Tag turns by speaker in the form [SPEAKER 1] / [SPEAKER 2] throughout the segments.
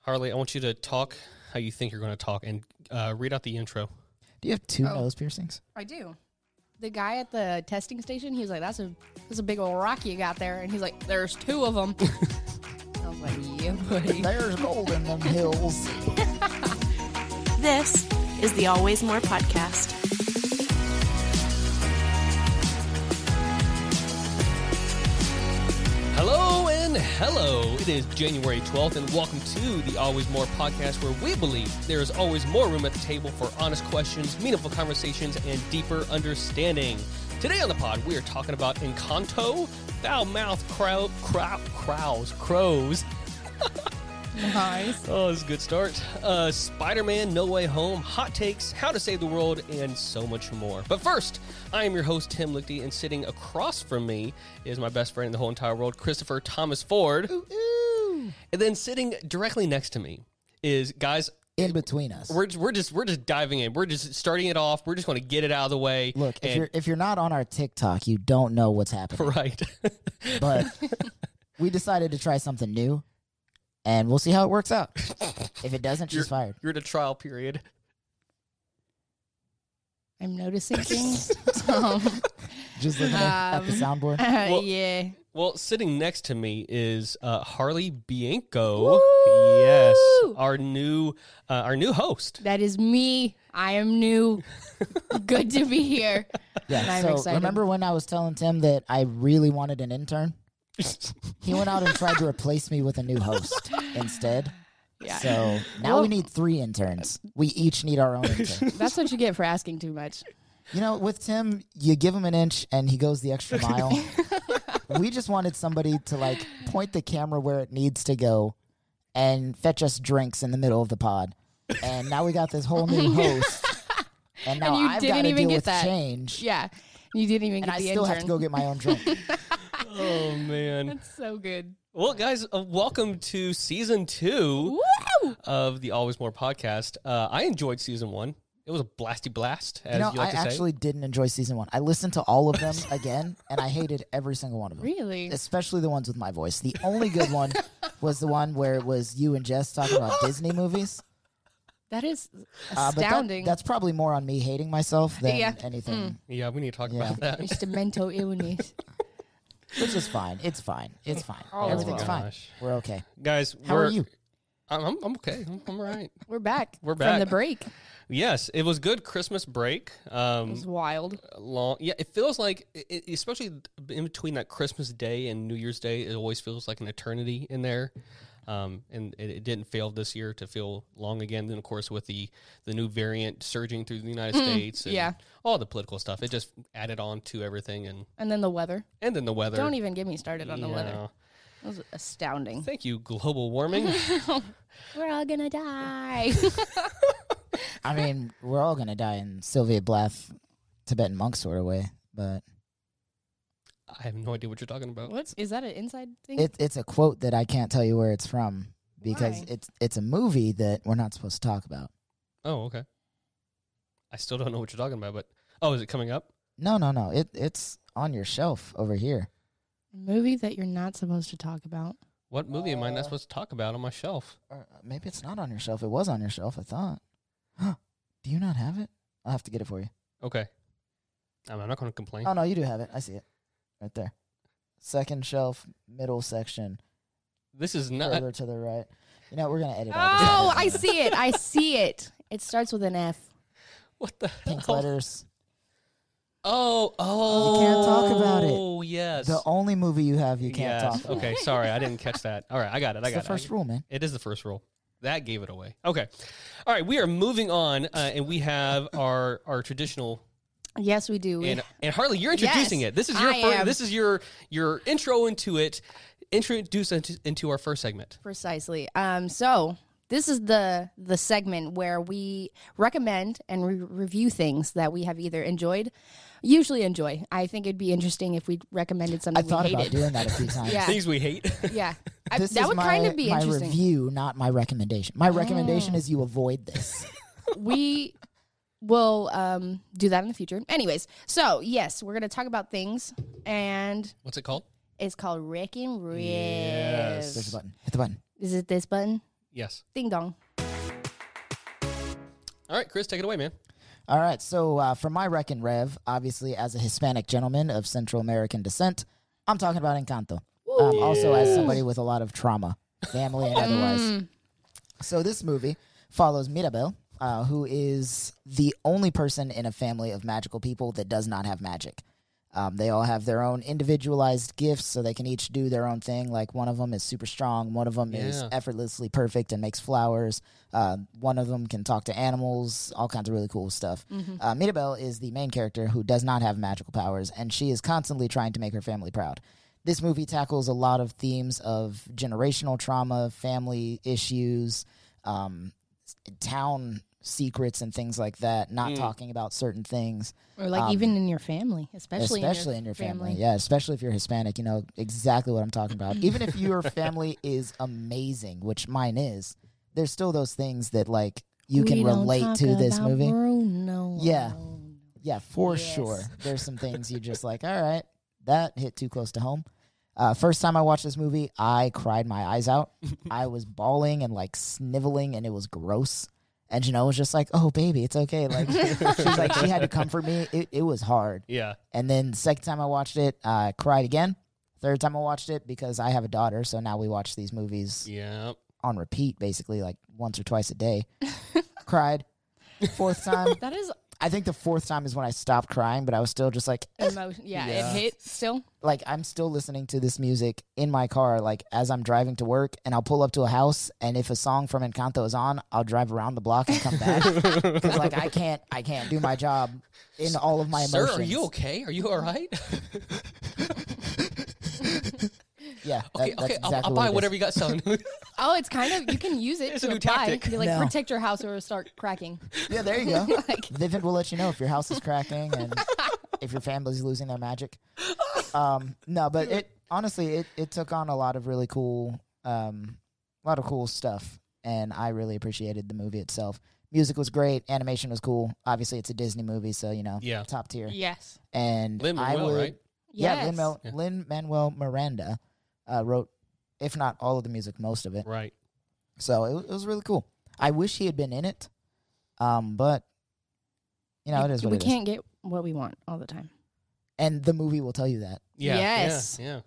[SPEAKER 1] Harley, I want you to talk how you think you're going to talk and uh, read out the intro.
[SPEAKER 2] Do you have two
[SPEAKER 3] Oh.
[SPEAKER 2] nose piercings?
[SPEAKER 3] I do. The guy at the testing station, he was like, "That's a that's a big old rock you got there," and he's like, "There's two of them." I was like, "Yeah, buddy."
[SPEAKER 2] There's gold in them hills.
[SPEAKER 4] This is the Always More Podcast.
[SPEAKER 1] Hello and hello. It is January 12th, and welcome to the Always More podcast, where we believe there is always more room at the table for honest questions, meaningful conversations, and deeper understanding. Today on the pod, we are talking about Encanto, foul mouth crow, crow, crows, crows.
[SPEAKER 3] Nice.
[SPEAKER 1] Oh, this is a good start. Uh, Spider Man, No Way Home, Hot Takes, How to Save the World, and so much more. But first, I am your host, Tim Lichty, and sitting across from me is my best friend in the whole entire world, Christopher Thomas Ford. And then sitting directly next to me is, guys,
[SPEAKER 2] In between us.
[SPEAKER 1] we're, we're just we're just diving in. We're just starting it off. We're just going to get it out of the way.
[SPEAKER 2] Look, if
[SPEAKER 1] and,
[SPEAKER 2] you're if you're not on our TikTok, you don't know what's happening.
[SPEAKER 1] right.
[SPEAKER 2] But we decided to try something new, and we'll see how it works out. If it doesn't,
[SPEAKER 1] You're-
[SPEAKER 2] she's fired.
[SPEAKER 1] you're in a trial period.
[SPEAKER 3] I'm noticing things. um,
[SPEAKER 2] Just looking at, at the
[SPEAKER 3] Um,
[SPEAKER 2] soundboard.
[SPEAKER 1] Well-
[SPEAKER 3] yeah.
[SPEAKER 1] Well, sitting next to me is uh, Harley Bianco. Yes, our new uh, our new host.
[SPEAKER 3] That is me. I am new. Good to be here. and
[SPEAKER 2] Yeah.
[SPEAKER 3] I'm
[SPEAKER 2] So
[SPEAKER 3] excited.
[SPEAKER 2] remember when I was telling Tim that I really wanted an intern? He went out and tried to replace me with a new host instead.
[SPEAKER 3] Yeah.
[SPEAKER 2] So now
[SPEAKER 3] Well-
[SPEAKER 2] we need three interns. We each need our own intern.
[SPEAKER 3] That's what you get for asking too much.
[SPEAKER 2] You know, with Tim, you give him an inch and he goes the extra mile. we just wanted somebody to like point the camera where it needs to go and fetch us drinks in the middle of the pod. And now we got this whole new host. And now
[SPEAKER 3] And you
[SPEAKER 2] I've
[SPEAKER 3] didn't
[SPEAKER 2] got to
[SPEAKER 3] even
[SPEAKER 2] deal
[SPEAKER 3] get
[SPEAKER 2] with
[SPEAKER 3] that.
[SPEAKER 2] change.
[SPEAKER 3] Yeah. You didn't even
[SPEAKER 2] And
[SPEAKER 3] get
[SPEAKER 2] I
[SPEAKER 3] the
[SPEAKER 2] still
[SPEAKER 3] intern.
[SPEAKER 2] have to go get my own drink.
[SPEAKER 1] Oh man!
[SPEAKER 3] That's so good.
[SPEAKER 1] Well, guys, uh, welcome to season two
[SPEAKER 3] Woo!
[SPEAKER 1] of the Always More podcast. Uh, I enjoyed season one. It was a blasty blast, as
[SPEAKER 2] You
[SPEAKER 1] you,
[SPEAKER 2] know,
[SPEAKER 1] like
[SPEAKER 2] I
[SPEAKER 1] to
[SPEAKER 2] actually didn't enjoy season one. I listened to all of them again, and I hated every single one of them.
[SPEAKER 3] Really?
[SPEAKER 2] Especially the ones with my voice. The only good one was the one where it was you and Jess talking about Disney movies.
[SPEAKER 3] That is
[SPEAKER 2] Uh, but that-
[SPEAKER 3] astounding.
[SPEAKER 2] that's probably more on me hating myself than
[SPEAKER 3] Yeah. Hmm.
[SPEAKER 2] anything,
[SPEAKER 1] say. Yeah, we need to talk
[SPEAKER 2] Yeah.
[SPEAKER 1] about that.
[SPEAKER 3] just a mental illness.
[SPEAKER 2] which is fine. It's fine. It's fine.
[SPEAKER 3] Oh,
[SPEAKER 2] Everything's
[SPEAKER 3] wow.
[SPEAKER 2] fine.
[SPEAKER 1] Gosh.
[SPEAKER 2] We're okay.
[SPEAKER 1] Guys,
[SPEAKER 2] How
[SPEAKER 1] we're,
[SPEAKER 2] are you?
[SPEAKER 1] I'm, I'm, I'm okay. I'm, I'm all right.
[SPEAKER 3] We're back.
[SPEAKER 1] We're
[SPEAKER 3] from the
[SPEAKER 1] back.
[SPEAKER 3] break.
[SPEAKER 1] Yes, it was good Christmas break.
[SPEAKER 3] It
[SPEAKER 1] Um,
[SPEAKER 3] was wild.
[SPEAKER 1] long yeah it feels like i i- especially in between that christmas day and new year's day it always feels like an eternity in there um, and it, it didn't fail this year to feel long again then of course with the the new variant surging through the united states and
[SPEAKER 3] Mm-hmm. yeah.
[SPEAKER 1] all the political stuff it just added on to everything and
[SPEAKER 3] And then the weather.
[SPEAKER 1] and then the weather
[SPEAKER 3] Don't even get me started on the weather.
[SPEAKER 1] Yeah.
[SPEAKER 3] It was astounding.
[SPEAKER 1] thank you global warming
[SPEAKER 3] We're all gonna die.
[SPEAKER 2] I mean, we're all gonna die in Sylvia Blath, Tibetan monk sort of way, but
[SPEAKER 1] i have no idea what you're talking about
[SPEAKER 3] what is that? An inside thing?
[SPEAKER 2] it, it's a quote that I can't tell you where it's from because
[SPEAKER 3] Why?
[SPEAKER 2] it's it's a movie that we're not supposed to talk about.
[SPEAKER 1] oh okay i still don't know what you're talking about but oh is it coming up
[SPEAKER 2] No, no, no. It it's on your shelf over here.
[SPEAKER 3] A movie that you're not supposed to talk about.
[SPEAKER 1] what movie am i
[SPEAKER 2] Uh,
[SPEAKER 1] not supposed to talk about on my shelf
[SPEAKER 2] Or uh, maybe it's not on your shelf. It was on your shelf, I thought. Do you not have it? I'll have to get it for you.
[SPEAKER 1] Okay. I'm I'm not going to complain.
[SPEAKER 2] Oh no, you do have it. I see it. Right there. Second shelf, middle section,
[SPEAKER 1] This is not.
[SPEAKER 2] further to the right. You know, we're gonna edit all
[SPEAKER 3] Oh,
[SPEAKER 2] this out.
[SPEAKER 3] I see it. I see it. It starts with an F.
[SPEAKER 1] What the
[SPEAKER 2] Pink
[SPEAKER 1] hell?
[SPEAKER 2] letters.
[SPEAKER 1] Oh, oh.
[SPEAKER 2] You can't talk about it.
[SPEAKER 1] Oh, yes.
[SPEAKER 2] The only movie you have you can't
[SPEAKER 1] yes.
[SPEAKER 2] talk about.
[SPEAKER 1] Okay, sorry. I didn't catch that. All right, I got it. I
[SPEAKER 2] It's
[SPEAKER 1] got
[SPEAKER 2] the first
[SPEAKER 1] it. I-
[SPEAKER 2] rule, man.
[SPEAKER 1] It is the first rule. That gave it away. Okay. All right, we are moving on, uh, and we have our our traditional.
[SPEAKER 3] Yes, we do. We-
[SPEAKER 1] And, and Harley, you're introducing
[SPEAKER 3] Yes,
[SPEAKER 1] it. This is your
[SPEAKER 3] I
[SPEAKER 1] fir-
[SPEAKER 3] am.
[SPEAKER 1] this is your your intro into it. Introduce into, into our first segment.
[SPEAKER 3] Precisely. Um, so this is the the segment where we recommend and re- review things that we have either enjoyed, usually enjoy. I think it'd be interesting if we recommended
[SPEAKER 2] I
[SPEAKER 3] something
[SPEAKER 2] thought
[SPEAKER 3] we
[SPEAKER 2] about
[SPEAKER 3] hated.
[SPEAKER 2] doing that a few times.
[SPEAKER 3] Yeah.
[SPEAKER 1] Things we hate.
[SPEAKER 3] yeah, I,
[SPEAKER 2] This is
[SPEAKER 3] that would
[SPEAKER 2] my,
[SPEAKER 3] kind of be
[SPEAKER 2] my
[SPEAKER 3] interesting. Oh.
[SPEAKER 2] review, not my recommendation. My recommendation is you avoid this.
[SPEAKER 3] we will um, do that in the future. Anyways, so yes, we're gonna talk about things, and
[SPEAKER 1] What's it called?
[SPEAKER 3] it's called Rick and Riv.
[SPEAKER 1] Yes.
[SPEAKER 2] There's a button. Hit the button.
[SPEAKER 3] Is it this button?
[SPEAKER 1] Yes.
[SPEAKER 3] Ding dong.
[SPEAKER 1] All right, Chris, take it away, man.
[SPEAKER 2] All right. So, uh, for my rec and rev, obviously, as a Hispanic gentleman of Central American descent, I'm talking about Encanto. Um, Also, as somebody with a lot of trauma, family and otherwise.
[SPEAKER 3] Mm.
[SPEAKER 2] So, this movie follows Mirabel, uh, who is the only person in a family of magical people that does not have magic. Um, they all have their own individualized gifts, so they can each do their own thing. Like one of them is super strong, one of them is
[SPEAKER 1] Yeah.
[SPEAKER 2] effortlessly perfect and makes flowers. Uh, one of them can talk to animals, all kinds of really cool stuff. Uh, Mirabel is the main character who does not have magical powers, and she is constantly trying to make her family proud. This movie tackles a lot of themes of generational trauma, family issues, um, s- town secrets, and things like that. Not talking about certain things
[SPEAKER 3] Or like even in your family, especially
[SPEAKER 2] um, especially in your, family. Yeah, especially if you're Hispanic, you know exactly what I'm talking about. Even if your family is amazing, which mine is, there's still those things that like you can relate to this movie.
[SPEAKER 3] Bruno.
[SPEAKER 2] Yeah. Yeah, for
[SPEAKER 3] Yes.
[SPEAKER 2] sure. There's some things you just like, all right, that hit too close to home. Uh, first time I watched this movie, I cried my eyes out. I was bawling and like sniveling, and it was gross. And Janelle was just like, "Oh, baby, it's okay." Like she's like, she had to comfort me. It, it was hard.
[SPEAKER 1] Yeah.
[SPEAKER 2] And then the second time I watched it, I cried again. Third time I watched it because I have a daughter, so now we watch these movies
[SPEAKER 1] Yeah.
[SPEAKER 2] on repeat, basically like once or twice a day. cried. Fourth time,
[SPEAKER 3] That is
[SPEAKER 2] I think the fourth time is when I stopped crying, but I was still just like, eh.
[SPEAKER 3] emotion. Yeah,
[SPEAKER 1] Yeah.
[SPEAKER 3] it hit still.
[SPEAKER 2] like I'm still listening to this music in my car, like as I'm driving to work, and I'll pull up to a house, and if a song from Encanto is on, I'll drive around the block and come back because like I can't, I can't do my job in all of my emotions.
[SPEAKER 1] Sir, are you okay? Are you all right?
[SPEAKER 2] Yeah, that-
[SPEAKER 1] okay,
[SPEAKER 2] that's
[SPEAKER 1] okay. I'll,
[SPEAKER 2] exactly
[SPEAKER 1] I'll
[SPEAKER 2] what
[SPEAKER 1] buy
[SPEAKER 2] it is.
[SPEAKER 1] whatever you got selling.
[SPEAKER 3] Oh, it's kind of you can use it
[SPEAKER 1] It's
[SPEAKER 3] to
[SPEAKER 1] a new
[SPEAKER 3] apply.
[SPEAKER 1] tactic.
[SPEAKER 3] You like
[SPEAKER 2] No.
[SPEAKER 3] protect your house or it'll start cracking.
[SPEAKER 2] Yeah, there you go. Vivid will let you know if your house is cracking and if your family's losing their magic. Um, no, but it honestly it, it took on a lot of really cool um, a lot of cool stuff, and I really appreciated the movie itself. Music was great, animation was cool. Obviously, it's a Disney movie, so you know,
[SPEAKER 1] Yeah.
[SPEAKER 2] top tier.
[SPEAKER 3] Yes.
[SPEAKER 2] And I
[SPEAKER 1] Lin-Manuel,
[SPEAKER 2] would,
[SPEAKER 1] right?
[SPEAKER 2] yeah,
[SPEAKER 3] Yes.
[SPEAKER 2] Lin-Manuel,
[SPEAKER 1] Yeah.
[SPEAKER 2] Lin-Manuel Miranda uh, wrote, if not all of the music, most of it.
[SPEAKER 1] Right.
[SPEAKER 2] So it, wa- it was really cool. I wish he had been in it, um, but you know it is what
[SPEAKER 3] we
[SPEAKER 2] it is.
[SPEAKER 3] can't get what we want all the time.
[SPEAKER 2] And the movie will tell you that.
[SPEAKER 1] Yeah.
[SPEAKER 3] Yes.
[SPEAKER 1] Yeah. yeah.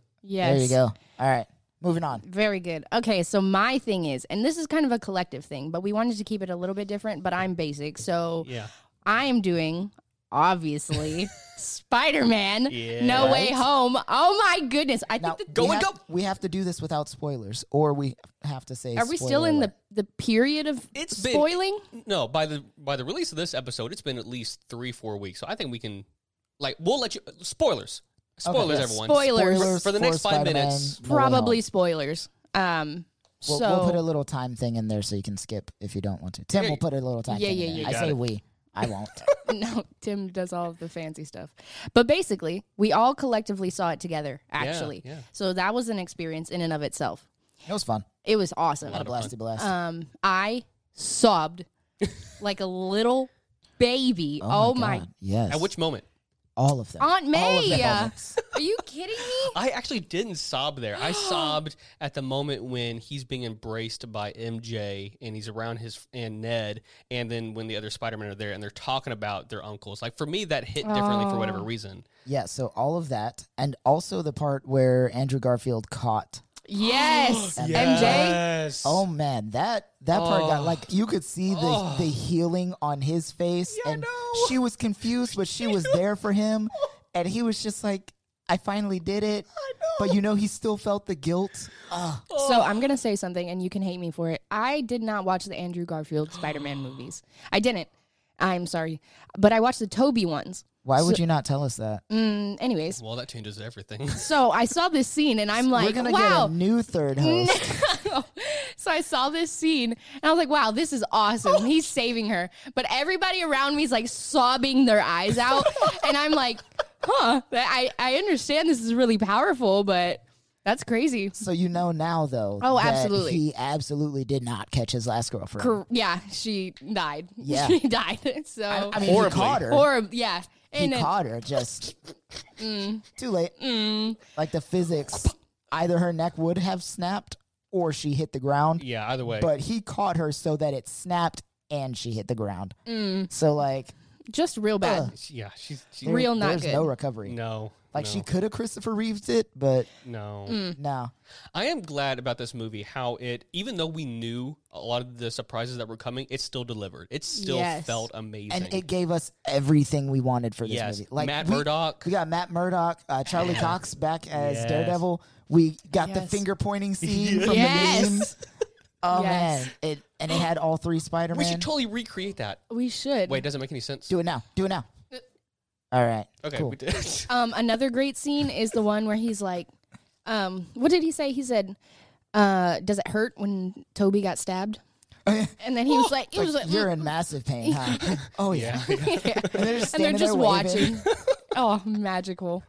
[SPEAKER 3] Yes.
[SPEAKER 2] There you go. All right, moving on.
[SPEAKER 3] Very good. Okay, so my thing is, and this is kind of a collective thing, but we wanted to keep it a little bit different, but I'm basic. So
[SPEAKER 1] Yeah.
[SPEAKER 3] I am doing, obviously, Spider Man
[SPEAKER 1] Yeah.
[SPEAKER 3] No Way
[SPEAKER 2] Right.
[SPEAKER 3] Home. Oh my goodness. I
[SPEAKER 2] Now
[SPEAKER 3] think that
[SPEAKER 1] Go
[SPEAKER 2] we
[SPEAKER 1] and
[SPEAKER 2] have-
[SPEAKER 1] go.
[SPEAKER 2] We have to do this without spoilers, or we have to say.
[SPEAKER 3] are we still in the, the period of
[SPEAKER 1] It's been-
[SPEAKER 3] spoiling?
[SPEAKER 1] No, by the by the release of this episode, it's been at least three, four weeks. So I think we can, like, we'll let you. Spoilers. Spoilers,
[SPEAKER 2] yeah.
[SPEAKER 1] everyone.
[SPEAKER 3] Spoilers.
[SPEAKER 1] For- for the next five minutes,
[SPEAKER 3] Probably spoilers. Um,
[SPEAKER 2] We'll,
[SPEAKER 3] so
[SPEAKER 2] we'll put a little time thing in there so you can skip if you don't want to. Tim
[SPEAKER 1] Yeah,
[SPEAKER 2] will put a little time.
[SPEAKER 3] yeah,
[SPEAKER 2] thing
[SPEAKER 3] yeah,
[SPEAKER 2] in there.
[SPEAKER 3] yeah,
[SPEAKER 2] I
[SPEAKER 1] got
[SPEAKER 2] say
[SPEAKER 1] it.
[SPEAKER 2] we. I won't.
[SPEAKER 3] no, Tim does all of the fancy stuff. But basically, we all collectively saw it together, actually.
[SPEAKER 1] yeah.
[SPEAKER 3] So that was an experience in and of itself.
[SPEAKER 2] It was fun.
[SPEAKER 3] It was awesome.
[SPEAKER 2] Blasty blast.
[SPEAKER 3] Um, I sobbed like a little baby. Oh, my,
[SPEAKER 2] God. Yes.
[SPEAKER 1] At which moment?
[SPEAKER 2] all of them.
[SPEAKER 3] Aunt
[SPEAKER 2] All of the
[SPEAKER 3] May. uh,
[SPEAKER 2] moments.
[SPEAKER 3] Are you kidding me?
[SPEAKER 1] I actually didn't sob there. I sobbed at the moment when he's being embraced by MJ and he's around his and Ned, and then when the other Spider Men are there and they're talking about their uncles. Like for me, that hit differently for whatever reason.
[SPEAKER 2] Yeah, so all of that, and also the part where Andrew Garfield caught.
[SPEAKER 3] Yes, MJ.
[SPEAKER 1] Yes.
[SPEAKER 2] Oh man, that that part
[SPEAKER 3] Oh.
[SPEAKER 2] got like you could see the
[SPEAKER 1] Oh.
[SPEAKER 2] the healing on his face,
[SPEAKER 1] Yeah, I
[SPEAKER 2] and
[SPEAKER 1] know.
[SPEAKER 2] she was confused, but she was there for him, and he was just like, "I finally did it," but you know he still felt the guilt. Ah,
[SPEAKER 3] So I'm gonna say something, and you can hate me for it. I did not watch the Andrew Garfield Spider-Man movies. I didn't. I'm sorry, but I watched the Toby ones.
[SPEAKER 2] why would you not tell us that?
[SPEAKER 3] Mm, anyways,
[SPEAKER 1] Well, that changes everything.
[SPEAKER 3] so I saw this scene, and I'm
[SPEAKER 2] We're
[SPEAKER 3] like,
[SPEAKER 2] gonna
[SPEAKER 3] wow.
[SPEAKER 2] get a new third host.
[SPEAKER 3] so I saw this scene and I was like, wow, this is
[SPEAKER 2] Oh.
[SPEAKER 3] awesome. He's saving her. But everybody around me is like sobbing their eyes out. and I'm like, huh, I, I understand this is really powerful, but that's crazy.
[SPEAKER 2] so you know now, though.
[SPEAKER 3] Oh,
[SPEAKER 2] that
[SPEAKER 3] absolutely.
[SPEAKER 2] He absolutely did not catch his last girlfriend.
[SPEAKER 3] Cor- Yeah, she died.
[SPEAKER 2] Yeah.
[SPEAKER 3] she died. So,
[SPEAKER 2] I mean,
[SPEAKER 1] Horribly.
[SPEAKER 2] he caught her.
[SPEAKER 3] or, yeah.
[SPEAKER 2] he
[SPEAKER 3] And then-
[SPEAKER 2] caught her just
[SPEAKER 3] Mm.
[SPEAKER 2] too late. Like the physics, either her neck would have snapped or she hit the ground.
[SPEAKER 1] Yeah, either way.
[SPEAKER 2] But he caught her so that it snapped and she hit the ground. So like
[SPEAKER 3] mm, Just real bad.
[SPEAKER 2] Ugh.
[SPEAKER 1] yeah, she's she,
[SPEAKER 2] there-
[SPEAKER 3] Real not
[SPEAKER 2] there's
[SPEAKER 3] good.
[SPEAKER 2] no recovery.
[SPEAKER 1] no,
[SPEAKER 2] Like
[SPEAKER 1] no,
[SPEAKER 2] she Mm. could have Christopher Reeves it, but
[SPEAKER 1] no.
[SPEAKER 3] Mm.
[SPEAKER 2] no.
[SPEAKER 1] I am glad about this movie. How it, even though we knew a lot of the surprises that were coming, it still delivered. It still
[SPEAKER 3] Yes.
[SPEAKER 1] felt amazing.
[SPEAKER 2] And it gave us everything we wanted for this
[SPEAKER 1] yes,
[SPEAKER 2] movie.
[SPEAKER 1] Matt
[SPEAKER 2] we,
[SPEAKER 1] Murdock.
[SPEAKER 2] We got Matt Murdock, uh, Charlie Cox back as
[SPEAKER 1] Yes.
[SPEAKER 2] Daredevil. We got the
[SPEAKER 3] Yes.
[SPEAKER 2] finger pointing scene from
[SPEAKER 3] Yes.
[SPEAKER 2] the memes. Oh
[SPEAKER 3] Yes.
[SPEAKER 2] man! It and it had all three Spider
[SPEAKER 1] We
[SPEAKER 2] Man.
[SPEAKER 1] should totally recreate that.
[SPEAKER 3] We should.
[SPEAKER 1] Wait, it doesn't make any sense.
[SPEAKER 2] Do it now. Do it now.
[SPEAKER 3] Uh,
[SPEAKER 2] All right.
[SPEAKER 1] okay,
[SPEAKER 2] Cool.
[SPEAKER 1] we did.
[SPEAKER 3] Um, another great scene is the one where he's like, um, what did he say? He said, uh, does it hurt when Toby got stabbed? And then he was like, he was like,
[SPEAKER 2] You're in massive pain, huh? oh yeah. And they're just,
[SPEAKER 3] and they're
[SPEAKER 2] standing
[SPEAKER 3] just
[SPEAKER 2] there waving.
[SPEAKER 3] watching. oh, magical.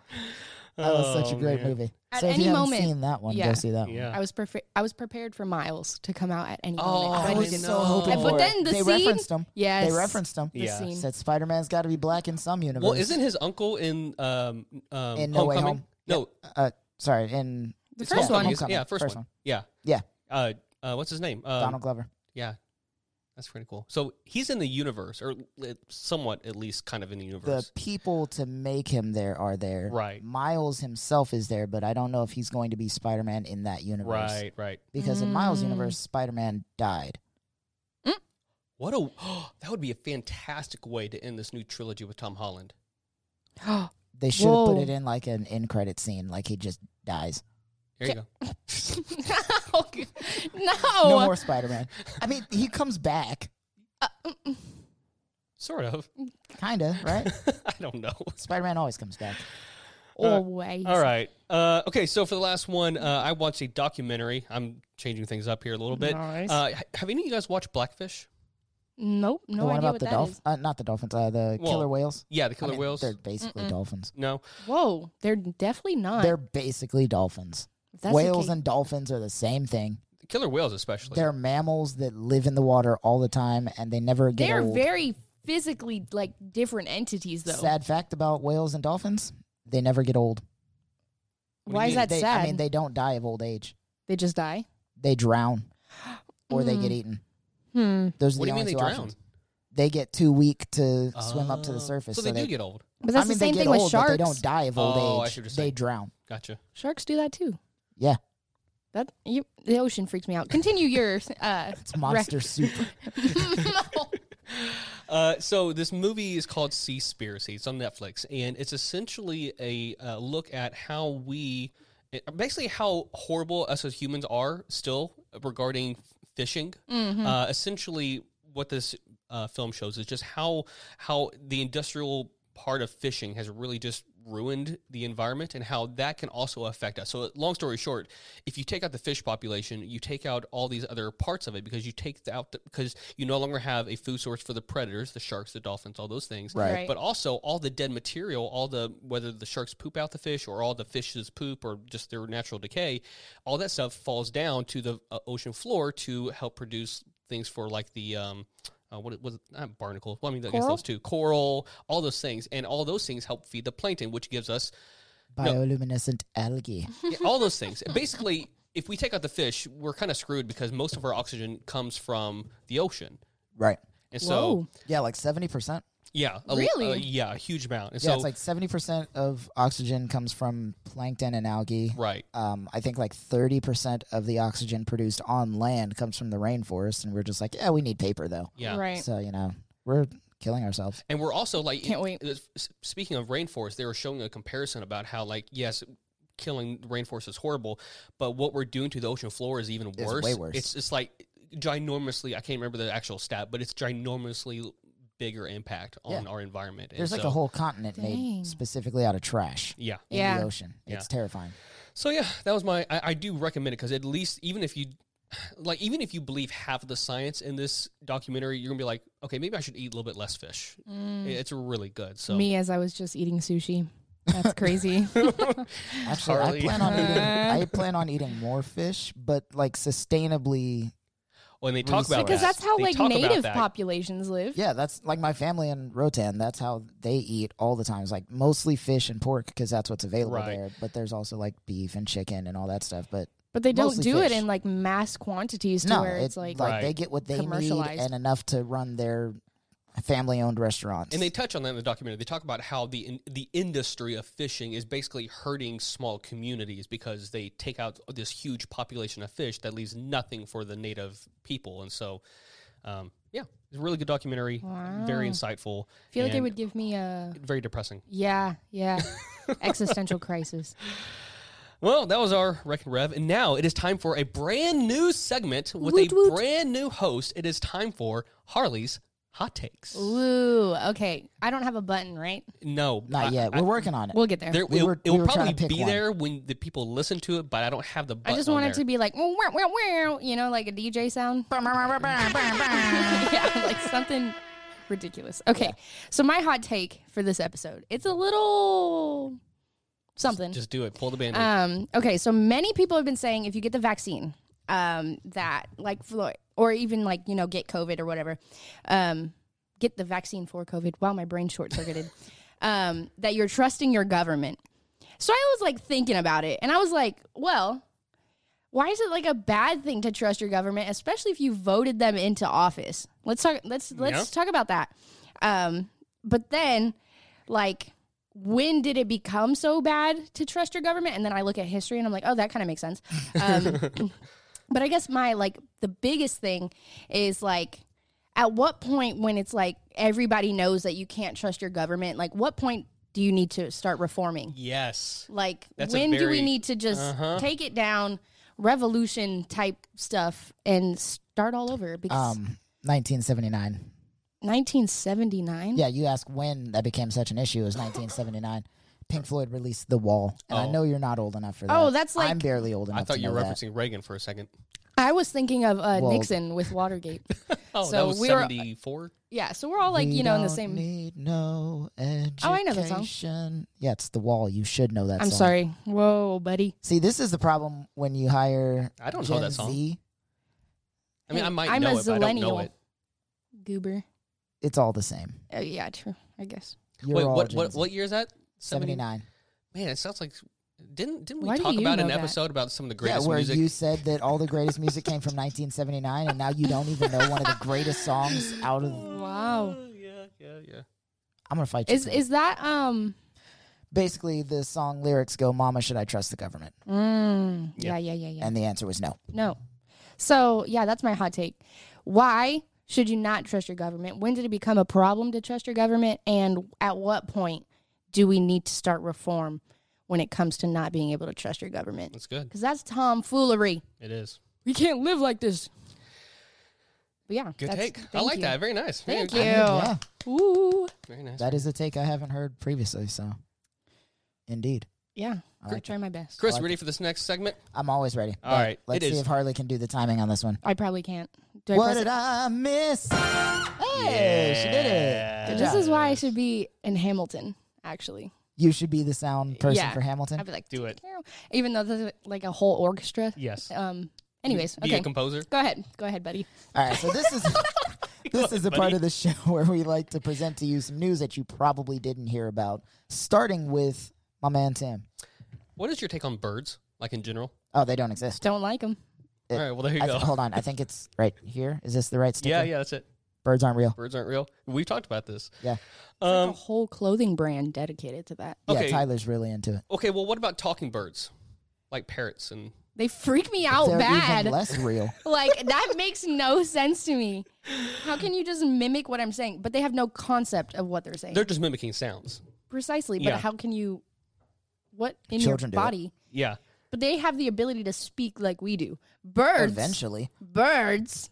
[SPEAKER 2] That was such a great movie.
[SPEAKER 3] At
[SPEAKER 2] so if
[SPEAKER 3] any
[SPEAKER 2] you haven't
[SPEAKER 3] moment-
[SPEAKER 2] seen that one,
[SPEAKER 3] Yeah.
[SPEAKER 2] go see that one.
[SPEAKER 1] Oh, Yeah.
[SPEAKER 3] I was prefer- I was prepared for Miles to come out at any
[SPEAKER 1] Oh,
[SPEAKER 3] moment.
[SPEAKER 2] I
[SPEAKER 3] but
[SPEAKER 2] was
[SPEAKER 3] he didn't.
[SPEAKER 2] so hoping
[SPEAKER 3] But
[SPEAKER 2] for
[SPEAKER 3] then
[SPEAKER 2] it.
[SPEAKER 3] the
[SPEAKER 2] they
[SPEAKER 3] scene-
[SPEAKER 2] referenced him.
[SPEAKER 3] Yes.
[SPEAKER 2] They referenced him.
[SPEAKER 3] The
[SPEAKER 1] Yeah.
[SPEAKER 3] scene.
[SPEAKER 2] Said Spider Man's got to be black in some universe.
[SPEAKER 1] Well, isn't his uncle in um, um
[SPEAKER 2] In No Way
[SPEAKER 1] Homecoming?
[SPEAKER 2] Home?
[SPEAKER 1] No,
[SPEAKER 2] Uh, sorry, in
[SPEAKER 3] the
[SPEAKER 1] it's
[SPEAKER 3] first
[SPEAKER 1] Homecoming,
[SPEAKER 3] one.
[SPEAKER 1] isn't-
[SPEAKER 2] Homecoming.
[SPEAKER 1] Yeah, first,
[SPEAKER 2] First
[SPEAKER 1] one.
[SPEAKER 2] one.
[SPEAKER 1] Yeah.
[SPEAKER 2] Yeah.
[SPEAKER 1] Uh, uh, what's his name? Um,
[SPEAKER 2] Donald Glover.
[SPEAKER 1] Yeah, that's pretty cool. So he's in the universe, or uh, somewhat at least, kind of in the
[SPEAKER 2] The
[SPEAKER 1] universe.
[SPEAKER 2] people to make him there are there.
[SPEAKER 1] Right.
[SPEAKER 2] Miles himself is there, but I don't know if he's going to be Spider Man in that universe.
[SPEAKER 1] right, right.
[SPEAKER 2] Because in Miles'
[SPEAKER 3] Mm.
[SPEAKER 2] universe, Spider Man died.
[SPEAKER 1] What a that would be a fantastic way to end this new trilogy with Tom Holland.
[SPEAKER 2] They should have put
[SPEAKER 3] Whoa.
[SPEAKER 2] it in like an end credit scene, like he just dies.
[SPEAKER 1] There you go.
[SPEAKER 3] no, no.
[SPEAKER 2] No more Spider Man. I mean, he comes back,
[SPEAKER 1] Sort of.
[SPEAKER 2] kinda, right?
[SPEAKER 1] I don't know.
[SPEAKER 2] Spider Man always comes back.
[SPEAKER 3] Always.
[SPEAKER 1] All right. Uh, okay, so for the last one, uh, I watched a documentary. I'm changing things up here a little bit.
[SPEAKER 3] Nice.
[SPEAKER 1] Uh, ha- have any of you guys watched Blackfish?
[SPEAKER 3] Nope. No
[SPEAKER 2] the one
[SPEAKER 3] idea
[SPEAKER 2] about
[SPEAKER 3] what
[SPEAKER 2] the
[SPEAKER 3] that is.
[SPEAKER 2] dolphins, uh, not the dolphins, uh, the
[SPEAKER 1] Well,
[SPEAKER 2] killer whales.
[SPEAKER 1] Yeah, the
[SPEAKER 2] I
[SPEAKER 1] Killer
[SPEAKER 2] mean,
[SPEAKER 1] Whales.
[SPEAKER 2] They're basically dolphins.
[SPEAKER 1] No.
[SPEAKER 3] Whoa, they're definitely not.
[SPEAKER 2] They're basically dolphins.
[SPEAKER 3] That's the
[SPEAKER 2] whales
[SPEAKER 3] case.
[SPEAKER 2] and dolphins are the same thing.
[SPEAKER 1] Killer whales, especially.
[SPEAKER 2] They're mammals that live in the water all the time, and they never get
[SPEAKER 3] they're
[SPEAKER 2] old.
[SPEAKER 3] very physically like different entities, though.
[SPEAKER 2] Sad fact about whales and dolphins: they never get old.
[SPEAKER 1] do
[SPEAKER 3] Why
[SPEAKER 1] you mean?
[SPEAKER 3] is that
[SPEAKER 2] They,
[SPEAKER 3] sad?
[SPEAKER 2] I mean, they don't die of old age.
[SPEAKER 3] They just die.
[SPEAKER 2] They drown, or they
[SPEAKER 3] Mm.
[SPEAKER 2] get eaten.
[SPEAKER 3] Hmm.
[SPEAKER 2] Those are
[SPEAKER 1] what do you
[SPEAKER 2] the
[SPEAKER 1] mean
[SPEAKER 2] only
[SPEAKER 1] they
[SPEAKER 2] two
[SPEAKER 1] drown?
[SPEAKER 2] options. They get too weak to swim up to the
[SPEAKER 1] Oh.
[SPEAKER 2] surface.
[SPEAKER 1] So, they, do get old.
[SPEAKER 3] But that's
[SPEAKER 2] I mean,
[SPEAKER 3] the same
[SPEAKER 2] they get
[SPEAKER 3] thing
[SPEAKER 2] old,
[SPEAKER 3] with
[SPEAKER 2] but
[SPEAKER 3] sharks.
[SPEAKER 2] they don't die of old
[SPEAKER 1] Oh, I
[SPEAKER 2] age.
[SPEAKER 1] see what you're
[SPEAKER 2] they
[SPEAKER 1] saying.
[SPEAKER 2] drown.
[SPEAKER 1] Gotcha.
[SPEAKER 3] Sharks do that too.
[SPEAKER 2] Yeah,
[SPEAKER 3] That you, the ocean freaks me out. Continue your uh,
[SPEAKER 2] it's monster soup.
[SPEAKER 1] Uh, so this movie is called Seaspiracy. It's on Netflix, and it's essentially a uh, look at how we, it- basically how horrible us as humans are still regarding fishing. Uh, essentially, what this uh, film shows is just how how the industrial part of fishing has really just ruined the environment and how that can also affect us. So long story short, if you take out the fish population, you take out all these other parts of it because you take out the, because you no longer have a food source for the predators, the sharks, the dolphins, all those things.
[SPEAKER 2] Right.
[SPEAKER 3] Right.
[SPEAKER 1] But also all the dead material, all the whether the sharks poop out the fish or all the fish's poop or just their natural decay, all that stuff falls down to the uh, ocean floor to help produce things for like the um uh, what it was not barnacle. Well, I mean, I guess
[SPEAKER 3] Coral?
[SPEAKER 1] those two, coral, all those things, and all those things help feed the plankton, which gives us
[SPEAKER 2] Bioluminescent algae.
[SPEAKER 1] yeah, all those things. Basically, if we take out the fish, we're kind of screwed because most of our oxygen comes from the ocean,
[SPEAKER 2] Right.
[SPEAKER 1] and so
[SPEAKER 3] Whoa.
[SPEAKER 2] Yeah, like seventy percent.
[SPEAKER 1] yeah, a,
[SPEAKER 3] Really?
[SPEAKER 1] uh, yeah, a huge amount. And
[SPEAKER 2] Yeah,
[SPEAKER 1] so
[SPEAKER 2] it's like seventy percent of oxygen comes from plankton and algae.
[SPEAKER 1] right,
[SPEAKER 2] Um, I think like thirty percent of the oxygen produced on land comes from the rainforest, and we're just like, yeah, we need paper though.
[SPEAKER 1] yeah,
[SPEAKER 3] Right.
[SPEAKER 2] So you know, we're killing ourselves.
[SPEAKER 1] And we're also like,
[SPEAKER 3] Can't wait.
[SPEAKER 1] it- s- Speaking of rainforest, they were showing a comparison about how, like, yes, killing the rainforest is horrible, but what we're doing to the ocean floor is even
[SPEAKER 2] way
[SPEAKER 1] worse.
[SPEAKER 2] worse.
[SPEAKER 1] It's it's like ginormously. I can't remember the actual stat, but it's ginormously bigger impact on
[SPEAKER 2] Yeah.
[SPEAKER 1] our environment. And
[SPEAKER 2] There's like
[SPEAKER 1] so-
[SPEAKER 2] a whole continent
[SPEAKER 3] Dang.
[SPEAKER 2] made specifically out of trash
[SPEAKER 1] yeah.
[SPEAKER 2] in
[SPEAKER 3] Yeah.
[SPEAKER 2] the ocean. It's
[SPEAKER 1] Yeah.
[SPEAKER 2] terrifying.
[SPEAKER 1] So yeah, that was my. I, I do recommend it because at least even if you, like, even if you believe half of the science in this documentary, you're gonna be like, okay, maybe I should eat a little bit less fish. It's really good. So
[SPEAKER 3] Mm. Me as I was just eating sushi. That's crazy.
[SPEAKER 2] Actually,
[SPEAKER 1] Harley.
[SPEAKER 2] I plan on eating. I plan on eating more fish, but like sustainably.
[SPEAKER 1] when they talk about
[SPEAKER 3] because
[SPEAKER 1] that,
[SPEAKER 3] that's how
[SPEAKER 1] they
[SPEAKER 3] like
[SPEAKER 1] talk about
[SPEAKER 3] native
[SPEAKER 1] that.
[SPEAKER 3] populations live.
[SPEAKER 2] Yeah, that's like my family in Rotan. That's how they eat all the time. It's like mostly fish and pork because that's what's available
[SPEAKER 1] Right.
[SPEAKER 2] there. But there's also like beef and chicken and all that stuff. But
[SPEAKER 3] But they don't
[SPEAKER 2] Mostly
[SPEAKER 3] do it
[SPEAKER 2] fish.
[SPEAKER 3] in like mass quantities to
[SPEAKER 2] no,
[SPEAKER 3] where
[SPEAKER 2] it-
[SPEAKER 3] it's like,
[SPEAKER 1] Right.
[SPEAKER 2] they get what they need
[SPEAKER 3] commercialized.
[SPEAKER 2] and enough to run their family-owned restaurants.
[SPEAKER 1] And they touch on that in the documentary. They talk about how the in, the industry of fishing is basically hurting small communities because they take out this huge population of fish that leaves nothing for the native people. And so, um, yeah, it's a really good documentary, very insightful.
[SPEAKER 3] I feel like it
[SPEAKER 1] and
[SPEAKER 3] would give me a
[SPEAKER 1] very depressing.
[SPEAKER 3] yeah, yeah, existential crisis.
[SPEAKER 1] Well, that was our Wreck and Rev, and now it is time for a brand new segment with
[SPEAKER 3] Woot
[SPEAKER 1] a
[SPEAKER 3] woot.
[SPEAKER 1] brand new host. It is time for Harley's hot takes.
[SPEAKER 3] Ooh, okay. I don't have a button, right?
[SPEAKER 1] No,
[SPEAKER 2] Not
[SPEAKER 1] I-
[SPEAKER 2] yet.
[SPEAKER 1] I-
[SPEAKER 2] We're working on it.
[SPEAKER 3] We'll get there.
[SPEAKER 1] There,
[SPEAKER 2] We
[SPEAKER 1] it,
[SPEAKER 2] were-
[SPEAKER 1] it
[SPEAKER 2] we
[SPEAKER 1] will
[SPEAKER 2] were trying
[SPEAKER 1] probably
[SPEAKER 2] to pick
[SPEAKER 1] be
[SPEAKER 2] one.
[SPEAKER 1] there when the people listen to it, but I don't have the.
[SPEAKER 3] I
[SPEAKER 1] Button
[SPEAKER 3] just
[SPEAKER 1] on
[SPEAKER 3] want
[SPEAKER 1] there.
[SPEAKER 3] it to be like wow, wow, wow, you know, like a DJ sound. yeah, like something ridiculous. Okay. So my hot take for this episode. It's a little something.
[SPEAKER 1] Just do it. Pull the band.
[SPEAKER 3] Um, okay, so many people have been saying if you get the vaccine, um, that like flu- or even like you know get COVID or whatever, um, get the vaccine for COVID. Wow, my brain short circuited. um, that you're trusting your government. So I was like thinking about it, and I was like, well. Why is it like a bad thing to trust your government, especially if you voted them into office? Let's talk. Let's let's
[SPEAKER 1] Yeah.
[SPEAKER 3] talk about that. Um, but then, like, when did it become so bad to trust your government? And then I look at history and I'm like, oh, that kind of makes sense. Um, but I guess my like the biggest thing is like, at what point when it's like everybody knows that you can't trust your government? Like, what point do you need to start reforming?
[SPEAKER 1] Yes.
[SPEAKER 3] Like,
[SPEAKER 1] That's a
[SPEAKER 3] when do
[SPEAKER 1] very- Uh-huh.
[SPEAKER 3] we need to just take it down, revolution type stuff, and start all over? Because
[SPEAKER 2] um, 1979.
[SPEAKER 3] 1979.
[SPEAKER 2] Yeah, you ask when that became such an issue is 1979. Pink Floyd released The Wall, and I know you're not old enough for that.
[SPEAKER 3] Oh, that's like-
[SPEAKER 2] I'm barely old enough.
[SPEAKER 1] Oh. I thought
[SPEAKER 2] to
[SPEAKER 1] you were
[SPEAKER 2] know that.
[SPEAKER 1] referencing Reagan for a second.
[SPEAKER 3] I was thinking of uh,
[SPEAKER 2] Well-
[SPEAKER 3] Nixon with Watergate.
[SPEAKER 1] Oh, that
[SPEAKER 3] So
[SPEAKER 1] was
[SPEAKER 3] we were-
[SPEAKER 1] seventy four.
[SPEAKER 3] Yeah, so we're all Oh, like, you know, in the
[SPEAKER 2] We
[SPEAKER 3] same.
[SPEAKER 2] don't Need no education.
[SPEAKER 3] Oh, I know that song.
[SPEAKER 2] Yeah, it's The Wall. You should know that.
[SPEAKER 3] I'm
[SPEAKER 2] song.
[SPEAKER 3] sorry. Whoa, buddy.
[SPEAKER 2] See, this is the problem when you hire.
[SPEAKER 1] I don't know
[SPEAKER 2] Gen
[SPEAKER 1] that song.
[SPEAKER 2] Z.
[SPEAKER 1] I mean,
[SPEAKER 3] Hey,
[SPEAKER 1] I might
[SPEAKER 3] I'm
[SPEAKER 1] know
[SPEAKER 3] a
[SPEAKER 1] it, but I don't know
[SPEAKER 3] Zillennial.
[SPEAKER 1] it.
[SPEAKER 3] Goober.
[SPEAKER 2] It's all the same.
[SPEAKER 3] Oh, yeah, true. I guess.
[SPEAKER 2] You're
[SPEAKER 1] Wait,
[SPEAKER 2] all
[SPEAKER 1] what,
[SPEAKER 2] Gen
[SPEAKER 1] what
[SPEAKER 2] Z.
[SPEAKER 1] what year is that? 70?
[SPEAKER 2] 79.
[SPEAKER 1] Man, it sounds like didn't didn't we
[SPEAKER 3] Why do
[SPEAKER 1] talk
[SPEAKER 3] you
[SPEAKER 1] about
[SPEAKER 3] know
[SPEAKER 1] an
[SPEAKER 3] that?
[SPEAKER 1] episode about some of the
[SPEAKER 2] Yeah,
[SPEAKER 1] greatest
[SPEAKER 2] where
[SPEAKER 1] music?
[SPEAKER 2] you said that all the greatest music came from 1979, and now you don't even know one of the greatest songs out of.
[SPEAKER 3] Wow.
[SPEAKER 1] Oh, Yeah, yeah, yeah.
[SPEAKER 2] I'm gonna fight you.
[SPEAKER 3] Is
[SPEAKER 2] for
[SPEAKER 3] is that um?
[SPEAKER 2] basically the song lyrics go, "Mama, should I trust the government?"
[SPEAKER 3] Mm, yeah, yeah, yeah, yeah.
[SPEAKER 2] And the answer was no.
[SPEAKER 3] No. So yeah, that's my hot take. Why should you not trust your government? When did it become a problem to trust your government? And at what point do we need to start reform when it comes to not being able to trust your government?
[SPEAKER 1] That's good.
[SPEAKER 3] Because that's tomfoolery.
[SPEAKER 1] It is.
[SPEAKER 3] We can't live like this. But yeah,
[SPEAKER 1] Good
[SPEAKER 3] that's-
[SPEAKER 1] take. I
[SPEAKER 3] thank
[SPEAKER 1] like
[SPEAKER 3] you.
[SPEAKER 1] that. Very nice.
[SPEAKER 3] Thank
[SPEAKER 1] very,
[SPEAKER 3] you.
[SPEAKER 2] Yeah,
[SPEAKER 3] Ooh.
[SPEAKER 1] Very nice.
[SPEAKER 2] that is a take I haven't heard previously. So, indeed,
[SPEAKER 3] Yeah,
[SPEAKER 2] I
[SPEAKER 3] I
[SPEAKER 2] like
[SPEAKER 3] try my best.
[SPEAKER 1] Chris,
[SPEAKER 2] like
[SPEAKER 1] ready for this next segment?
[SPEAKER 2] I'm always ready.
[SPEAKER 1] All
[SPEAKER 2] All
[SPEAKER 1] right,
[SPEAKER 2] let's
[SPEAKER 1] it
[SPEAKER 2] see
[SPEAKER 1] is-
[SPEAKER 2] if Harley can do the timing on this one.
[SPEAKER 3] I probably can't. Do I
[SPEAKER 2] What
[SPEAKER 3] press
[SPEAKER 2] did
[SPEAKER 3] it?
[SPEAKER 2] I miss? Hey, she did it. Good
[SPEAKER 3] This
[SPEAKER 2] job.
[SPEAKER 3] is why I should be in Hamilton, actually.
[SPEAKER 2] You should be the sound person
[SPEAKER 3] Yeah.
[SPEAKER 2] for Hamilton.
[SPEAKER 3] I'd be like,
[SPEAKER 1] Do it.
[SPEAKER 3] Even though there's like a whole orchestra.
[SPEAKER 1] Yes.
[SPEAKER 3] Um. Anyways,
[SPEAKER 1] Be
[SPEAKER 3] okay.
[SPEAKER 1] a composer.
[SPEAKER 3] Go ahead. Go ahead, buddy.
[SPEAKER 2] All right, so this is this is a part of the show where we like to present to you some news that you probably didn't hear about, starting with my man Tim.
[SPEAKER 1] What is your take on birds, like in general?
[SPEAKER 2] Oh, they don't exist.
[SPEAKER 3] Don't like them.
[SPEAKER 2] It-
[SPEAKER 1] All right. Well, there you
[SPEAKER 2] I
[SPEAKER 1] go.
[SPEAKER 2] th- hold on, I think it's right here. Is this the right sticker?
[SPEAKER 1] yeah, yeah. That's it.
[SPEAKER 2] Birds aren't real.
[SPEAKER 1] Birds aren't real. We've talked about this.
[SPEAKER 2] Yeah.
[SPEAKER 3] Like a
[SPEAKER 1] Um,
[SPEAKER 3] whole clothing brand dedicated to that.
[SPEAKER 1] okay.
[SPEAKER 2] Yeah, Tyler's really into it.
[SPEAKER 1] okay. Well, what about talking birds, like parrots and
[SPEAKER 3] They freak me out
[SPEAKER 2] They're
[SPEAKER 3] Oh, bad.
[SPEAKER 2] even less real.
[SPEAKER 3] like that makes no sense to me. How can you just mimic what I'm saying? But they have no concept of what they're saying.
[SPEAKER 1] They're just mimicking sounds.
[SPEAKER 3] Precisely. But
[SPEAKER 1] Yeah.
[SPEAKER 3] how can you? What in
[SPEAKER 2] Children do
[SPEAKER 3] your
[SPEAKER 2] it.
[SPEAKER 3] body?
[SPEAKER 1] Yeah.
[SPEAKER 3] But they have the ability to speak like we do. Birds.
[SPEAKER 2] Eventually,
[SPEAKER 3] Birds.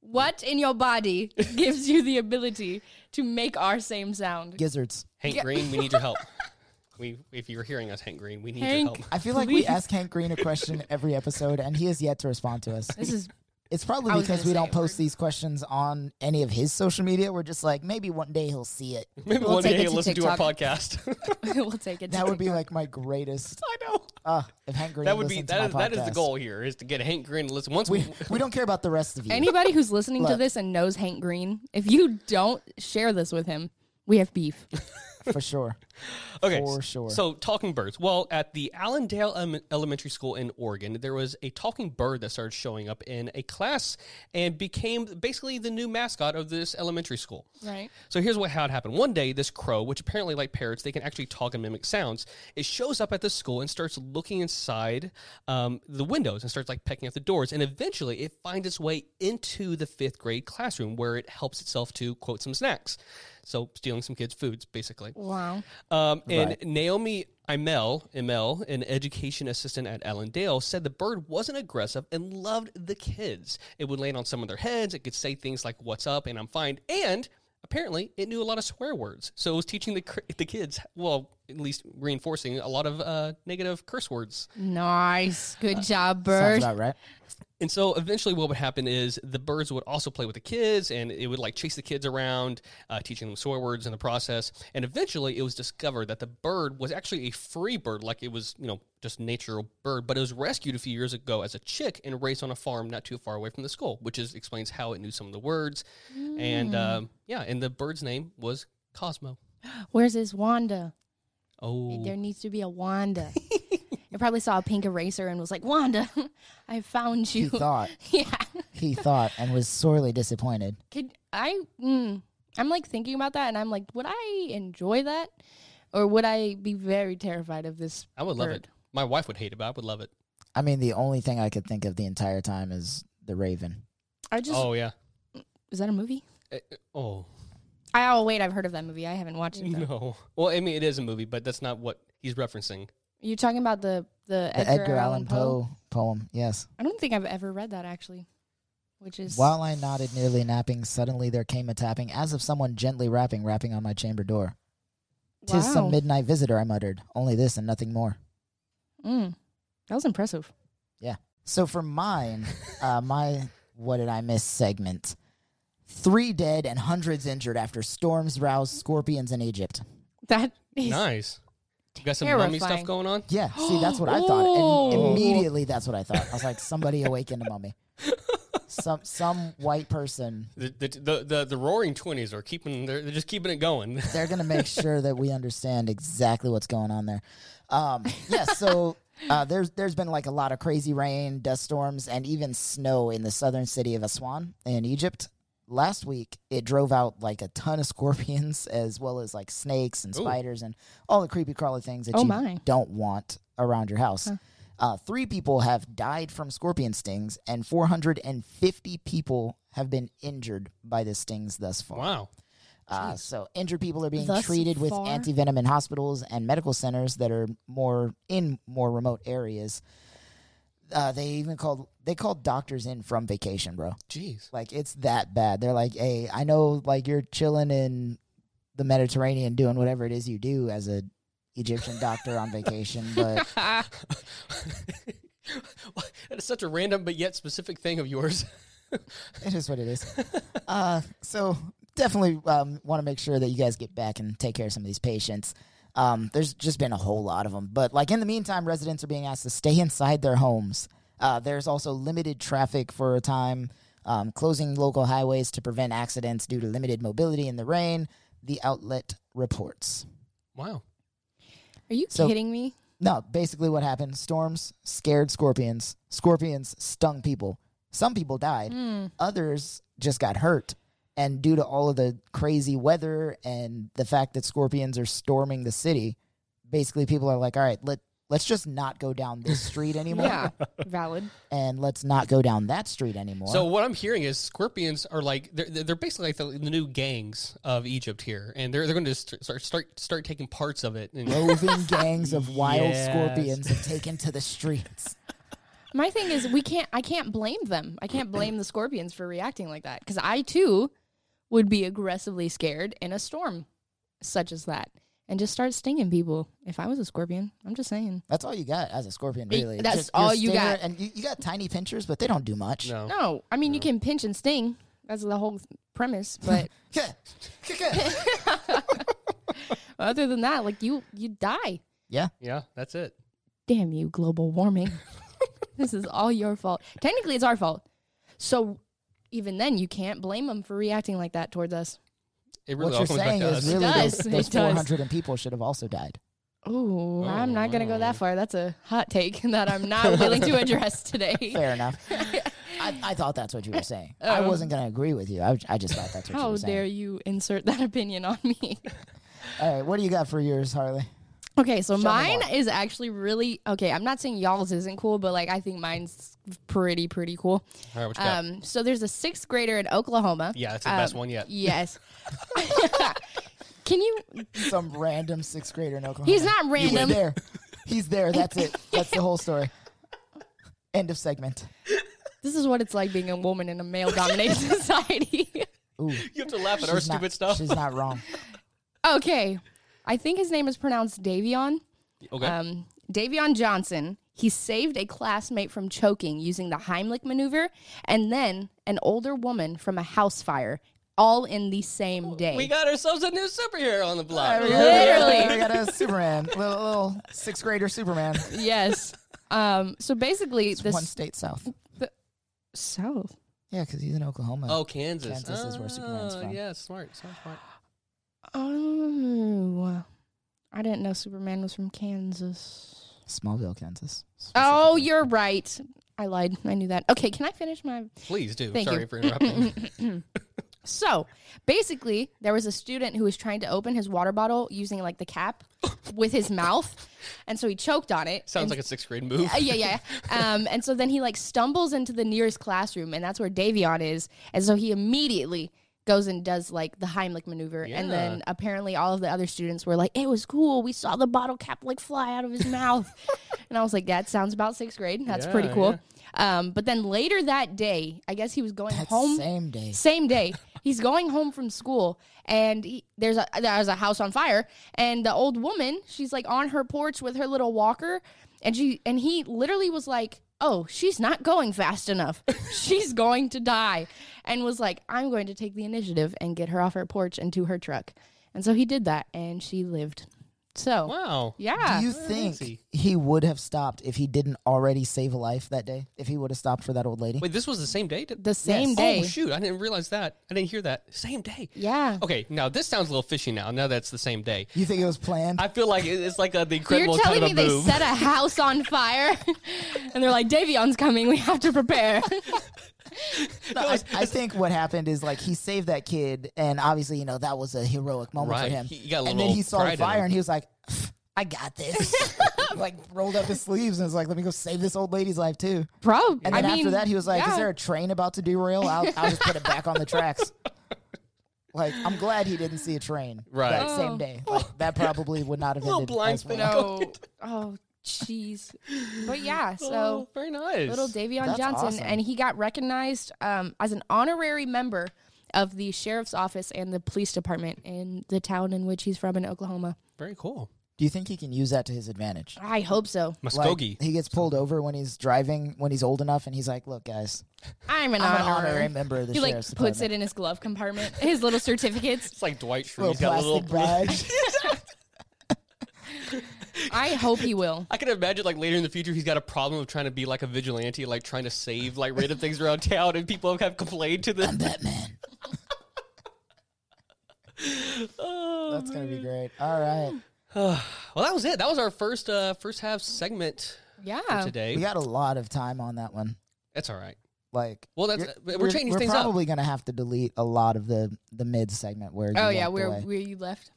[SPEAKER 3] What in your body gives you the ability to make our same sound?
[SPEAKER 2] gizzards.
[SPEAKER 1] Hank Green, we need your help. we, if you're hearing us, Hank Green, we need your
[SPEAKER 3] Hank.
[SPEAKER 1] help.
[SPEAKER 2] I feel like we
[SPEAKER 3] Please.
[SPEAKER 2] ask Hank Green a question every episode, and he has yet to respond to us.
[SPEAKER 3] This is
[SPEAKER 2] It's probably
[SPEAKER 3] I was
[SPEAKER 2] because
[SPEAKER 3] gonna
[SPEAKER 2] we
[SPEAKER 3] say
[SPEAKER 2] don't
[SPEAKER 3] it
[SPEAKER 2] post these questions on any of his social media. We're just like, maybe one day he'll see it.
[SPEAKER 1] Maybe
[SPEAKER 3] We'll
[SPEAKER 1] one
[SPEAKER 3] take
[SPEAKER 1] day
[SPEAKER 3] it
[SPEAKER 1] he'll
[SPEAKER 3] to
[SPEAKER 1] listen to our
[SPEAKER 3] TikTok.
[SPEAKER 1] podcast.
[SPEAKER 3] we'll take it.
[SPEAKER 2] That would be like my greatest.
[SPEAKER 1] I know.
[SPEAKER 2] Uh, if Hank Green
[SPEAKER 1] That would be
[SPEAKER 2] listened to
[SPEAKER 1] that is,
[SPEAKER 2] my
[SPEAKER 1] that is the
[SPEAKER 2] podcast.
[SPEAKER 1] goal here is to get Hank Green to listen. Once we,
[SPEAKER 2] We, we don't care about the rest of you.
[SPEAKER 3] Anybody who's listening to
[SPEAKER 2] Look.
[SPEAKER 3] this and knows Hank Green, if you don't share this with him, we have beef.
[SPEAKER 2] for sure.
[SPEAKER 1] Okay.
[SPEAKER 2] For
[SPEAKER 1] s-
[SPEAKER 2] sure.
[SPEAKER 1] So, talking birds. Well, at the Allendale Em- Elementary School in Oregon, there was a talking bird that started showing up in a class and became basically the new mascot of this elementary school.
[SPEAKER 3] Right.
[SPEAKER 1] So here's what how it happened. One day, this crow, which apparently like parrots, they can actually talk and mimic sounds, it shows up at the school and starts looking inside um, the windows and starts like pecking at the doors. And eventually, it finds its way into the fifth grade classroom where it helps itself to quote some snacks. So stealing some kids' foods, basically.
[SPEAKER 3] Wow.
[SPEAKER 1] Um, and Naomi Imel, Imel, an education assistant at Allendale, said the bird wasn't aggressive and loved the kids. It would land on some of their heads. It could say things like "What's up?" and "I'm fine." And apparently, it knew a lot of swear words, so it was teaching the cr- the kids, well, at least reinforcing a lot of uh, negative curse words.
[SPEAKER 3] Nice. Good job, bird.
[SPEAKER 2] Uh, Sounds about right.
[SPEAKER 1] And so eventually, what would happen is the birds would also play with the kids, and it would like chase the kids around, uh, teaching them swear words in the process. And eventually, it was discovered that the bird was actually a free bird, like it was, you know, just a natural bird. But it was rescued a few years ago as a chick and raised on a farm not too far away from the school, which is explains how it knew some of the words.
[SPEAKER 3] Hmm.
[SPEAKER 1] And um, yeah, and the bird's name was Cosmo.
[SPEAKER 3] Where's his Wanda?
[SPEAKER 1] Oh,
[SPEAKER 3] There needs to be a Wanda. I probably saw a pink eraser and was like, Wanda, I found
[SPEAKER 2] He
[SPEAKER 3] you.
[SPEAKER 2] thought.
[SPEAKER 3] yeah.
[SPEAKER 2] He thought and was sorely disappointed.
[SPEAKER 3] Could I? Mm, I'm like thinking about that, and I'm like, would I enjoy that, or would I be very terrified of this?
[SPEAKER 1] I would love
[SPEAKER 3] bird?
[SPEAKER 1] it. My wife would hate it, but I would love it.
[SPEAKER 2] I mean, the only thing I could think of the entire time is the Raven.
[SPEAKER 3] I just
[SPEAKER 1] oh yeah.
[SPEAKER 3] is that a movie?
[SPEAKER 1] Eh, eh, Oh.
[SPEAKER 3] I, oh wait, I've heard of that movie. I haven't watched it. Though.
[SPEAKER 1] No. Well, I mean, it is a movie, but that's not what he's referencing.
[SPEAKER 3] You're talking about the the,
[SPEAKER 2] The Edgar, Allan Poe poem. Yes.
[SPEAKER 3] I don't think I've ever read that actually, which is
[SPEAKER 2] While I nodded, nearly napping, suddenly there came a tapping, as of someone gently rapping, rapping on my chamber door. Tis
[SPEAKER 3] Wow.
[SPEAKER 2] some midnight visitor, I muttered. Only this and nothing more.
[SPEAKER 3] Mm, that was impressive.
[SPEAKER 2] So for mine, uh, my what did I miss segment? Three dead and hundreds injured after storms roused scorpions in Egypt.
[SPEAKER 3] That is
[SPEAKER 1] Nice. You got some mummy stuff
[SPEAKER 3] terrifying.
[SPEAKER 1] going on?
[SPEAKER 2] Yeah, see, that's what I thought, and
[SPEAKER 3] Oh.
[SPEAKER 2] immediately that's what I thought. I was like, somebody awakened a mummy. Some some white person.
[SPEAKER 1] The, the, the, the, the roaring 20s are keeping, they're, they're just keeping it going.
[SPEAKER 2] They're gonna make sure that we understand exactly what's going on there. Um, yeah, so uh, there's there's been like a lot of crazy rain, dust storms, and even snow in the southern city of Aswan in Egypt. Last week, it drove out like a ton of scorpions, as well as like snakes and
[SPEAKER 1] Ooh.
[SPEAKER 2] spiders and all the creepy crawly things that
[SPEAKER 3] Oh,
[SPEAKER 2] you
[SPEAKER 3] my.
[SPEAKER 2] don't want around your house. Uh, three people have died from scorpion stings, and 450 people have been injured by the stings thus far.
[SPEAKER 1] Wow.
[SPEAKER 2] Uh, so injured people are being
[SPEAKER 3] Thus
[SPEAKER 2] treated with
[SPEAKER 3] far?
[SPEAKER 2] anti venom in hospitals and medical centers that are more in more remote areas. Uh, they even called they called doctors in from vacation, bro.
[SPEAKER 1] Jeez.
[SPEAKER 2] Like it's that bad. They're like, hey, I know, like you're chilling in the Mediterranean doing whatever it is you do as a Egyptian doctor on vacation, but
[SPEAKER 1] that is such a random but yet specific thing of yours.
[SPEAKER 2] it is what it is. Uh, so definitely um, want to make sure that you guys get back and take care of some of these patients. Um, there's just been a whole lot of them, but like in the meantime, residents are being asked to stay inside their homes. Uh, there's also limited traffic for a time, um, closing local highways to prevent accidents due to limited mobility in the rain. The outlet reports.
[SPEAKER 1] Wow.
[SPEAKER 3] Are you
[SPEAKER 2] So-
[SPEAKER 3] kidding me?
[SPEAKER 2] No, basically what happened: storms scared scorpions. Scorpions stung people. Some people died.
[SPEAKER 3] Mm.
[SPEAKER 2] Others just got hurt. And due to all of the crazy weather and the fact that scorpions are storming the city, basically people are like, "All right, let let's just not go down this street anymore,
[SPEAKER 3] Yeah, valid.
[SPEAKER 2] and let's not go down that street anymore."
[SPEAKER 1] So, what I'm hearing is scorpions are like, they're, they're basically like the, the new gangs of Egypt here. And they're, they're going to start, start, start taking parts of it. And,
[SPEAKER 2] roving gangs of wild
[SPEAKER 1] Yes.
[SPEAKER 2] scorpions have taken to the streets.
[SPEAKER 3] My thing is, we can't. I can't blame them. I can't blame the scorpions for reacting like that because I too would be aggressively scared in a storm such as that and just start stinging people. If I was a scorpion, I'm just saying.
[SPEAKER 2] That's all you got as a scorpion,
[SPEAKER 3] Be-
[SPEAKER 2] really. It's
[SPEAKER 3] that's
[SPEAKER 2] just your
[SPEAKER 3] all you
[SPEAKER 2] stinger
[SPEAKER 3] got.
[SPEAKER 2] and you, you got tiny pinchers, but they don't do much.
[SPEAKER 1] no.
[SPEAKER 3] No, I mean you can pinch and sting. That's the whole premise. But other than that, like you, you die.
[SPEAKER 2] yeah.
[SPEAKER 1] Yeah, that's it.
[SPEAKER 3] Damn you, global warming. this is all your fault. Technically, it's our fault. So even then, you can't blame them for reacting like that towards us.
[SPEAKER 1] It
[SPEAKER 2] What
[SPEAKER 1] really
[SPEAKER 2] you're
[SPEAKER 1] all comes back
[SPEAKER 2] saying
[SPEAKER 1] to us.
[SPEAKER 2] is really
[SPEAKER 3] It
[SPEAKER 2] those,
[SPEAKER 3] does,
[SPEAKER 2] those
[SPEAKER 3] it does.
[SPEAKER 2] 400 and people should have also died.
[SPEAKER 3] Ooh, I'm not gonna
[SPEAKER 1] wow.
[SPEAKER 3] go that far. That's a hot take that I'm not willing to address today.
[SPEAKER 2] Fair enough. I, I thought that's what you were saying. I
[SPEAKER 3] Um,
[SPEAKER 2] wasn't going to agree with you. I, I just thought that's what you
[SPEAKER 3] How
[SPEAKER 2] were saying.
[SPEAKER 3] dare you insert that opinion on me?
[SPEAKER 2] All right, what do you got for yours, Harley?
[SPEAKER 3] Okay, so
[SPEAKER 2] Show me
[SPEAKER 3] mine
[SPEAKER 2] more.
[SPEAKER 3] is actually really okay. I'm not saying y'all's isn't cool, but like I think mine's pretty pretty cool.
[SPEAKER 1] All right, what you got?
[SPEAKER 3] Um, so there's a sixth grader in Oklahoma.
[SPEAKER 1] Yeah, that's the best
[SPEAKER 3] um,
[SPEAKER 1] one yet.
[SPEAKER 3] Yes. Can you?
[SPEAKER 2] Some random sixth grader in Oklahoma.
[SPEAKER 3] He's not
[SPEAKER 2] He's
[SPEAKER 3] random.
[SPEAKER 2] there. He's there. That's it. That's the whole story. End of segment.
[SPEAKER 3] This is what it's like being a woman in a male-dominated society.
[SPEAKER 2] Ooh,
[SPEAKER 1] You have to laugh at our
[SPEAKER 2] she's
[SPEAKER 1] stupid
[SPEAKER 2] not,
[SPEAKER 1] stuff.
[SPEAKER 2] She's not wrong.
[SPEAKER 3] okay, I think his name is pronounced Davion.
[SPEAKER 1] Okay.
[SPEAKER 3] Um, Davion Johnson. He saved a classmate from choking using the Heimlich maneuver, and then an older woman from a house fire, all in the same day.
[SPEAKER 1] Oh, we got ourselves a new superhero on the block.
[SPEAKER 2] There we go.
[SPEAKER 3] Literally.
[SPEAKER 2] we got a Superman, little, little sixth grader Superman.
[SPEAKER 3] yes. Um, so basically,
[SPEAKER 2] It's
[SPEAKER 3] this
[SPEAKER 2] one state south.
[SPEAKER 3] South.
[SPEAKER 2] Yeah, because he's in Oklahoma.
[SPEAKER 3] Uh,
[SPEAKER 1] Oh, Kansas.
[SPEAKER 2] Kansas is where Superman's
[SPEAKER 1] Oh,
[SPEAKER 2] from.
[SPEAKER 1] Yeah, smart, smart, smart.
[SPEAKER 3] Oh, I didn't know Superman was from Kansas.
[SPEAKER 2] Smallville, Kansas.
[SPEAKER 3] Oh, you're right. I lied. I knew that. Okay, can I finish my
[SPEAKER 1] Please do.
[SPEAKER 3] Thank
[SPEAKER 1] Sorry
[SPEAKER 3] you.
[SPEAKER 1] for interrupting.
[SPEAKER 3] So basically, there was a student who was trying to open his water bottle using like the cap with his mouth, and so he choked on it.
[SPEAKER 1] Sounds
[SPEAKER 3] and,
[SPEAKER 1] like a sixth grade move.
[SPEAKER 3] Uh, yeah, yeah. Um, and so then he like stumbles into the nearest classroom, and that's where Davion is. And so he immediately goes and does like the Heimlich maneuver, and
[SPEAKER 1] Yeah.
[SPEAKER 3] then apparently all of the other students were like, "It was cool. We saw the bottle cap like fly out of his mouth," and I was like, "That sounds about sixth grade. That's pretty
[SPEAKER 1] Yeah,
[SPEAKER 3] cool." Um, but then later that day, I guess he was going
[SPEAKER 2] That
[SPEAKER 3] home
[SPEAKER 2] same day.
[SPEAKER 3] same day he's going home from school and he, there's a there's a house on fire and the old woman she's like on her porch with her little walker and she and he literally was like oh she's not going fast enough she's going to die and was like i'm going to take the initiative and get her off her porch and to her truck and so he did that and she lived so
[SPEAKER 1] Wow.
[SPEAKER 3] yeah
[SPEAKER 2] Do you
[SPEAKER 1] Where is
[SPEAKER 2] think
[SPEAKER 1] he?
[SPEAKER 2] he would have stopped if he didn't already save a life that day? If he would have stopped for that old lady?
[SPEAKER 1] Wait, this was the same day? Did-
[SPEAKER 3] the same
[SPEAKER 2] Yes.
[SPEAKER 3] day
[SPEAKER 1] Oh, shoot. I didn't realize that. I didn't hear that. Same day.
[SPEAKER 3] yeah
[SPEAKER 1] Okay, now this sounds a little fishy now. Now that's the same day.
[SPEAKER 2] You think it was planned?
[SPEAKER 1] I feel like it- it's like uh the
[SPEAKER 3] So you're
[SPEAKER 1] incredible
[SPEAKER 3] telling
[SPEAKER 1] kind
[SPEAKER 3] me
[SPEAKER 1] of a
[SPEAKER 3] they
[SPEAKER 1] move.
[SPEAKER 3] set a house on fire, and they're like, "Davion's coming. We have to prepare."
[SPEAKER 2] No, I, I think what happened is like he saved that kid, and obviously you know that was a heroic moment
[SPEAKER 1] Right.
[SPEAKER 2] for him.
[SPEAKER 1] He got a
[SPEAKER 2] and then
[SPEAKER 1] little
[SPEAKER 2] he saw
[SPEAKER 1] pride
[SPEAKER 2] the
[SPEAKER 1] in
[SPEAKER 2] fire,
[SPEAKER 1] him.
[SPEAKER 2] and he was like, "I got this." like rolled up his sleeves and was like, "Let me go save this old lady's life too."
[SPEAKER 3] Probably.
[SPEAKER 2] And
[SPEAKER 3] I
[SPEAKER 2] then after
[SPEAKER 3] mean,
[SPEAKER 2] that, he was like,
[SPEAKER 3] yeah.
[SPEAKER 2] "Is there a train about to derail? I'll, I'll just put it back on the tracks." Like I'm glad he didn't see a train
[SPEAKER 1] Right.
[SPEAKER 2] that
[SPEAKER 3] Oh.
[SPEAKER 2] same day. Like that probably would not have
[SPEAKER 1] Little
[SPEAKER 2] ended.
[SPEAKER 1] blind
[SPEAKER 2] as well.
[SPEAKER 1] spot.
[SPEAKER 3] no?" oh, jeez. But yeah, so
[SPEAKER 1] Oh, very nice.
[SPEAKER 3] little Davion
[SPEAKER 2] That's
[SPEAKER 3] Johnson,
[SPEAKER 2] awesome.
[SPEAKER 3] and he got recognized um, as an honorary member of the sheriff's office and the police department in the town in which he's from in Oklahoma.
[SPEAKER 1] Very cool.
[SPEAKER 2] Do you think he can use that to his advantage?
[SPEAKER 3] I hope so.
[SPEAKER 2] Like,
[SPEAKER 1] Muskogee.
[SPEAKER 2] he gets pulled over when he's driving when he's old enough, and he's like, "Look, guys,
[SPEAKER 3] I'm an,
[SPEAKER 2] I'm an
[SPEAKER 3] honorary.
[SPEAKER 2] honorary member of the
[SPEAKER 3] He like
[SPEAKER 2] sheriff's
[SPEAKER 3] puts
[SPEAKER 2] department."
[SPEAKER 3] it in his glove compartment, his little certificates.
[SPEAKER 1] it's like Dwight Schrute.
[SPEAKER 2] little
[SPEAKER 1] He's got a
[SPEAKER 2] plastic
[SPEAKER 1] little.
[SPEAKER 2] badge.
[SPEAKER 3] I hope he will.
[SPEAKER 1] I can imagine like later in the future he's got a problem of trying to be like a vigilante, like trying to save like random things around town, and people have complained to
[SPEAKER 2] I'm
[SPEAKER 1] them.
[SPEAKER 2] Batman.
[SPEAKER 1] Oh,
[SPEAKER 2] That's gonna be great. All right,
[SPEAKER 1] well, that was it. That was our first uh first half segment for
[SPEAKER 3] Yeah.
[SPEAKER 1] today.
[SPEAKER 2] we got a lot of time on that one.
[SPEAKER 1] That's all right.
[SPEAKER 2] Like,
[SPEAKER 1] Well, that's
[SPEAKER 2] you're-
[SPEAKER 1] we're,
[SPEAKER 2] you're-
[SPEAKER 1] changing things up.
[SPEAKER 2] probably gonna have to delete a lot of the the mid segment where.
[SPEAKER 3] Oh
[SPEAKER 2] you
[SPEAKER 3] yeah,
[SPEAKER 2] walked
[SPEAKER 3] where
[SPEAKER 2] away.
[SPEAKER 3] where you left?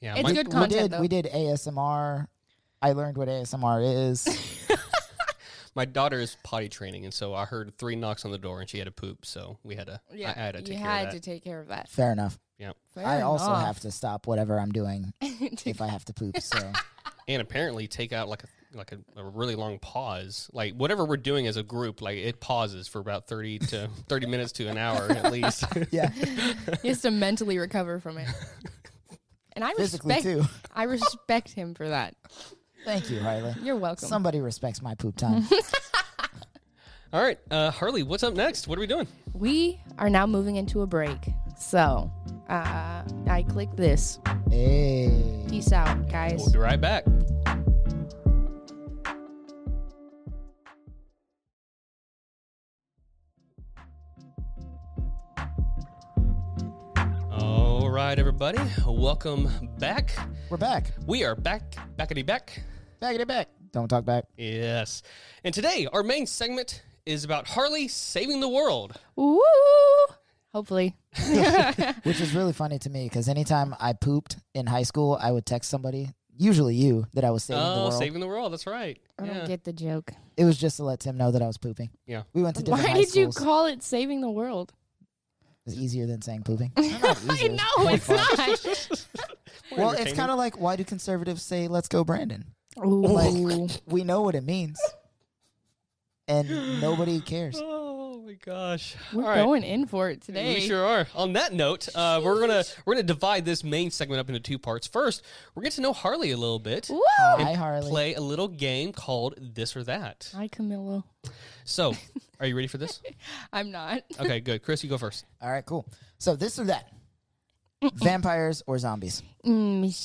[SPEAKER 1] Yeah,
[SPEAKER 3] It's
[SPEAKER 1] my-
[SPEAKER 3] good
[SPEAKER 2] we
[SPEAKER 3] content
[SPEAKER 2] did
[SPEAKER 3] though.
[SPEAKER 2] we did ASMR. I learned what ASMR is.
[SPEAKER 1] my daughter is potty training, and so I heard three knocks on the door, and she had to poop. So we had to. Yeah, I, I had to
[SPEAKER 3] you
[SPEAKER 1] take care
[SPEAKER 3] had
[SPEAKER 1] of
[SPEAKER 3] to
[SPEAKER 1] that.
[SPEAKER 3] take care of that.
[SPEAKER 2] Fair enough. I also have to stop whatever I'm doing
[SPEAKER 3] have
[SPEAKER 2] if I have to poop. So
[SPEAKER 1] and apparently take out like a like a, a really long pause. Like whatever we're doing as a group, like it pauses for about thirty to thirty minutes to an hour at least.
[SPEAKER 2] yeah,
[SPEAKER 3] he has to mentally recover from it. And I
[SPEAKER 2] physically
[SPEAKER 3] respect
[SPEAKER 2] too.
[SPEAKER 3] I respect him for that.
[SPEAKER 2] Thank you, Riley.
[SPEAKER 3] You're welcome.
[SPEAKER 2] Somebody respects my poop time.
[SPEAKER 1] All right, uh, Harley, what's up next? What are we doing?
[SPEAKER 3] we are now moving into a break. So uh, I click this.
[SPEAKER 2] hey.
[SPEAKER 3] Peace out, guys.
[SPEAKER 1] We'll be right back. All right, right, everybody, welcome back.
[SPEAKER 2] We're back.
[SPEAKER 1] We are back, backity back.
[SPEAKER 2] Back it back. Don't talk back.
[SPEAKER 1] Yes. And today, our main segment is about Harley saving the world.
[SPEAKER 3] Woo! Hopefully.
[SPEAKER 2] Which is really funny to me because anytime I pooped in high school, I would text somebody, usually you, that I was saving the
[SPEAKER 1] oh,
[SPEAKER 2] world.
[SPEAKER 1] saving the world. That's right.
[SPEAKER 3] I don't
[SPEAKER 1] Yeah.
[SPEAKER 3] get the joke.
[SPEAKER 2] It was just to let Tim know that I was pooping.
[SPEAKER 1] Yeah.
[SPEAKER 2] We went to different
[SPEAKER 3] Why
[SPEAKER 2] high
[SPEAKER 3] did you
[SPEAKER 2] schools.
[SPEAKER 3] call it saving the world?
[SPEAKER 2] It was easier than saying pooping. Not easier, it was
[SPEAKER 3] no,
[SPEAKER 2] more
[SPEAKER 3] it's
[SPEAKER 2] fun.
[SPEAKER 3] not.
[SPEAKER 2] Well, it's kind of like why do conservatives say "Let's go, Brandon"?
[SPEAKER 3] Ooh.
[SPEAKER 2] We know what it means, and nobody cares.
[SPEAKER 1] Oh my gosh.
[SPEAKER 3] We're
[SPEAKER 1] All right.
[SPEAKER 3] going in for it today.
[SPEAKER 1] We sure are. On that note, uh, we're gonna we're gonna divide this main segment up into two parts. First, we're gonna get to know Harley a little bit.
[SPEAKER 3] Woo!
[SPEAKER 2] Hi, Harley.
[SPEAKER 1] Play a little game called This or That.
[SPEAKER 3] Hi, Camillo.
[SPEAKER 1] So, are you ready for this?
[SPEAKER 3] I'm not.
[SPEAKER 1] Okay, good. Chris, you go first.
[SPEAKER 2] All right, cool. So this or that, vampires or zombies,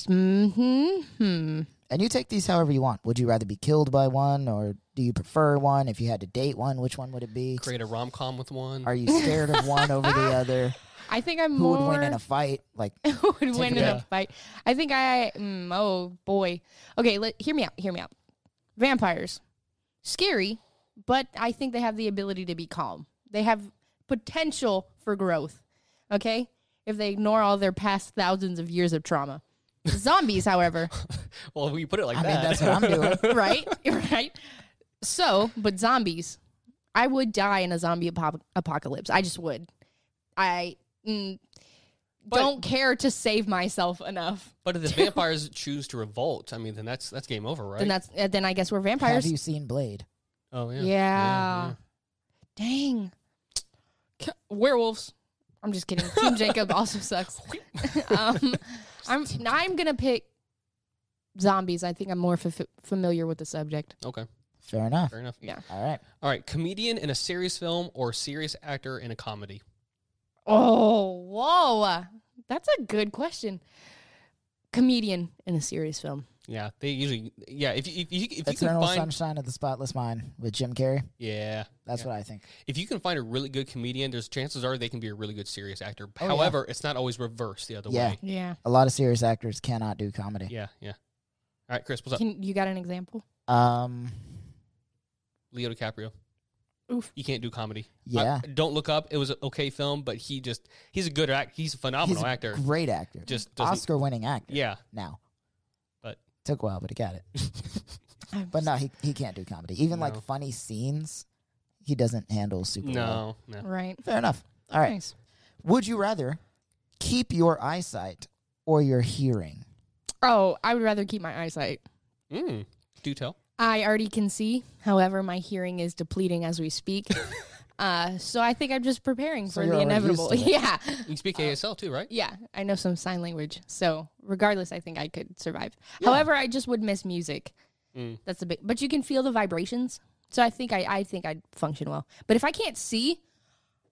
[SPEAKER 3] Mm-hmm. Hmm.
[SPEAKER 2] and you take these however you want. Would you rather be killed by one, or do you prefer one? If you had to date one, which one would it be?
[SPEAKER 1] Create a rom com with one.
[SPEAKER 2] Are you scared of one over the other?
[SPEAKER 3] I think I'm
[SPEAKER 2] Who
[SPEAKER 3] more.
[SPEAKER 2] would win in a fight? Like,
[SPEAKER 3] who would win in
[SPEAKER 1] Yeah.
[SPEAKER 3] a fight? I think I. Mm, oh boy. Okay. Let hear me out. Hear me out. Vampires, scary, but I think they have the ability to be calm. They have potential for growth. Okay, if they ignore all their past thousands of years of trauma. Zombies, however,
[SPEAKER 1] well, we put it like
[SPEAKER 2] I
[SPEAKER 1] that.
[SPEAKER 2] mean, that's what I'm doing.
[SPEAKER 3] right, right. So, but zombies, I would die in a zombie apo- apocalypse. I just would. I. Mm,
[SPEAKER 1] But-
[SPEAKER 3] don't care to save myself enough.
[SPEAKER 1] but if the vampires choose to revolt, I mean, then that's that's game over, right?
[SPEAKER 3] Then that's uh, then I guess we're
[SPEAKER 2] Have
[SPEAKER 3] vampires.
[SPEAKER 2] you seen Blade?
[SPEAKER 1] oh yeah.
[SPEAKER 3] yeah. Dang. K- Werewolves. I'm just kidding. Team Jacob also sucks. um, I'm I'm gonna pick zombies. I think I'm more fa- familiar with the subject.
[SPEAKER 1] Okay,
[SPEAKER 2] Fair enough.
[SPEAKER 1] fair enough.
[SPEAKER 3] Yeah.
[SPEAKER 2] All right.
[SPEAKER 1] All right, comedian in a serious film or serious actor in a comedy.
[SPEAKER 3] Oh, whoa, that's a good question. Comedian in a serious film.
[SPEAKER 1] Yeah, they usually. Yeah, if you if you, if you can
[SPEAKER 2] Eternal
[SPEAKER 1] find
[SPEAKER 2] Sunshine of the Spotless Mind with Jim Carrey.
[SPEAKER 1] yeah,
[SPEAKER 2] That's
[SPEAKER 1] Yeah.
[SPEAKER 2] what I think.
[SPEAKER 1] if you can find a really good comedian, there's chances are they can be a really good serious actor.
[SPEAKER 2] Oh, yeah.
[SPEAKER 1] However, it's not always reversed the other
[SPEAKER 2] Yeah.
[SPEAKER 1] way.
[SPEAKER 3] Yeah.
[SPEAKER 2] A lot of serious actors cannot do comedy.
[SPEAKER 1] Yeah, yeah. All right, Chris, what's up?
[SPEAKER 3] Can you got an example?
[SPEAKER 2] Um,
[SPEAKER 1] Leo DiCaprio.
[SPEAKER 3] Oof.
[SPEAKER 1] You can't do comedy. I-
[SPEAKER 2] yeah,
[SPEAKER 1] Don't look up. It was an okay film, but he just he's a good act. He's a phenomenal
[SPEAKER 2] He's a
[SPEAKER 1] actor.
[SPEAKER 2] great actor,
[SPEAKER 1] Just doesn't-
[SPEAKER 2] Oscar-winning actor.
[SPEAKER 1] Yeah.
[SPEAKER 2] Now,
[SPEAKER 1] But-
[SPEAKER 2] took a while, but he got it.
[SPEAKER 3] I'm
[SPEAKER 2] But no, he he can't do comedy. Even
[SPEAKER 1] No.
[SPEAKER 2] like funny scenes, he doesn't handle super. well.
[SPEAKER 1] No, no.
[SPEAKER 3] Right.
[SPEAKER 2] Fair enough. All right.
[SPEAKER 3] Nice.
[SPEAKER 2] Would you rather keep your eyesight or your hearing?
[SPEAKER 3] Oh, I would rather keep my eyesight.
[SPEAKER 1] Mm, do tell.
[SPEAKER 3] I already can see. However, my hearing is depleting as we speak. uh, so I think I'm just preparing
[SPEAKER 2] So
[SPEAKER 3] for
[SPEAKER 2] you're
[SPEAKER 3] the
[SPEAKER 2] already used
[SPEAKER 3] inevitable.
[SPEAKER 2] to it.
[SPEAKER 3] Yeah.
[SPEAKER 1] You speak
[SPEAKER 2] Uh,
[SPEAKER 1] ASL too, right?
[SPEAKER 3] Yeah. I know some sign language. So regardless, I think I could survive. However, I just would miss music.
[SPEAKER 1] Mm.
[SPEAKER 3] That's a big, but you can feel the vibrations. So I think I, I think I'd function well. But if I can't see,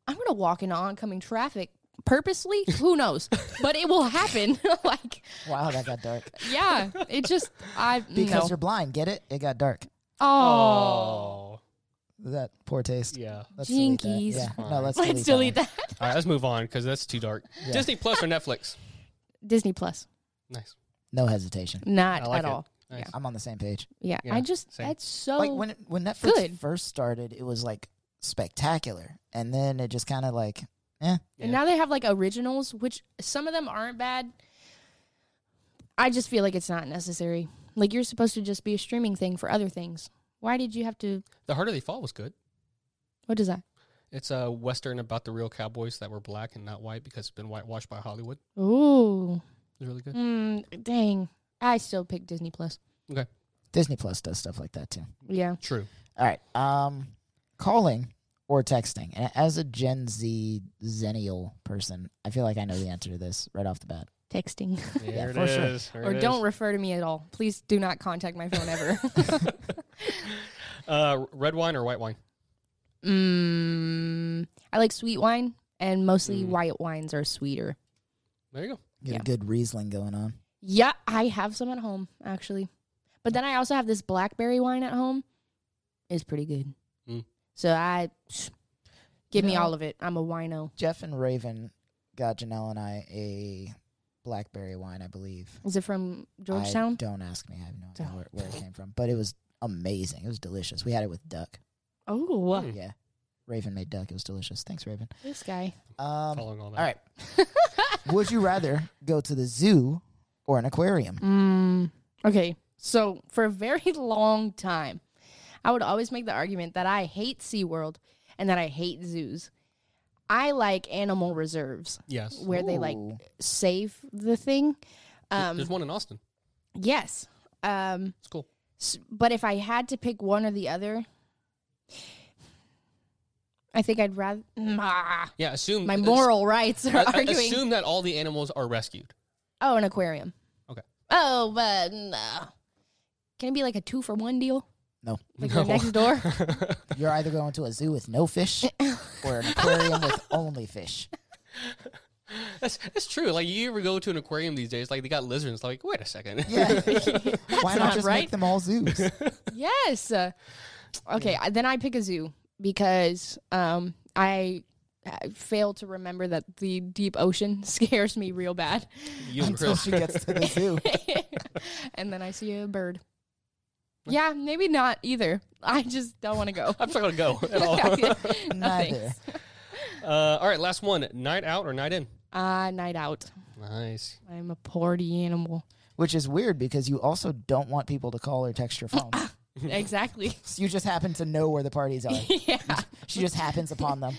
[SPEAKER 3] I'm going to walk into oncoming traffic purposely. Who knows? but it will happen. like,
[SPEAKER 2] Wow, that got dark.
[SPEAKER 3] yeah, it just, I,
[SPEAKER 2] Because
[SPEAKER 3] no.
[SPEAKER 2] you're blind, get it? It got dark.
[SPEAKER 3] Oh,
[SPEAKER 2] That poor taste.
[SPEAKER 1] yeah.
[SPEAKER 2] Let's delete that.
[SPEAKER 3] Jinkies.
[SPEAKER 2] Yeah. No, let's,
[SPEAKER 3] let's delete
[SPEAKER 2] that.
[SPEAKER 3] that.
[SPEAKER 1] All right, let's move on because that's too dark.
[SPEAKER 2] Yeah.
[SPEAKER 1] Disney Plus or Netflix?
[SPEAKER 3] Disney Plus.
[SPEAKER 1] Nice.
[SPEAKER 2] one. No hesitation.
[SPEAKER 1] I
[SPEAKER 3] Not
[SPEAKER 1] like
[SPEAKER 3] at
[SPEAKER 1] it.
[SPEAKER 3] all.
[SPEAKER 1] Nice.
[SPEAKER 2] I'm on the same page.
[SPEAKER 3] Yeah.
[SPEAKER 1] Yeah,
[SPEAKER 3] I just
[SPEAKER 1] same.
[SPEAKER 3] that's so
[SPEAKER 2] like when it- when Netflix
[SPEAKER 3] Oh, good.
[SPEAKER 2] first started, it was like spectacular, and then it just kind of like, eh,
[SPEAKER 3] and
[SPEAKER 1] Yeah.
[SPEAKER 3] now they have like originals, which some of them aren't bad. I just feel like it's not necessary. Like you're supposed to just be a streaming thing for other things. Why did you have to
[SPEAKER 1] The Harder They Fall was good.
[SPEAKER 3] what is that?
[SPEAKER 1] It's a western about the real cowboys that were black and not white because it's been whitewashed by Hollywood.
[SPEAKER 3] Ooh.
[SPEAKER 1] It's really good.
[SPEAKER 3] Mm, dang. I still pick Disney Plus.
[SPEAKER 2] Disney Plus does stuff like that too.
[SPEAKER 3] Yeah.
[SPEAKER 1] True.
[SPEAKER 2] All right, um, calling or texting. And as a Gen Z zennial person, I feel like I know the answer to this right off the bat.
[SPEAKER 3] Texting.
[SPEAKER 1] There
[SPEAKER 2] Yeah,
[SPEAKER 1] it
[SPEAKER 2] for sure.
[SPEAKER 1] is. There
[SPEAKER 3] or
[SPEAKER 1] it is.
[SPEAKER 3] don't refer to me at all. Please do not contact my phone ever.
[SPEAKER 1] Uh, red wine or white wine?
[SPEAKER 3] mm, I like sweet wine and mostly
[SPEAKER 1] Mm.
[SPEAKER 3] white wines are sweeter.
[SPEAKER 1] There you go.
[SPEAKER 2] Get
[SPEAKER 3] Yeah.
[SPEAKER 2] a good Riesling going on.
[SPEAKER 3] Yeah, I have some at home actually, but then I also have this blackberry wine at home. It's pretty good.
[SPEAKER 1] Mm.
[SPEAKER 3] So I give me
[SPEAKER 2] Yeah.
[SPEAKER 3] all of it. I'm a wino.
[SPEAKER 2] Jeff and Raven got Janelle and I a blackberry wine, I believe.
[SPEAKER 3] Is it from
[SPEAKER 2] I-
[SPEAKER 3] Georgetown?
[SPEAKER 2] don't ask me. I have no idea where, where it came from, but it was amazing. It was delicious. We had it with duck.
[SPEAKER 3] Oh,
[SPEAKER 1] Hmm.
[SPEAKER 2] Yeah, Raven made duck. It was delicious. Thanks, Raven.
[SPEAKER 3] this guy.
[SPEAKER 2] Um, all
[SPEAKER 1] Following all that.
[SPEAKER 2] right. Would you rather go to the zoo or an aquarium?
[SPEAKER 3] Mm, okay, so for a very long time, I would always make the argument that I hate SeaWorld and that I hate zoos. I like animal reserves
[SPEAKER 1] Yes.
[SPEAKER 3] where they like
[SPEAKER 2] Ooh.
[SPEAKER 3] save the thing.
[SPEAKER 1] There-
[SPEAKER 3] Um,
[SPEAKER 1] There's one in Austin.
[SPEAKER 3] yes. Um,
[SPEAKER 1] It's cool.
[SPEAKER 3] S- but if I had to pick one or the other, I think I'd rather. Nah,
[SPEAKER 1] Yeah. Assume
[SPEAKER 3] my
[SPEAKER 1] as-
[SPEAKER 3] moral rights are
[SPEAKER 1] a- a-
[SPEAKER 3] arguing.
[SPEAKER 1] Assume that all the animals are rescued.
[SPEAKER 3] oh, an aquarium.
[SPEAKER 1] Okay.
[SPEAKER 3] Oh, but no. Can it be like a two for one deal?
[SPEAKER 2] No.
[SPEAKER 3] Like they're next door?
[SPEAKER 2] You're either going to a zoo with no fish or an aquarium with only fish.
[SPEAKER 1] that's that's true. Like you ever go to an aquarium these days? Like they got lizards. It's Like wait a second.
[SPEAKER 2] Yeah. Why not
[SPEAKER 3] not
[SPEAKER 2] just
[SPEAKER 3] right.
[SPEAKER 2] make them all zoos?
[SPEAKER 3] yes. Uh, Okay, I then I pick a zoo because um, I, I fail to remember that the deep ocean scares me real bad.
[SPEAKER 1] you and
[SPEAKER 2] Until
[SPEAKER 1] Chris.
[SPEAKER 2] she gets to the zoo.
[SPEAKER 3] and then I see a bird. Yeah, maybe not either. I just don't want to go.
[SPEAKER 1] I'm not gonna go at all.
[SPEAKER 3] No,
[SPEAKER 2] Neither.
[SPEAKER 3] thanks.
[SPEAKER 1] uh, all right, last one. Night out or night in?
[SPEAKER 3] Ah, night out.
[SPEAKER 1] Nice.
[SPEAKER 3] I'm a party animal.
[SPEAKER 2] Which is weird because you also don't want people to call or text your phone.
[SPEAKER 3] exactly.
[SPEAKER 2] So you just happen to know where the parties are.
[SPEAKER 3] Yeah.
[SPEAKER 2] She just happens upon them.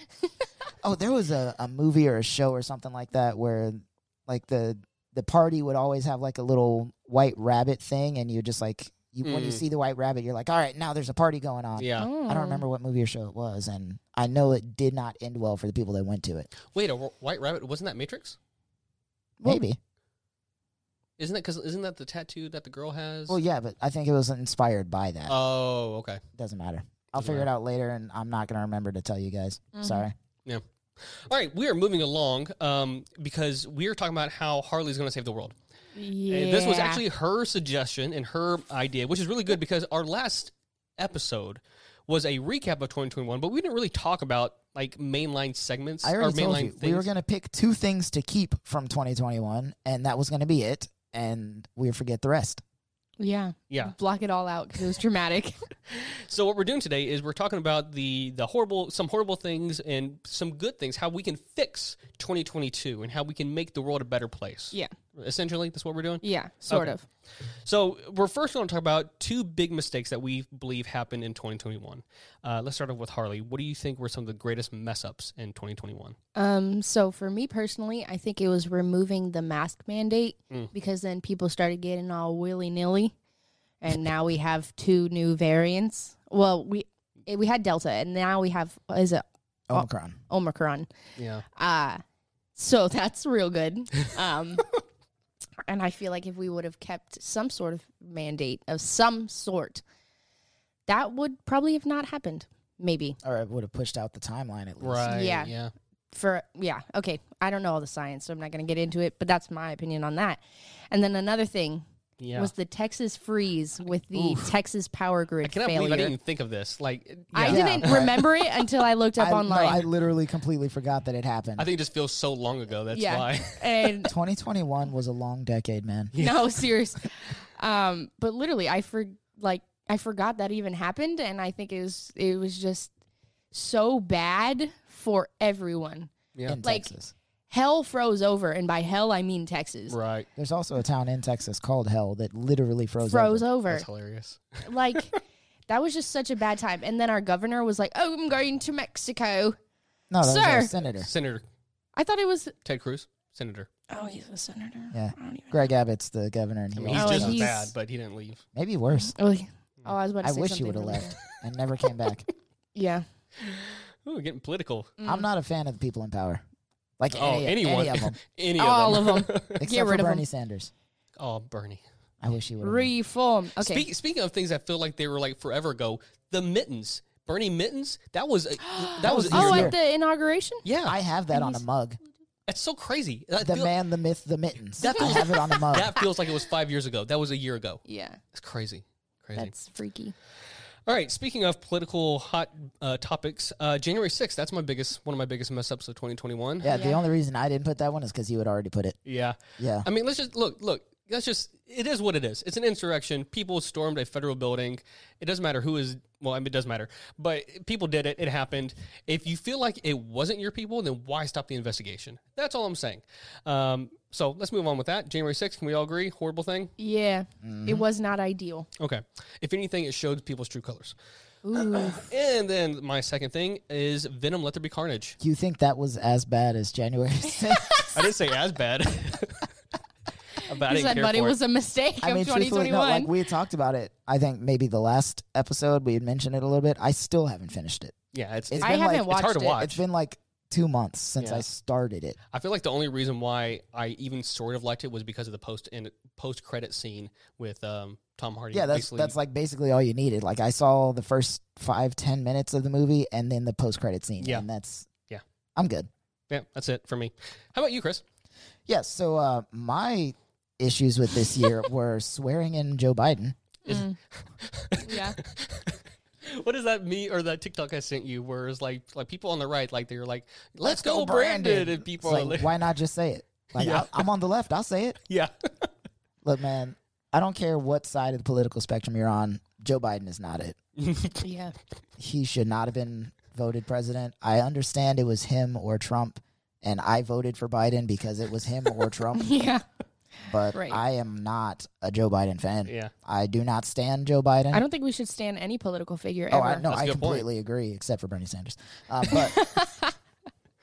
[SPEAKER 2] Oh, there was a, a movie or a show or something like that where like the the party would always have like a little white rabbit thing and you just like you when you
[SPEAKER 1] Mm.
[SPEAKER 2] see the white rabbit you're like, All right, now there's a party going on.
[SPEAKER 1] Yeah.
[SPEAKER 2] I don't remember what movie or show it was and I know it did not end well for the people that went to it.
[SPEAKER 1] Wait, a wh- white rabbit wasn't that Matrix?
[SPEAKER 3] Well-
[SPEAKER 2] Maybe.
[SPEAKER 1] Isn't that because isn't that the tattoo that the girl has?
[SPEAKER 2] Well, Oh, yeah, but I think it was inspired by that.
[SPEAKER 1] Oh, okay.
[SPEAKER 2] Doesn't matter. I'll
[SPEAKER 1] Doesn't
[SPEAKER 2] figure it out later and I'm not gonna remember to tell you guys.
[SPEAKER 3] Mhm.
[SPEAKER 2] Sorry.
[SPEAKER 1] All right, we are moving along um, because we are talking about how Harley's going to save the world.
[SPEAKER 3] Yeah.
[SPEAKER 1] And this was actually her suggestion and her idea, which is really good because our last episode was a recap of 2021, but we didn't really talk about like mainline segments
[SPEAKER 2] I
[SPEAKER 1] or
[SPEAKER 2] already told
[SPEAKER 1] mainline
[SPEAKER 2] you
[SPEAKER 1] things.
[SPEAKER 2] we were going to pick two things to keep from 2021, and that was going to be it. And we forget the rest.
[SPEAKER 3] Yeah.
[SPEAKER 1] yeah.
[SPEAKER 3] Block it all out because it was dramatic.
[SPEAKER 1] So what we're doing today is we're talking about the the horrible some horrible things and some good things, how we can fix 2022 and how we can make the world a better place.
[SPEAKER 3] yeah.
[SPEAKER 1] Essentially, that's what we're doing.
[SPEAKER 3] Yeah. Sort
[SPEAKER 1] Okay.
[SPEAKER 3] of.
[SPEAKER 1] So we're first going to talk about two big mistakes that we believe happened in 2021. Uh, let's start off with Harley. What do you think were some of the greatest mess ups in 2021?
[SPEAKER 3] Um, so for me personally, I think it was removing the mask mandate
[SPEAKER 1] Mm.
[SPEAKER 3] because then people started getting all willy nilly, and now we have two new variants. Well, we eh, we had Delta, and now we have is it Oh.
[SPEAKER 2] Omicron.
[SPEAKER 3] Omicron?
[SPEAKER 1] Yeah.
[SPEAKER 3] Uh so that's real good. Um, and I feel like if we would have kept some sort of mandate of some sort, that would probably have not happened. Maybe
[SPEAKER 2] Or it would have pushed out the timeline at least.
[SPEAKER 1] Right.
[SPEAKER 3] Yeah.
[SPEAKER 1] Yeah.
[SPEAKER 3] for yeah okay i don't know all the science so i'm not going to get into it but that's my opinion on that and then another thing
[SPEAKER 1] Yeah.
[SPEAKER 3] was the texas freeze with the
[SPEAKER 1] Oof.
[SPEAKER 3] texas power
[SPEAKER 1] I
[SPEAKER 3] grid
[SPEAKER 1] cannot
[SPEAKER 3] failure
[SPEAKER 1] believe I didn't even think of this. Like, yeah. I,
[SPEAKER 3] I
[SPEAKER 2] did-
[SPEAKER 3] didn't
[SPEAKER 2] Yeah, right.
[SPEAKER 3] remember it until i looked up
[SPEAKER 2] I, no, I
[SPEAKER 3] online
[SPEAKER 2] literally completely forgot that it happened.
[SPEAKER 1] think it just feels so long ago. That's
[SPEAKER 3] Yeah.
[SPEAKER 1] why.
[SPEAKER 3] and
[SPEAKER 2] 2021 was a long decade, man.
[SPEAKER 3] no serious um but literally i for like i forgot that even happened and i think it was it was just so bad for everyone
[SPEAKER 1] Yeah.
[SPEAKER 2] In
[SPEAKER 3] Like-
[SPEAKER 2] Texas.
[SPEAKER 3] hell froze over and by hell i mean texas
[SPEAKER 1] right.
[SPEAKER 2] There's also a town in Texas called Hell that literally froze,
[SPEAKER 3] froze
[SPEAKER 2] over.
[SPEAKER 3] over
[SPEAKER 1] That's hilarious.
[SPEAKER 3] like that was just such a bad time and then our governor was like oh i'm going to mexico
[SPEAKER 2] No, that was our
[SPEAKER 3] Sir.
[SPEAKER 2] senator.
[SPEAKER 1] Senator
[SPEAKER 3] i thought it was
[SPEAKER 1] Ted Cruz, Senator.
[SPEAKER 3] oh he's a senator
[SPEAKER 2] Yeah.
[SPEAKER 3] i don't even
[SPEAKER 2] Greg Abbott's the governor. And
[SPEAKER 1] I
[SPEAKER 2] he
[SPEAKER 1] mean, he's
[SPEAKER 3] Oh,
[SPEAKER 2] also
[SPEAKER 1] just
[SPEAKER 2] sucks.
[SPEAKER 1] as
[SPEAKER 3] he's-
[SPEAKER 1] bad, but he didn't leave.
[SPEAKER 2] Maybe worse.
[SPEAKER 3] oh, he- oh i was about to
[SPEAKER 2] I
[SPEAKER 3] say
[SPEAKER 2] wish he
[SPEAKER 3] something
[SPEAKER 2] would have
[SPEAKER 3] really
[SPEAKER 2] left
[SPEAKER 3] bad.
[SPEAKER 2] and never came back.
[SPEAKER 3] yeah
[SPEAKER 1] Ooh, getting political.
[SPEAKER 3] Mm.
[SPEAKER 2] I'm not a fan of the people in power. Like
[SPEAKER 1] Oh,
[SPEAKER 2] any,
[SPEAKER 1] anyone.
[SPEAKER 2] any of them.
[SPEAKER 1] Any
[SPEAKER 3] All
[SPEAKER 1] of them.
[SPEAKER 2] Except
[SPEAKER 3] Get
[SPEAKER 2] for
[SPEAKER 3] rid of 'em.
[SPEAKER 2] Bernie Sanders.
[SPEAKER 1] oh, Bernie.
[SPEAKER 2] I wish he would have.
[SPEAKER 3] reform okay
[SPEAKER 1] Speak, speaking of things that feel like they were like forever ago, the mittens, Bernie mittens. That was a, that was
[SPEAKER 2] was
[SPEAKER 1] oh,
[SPEAKER 3] oh
[SPEAKER 2] Here.
[SPEAKER 3] at the inauguration
[SPEAKER 1] yeah.
[SPEAKER 2] I have that on a mug.
[SPEAKER 1] that's so crazy. That,
[SPEAKER 2] The
[SPEAKER 1] feel-
[SPEAKER 2] man, the myth, the mittens.
[SPEAKER 1] That
[SPEAKER 2] I
[SPEAKER 1] feels-
[SPEAKER 2] have it on a mug.
[SPEAKER 1] that feels like it was five years ago. That was a year ago.
[SPEAKER 3] yeah
[SPEAKER 1] It's crazy, crazy.
[SPEAKER 3] that's freaky
[SPEAKER 1] All right. Speaking of political hot uh, topics, uh, January 6th, that's my biggest, one of my biggest mess ups of 2021.
[SPEAKER 2] Yeah, the only reason I didn't put that one is because you had already put it.
[SPEAKER 1] Yeah.
[SPEAKER 2] Yeah.
[SPEAKER 1] I mean, let's just look, look, that's just, it is what it is. It's an insurrection. People stormed a federal building. It doesn't matter who is, well, I mean, it does matter, but people did it. It happened. If you feel like it wasn't your people, then why stop the investigation? That's all I'm saying. Um, so let's move on with that. January 6th, can we all agree? Horrible thing.
[SPEAKER 3] Yeah,
[SPEAKER 2] Mm-hmm.
[SPEAKER 3] it was not ideal.
[SPEAKER 1] Okay. If anything, it showed people's true colors.
[SPEAKER 3] Ooh,
[SPEAKER 1] And then my second thing is Venom, Let There Be Carnage.
[SPEAKER 2] Do you think that was as bad as January 6th?
[SPEAKER 1] I didn't say as bad. but I
[SPEAKER 3] he
[SPEAKER 1] didn't
[SPEAKER 3] said,
[SPEAKER 1] care
[SPEAKER 3] "But it
[SPEAKER 1] for
[SPEAKER 3] was a mistake
[SPEAKER 2] I
[SPEAKER 3] of
[SPEAKER 2] mean, truthfully,
[SPEAKER 3] 2021."
[SPEAKER 2] no, like we had talked about it. I think maybe the last episode we had mentioned it a little bit. I still haven't finished it.
[SPEAKER 1] yeah, it's,
[SPEAKER 2] It's
[SPEAKER 1] it's,
[SPEAKER 3] I
[SPEAKER 2] been like-
[SPEAKER 3] haven't
[SPEAKER 2] it's
[SPEAKER 3] watched
[SPEAKER 1] hard to
[SPEAKER 3] it.
[SPEAKER 1] watch.
[SPEAKER 2] It's been like two months since
[SPEAKER 1] Yeah.
[SPEAKER 2] I started it.
[SPEAKER 1] I feel like the only reason why I even sort of liked it was because of the post and post credit scene with um, Tom Hardy.
[SPEAKER 2] Yeah, that's
[SPEAKER 1] basically.
[SPEAKER 2] that's like basically all you needed. Like I saw the first five ten minutes of the movie and then the post credit scene.
[SPEAKER 1] Yeah.
[SPEAKER 2] and that's
[SPEAKER 1] Yeah.
[SPEAKER 2] I'm good.
[SPEAKER 1] yeah, that's it for me. How about you, Chris?
[SPEAKER 2] Yeah. So uh, my issues with this year were swearing in Joe Biden.
[SPEAKER 3] yeah,
[SPEAKER 1] What is that me or that TikTok I sent you? Where it's like like people on the right, like they're like, "Let's, go, Brandon. and people
[SPEAKER 2] It's
[SPEAKER 1] are
[SPEAKER 2] like,
[SPEAKER 1] like,
[SPEAKER 2] why not just say it? Like
[SPEAKER 1] Yeah.
[SPEAKER 2] I, I'm on the left. I'll say it.
[SPEAKER 1] "Yeah,
[SPEAKER 2] Look, man, I don't care what side of the political spectrum you're on. Joe Biden is not it.
[SPEAKER 3] yeah,
[SPEAKER 2] He should not have been voted president. I understand it was him or Trump, and I voted for Biden because it was him or Trump.
[SPEAKER 3] yeah.
[SPEAKER 2] But
[SPEAKER 3] Right.
[SPEAKER 2] I am not a Joe Biden fan.
[SPEAKER 1] yeah."
[SPEAKER 2] I do not stand Joe Biden.
[SPEAKER 3] I don't think we should stand any political figure
[SPEAKER 2] Oh,
[SPEAKER 3] ever.
[SPEAKER 2] I, no,
[SPEAKER 1] That's a
[SPEAKER 2] I
[SPEAKER 1] good point.
[SPEAKER 2] completely agree, except for Bernie Sanders. Uh, but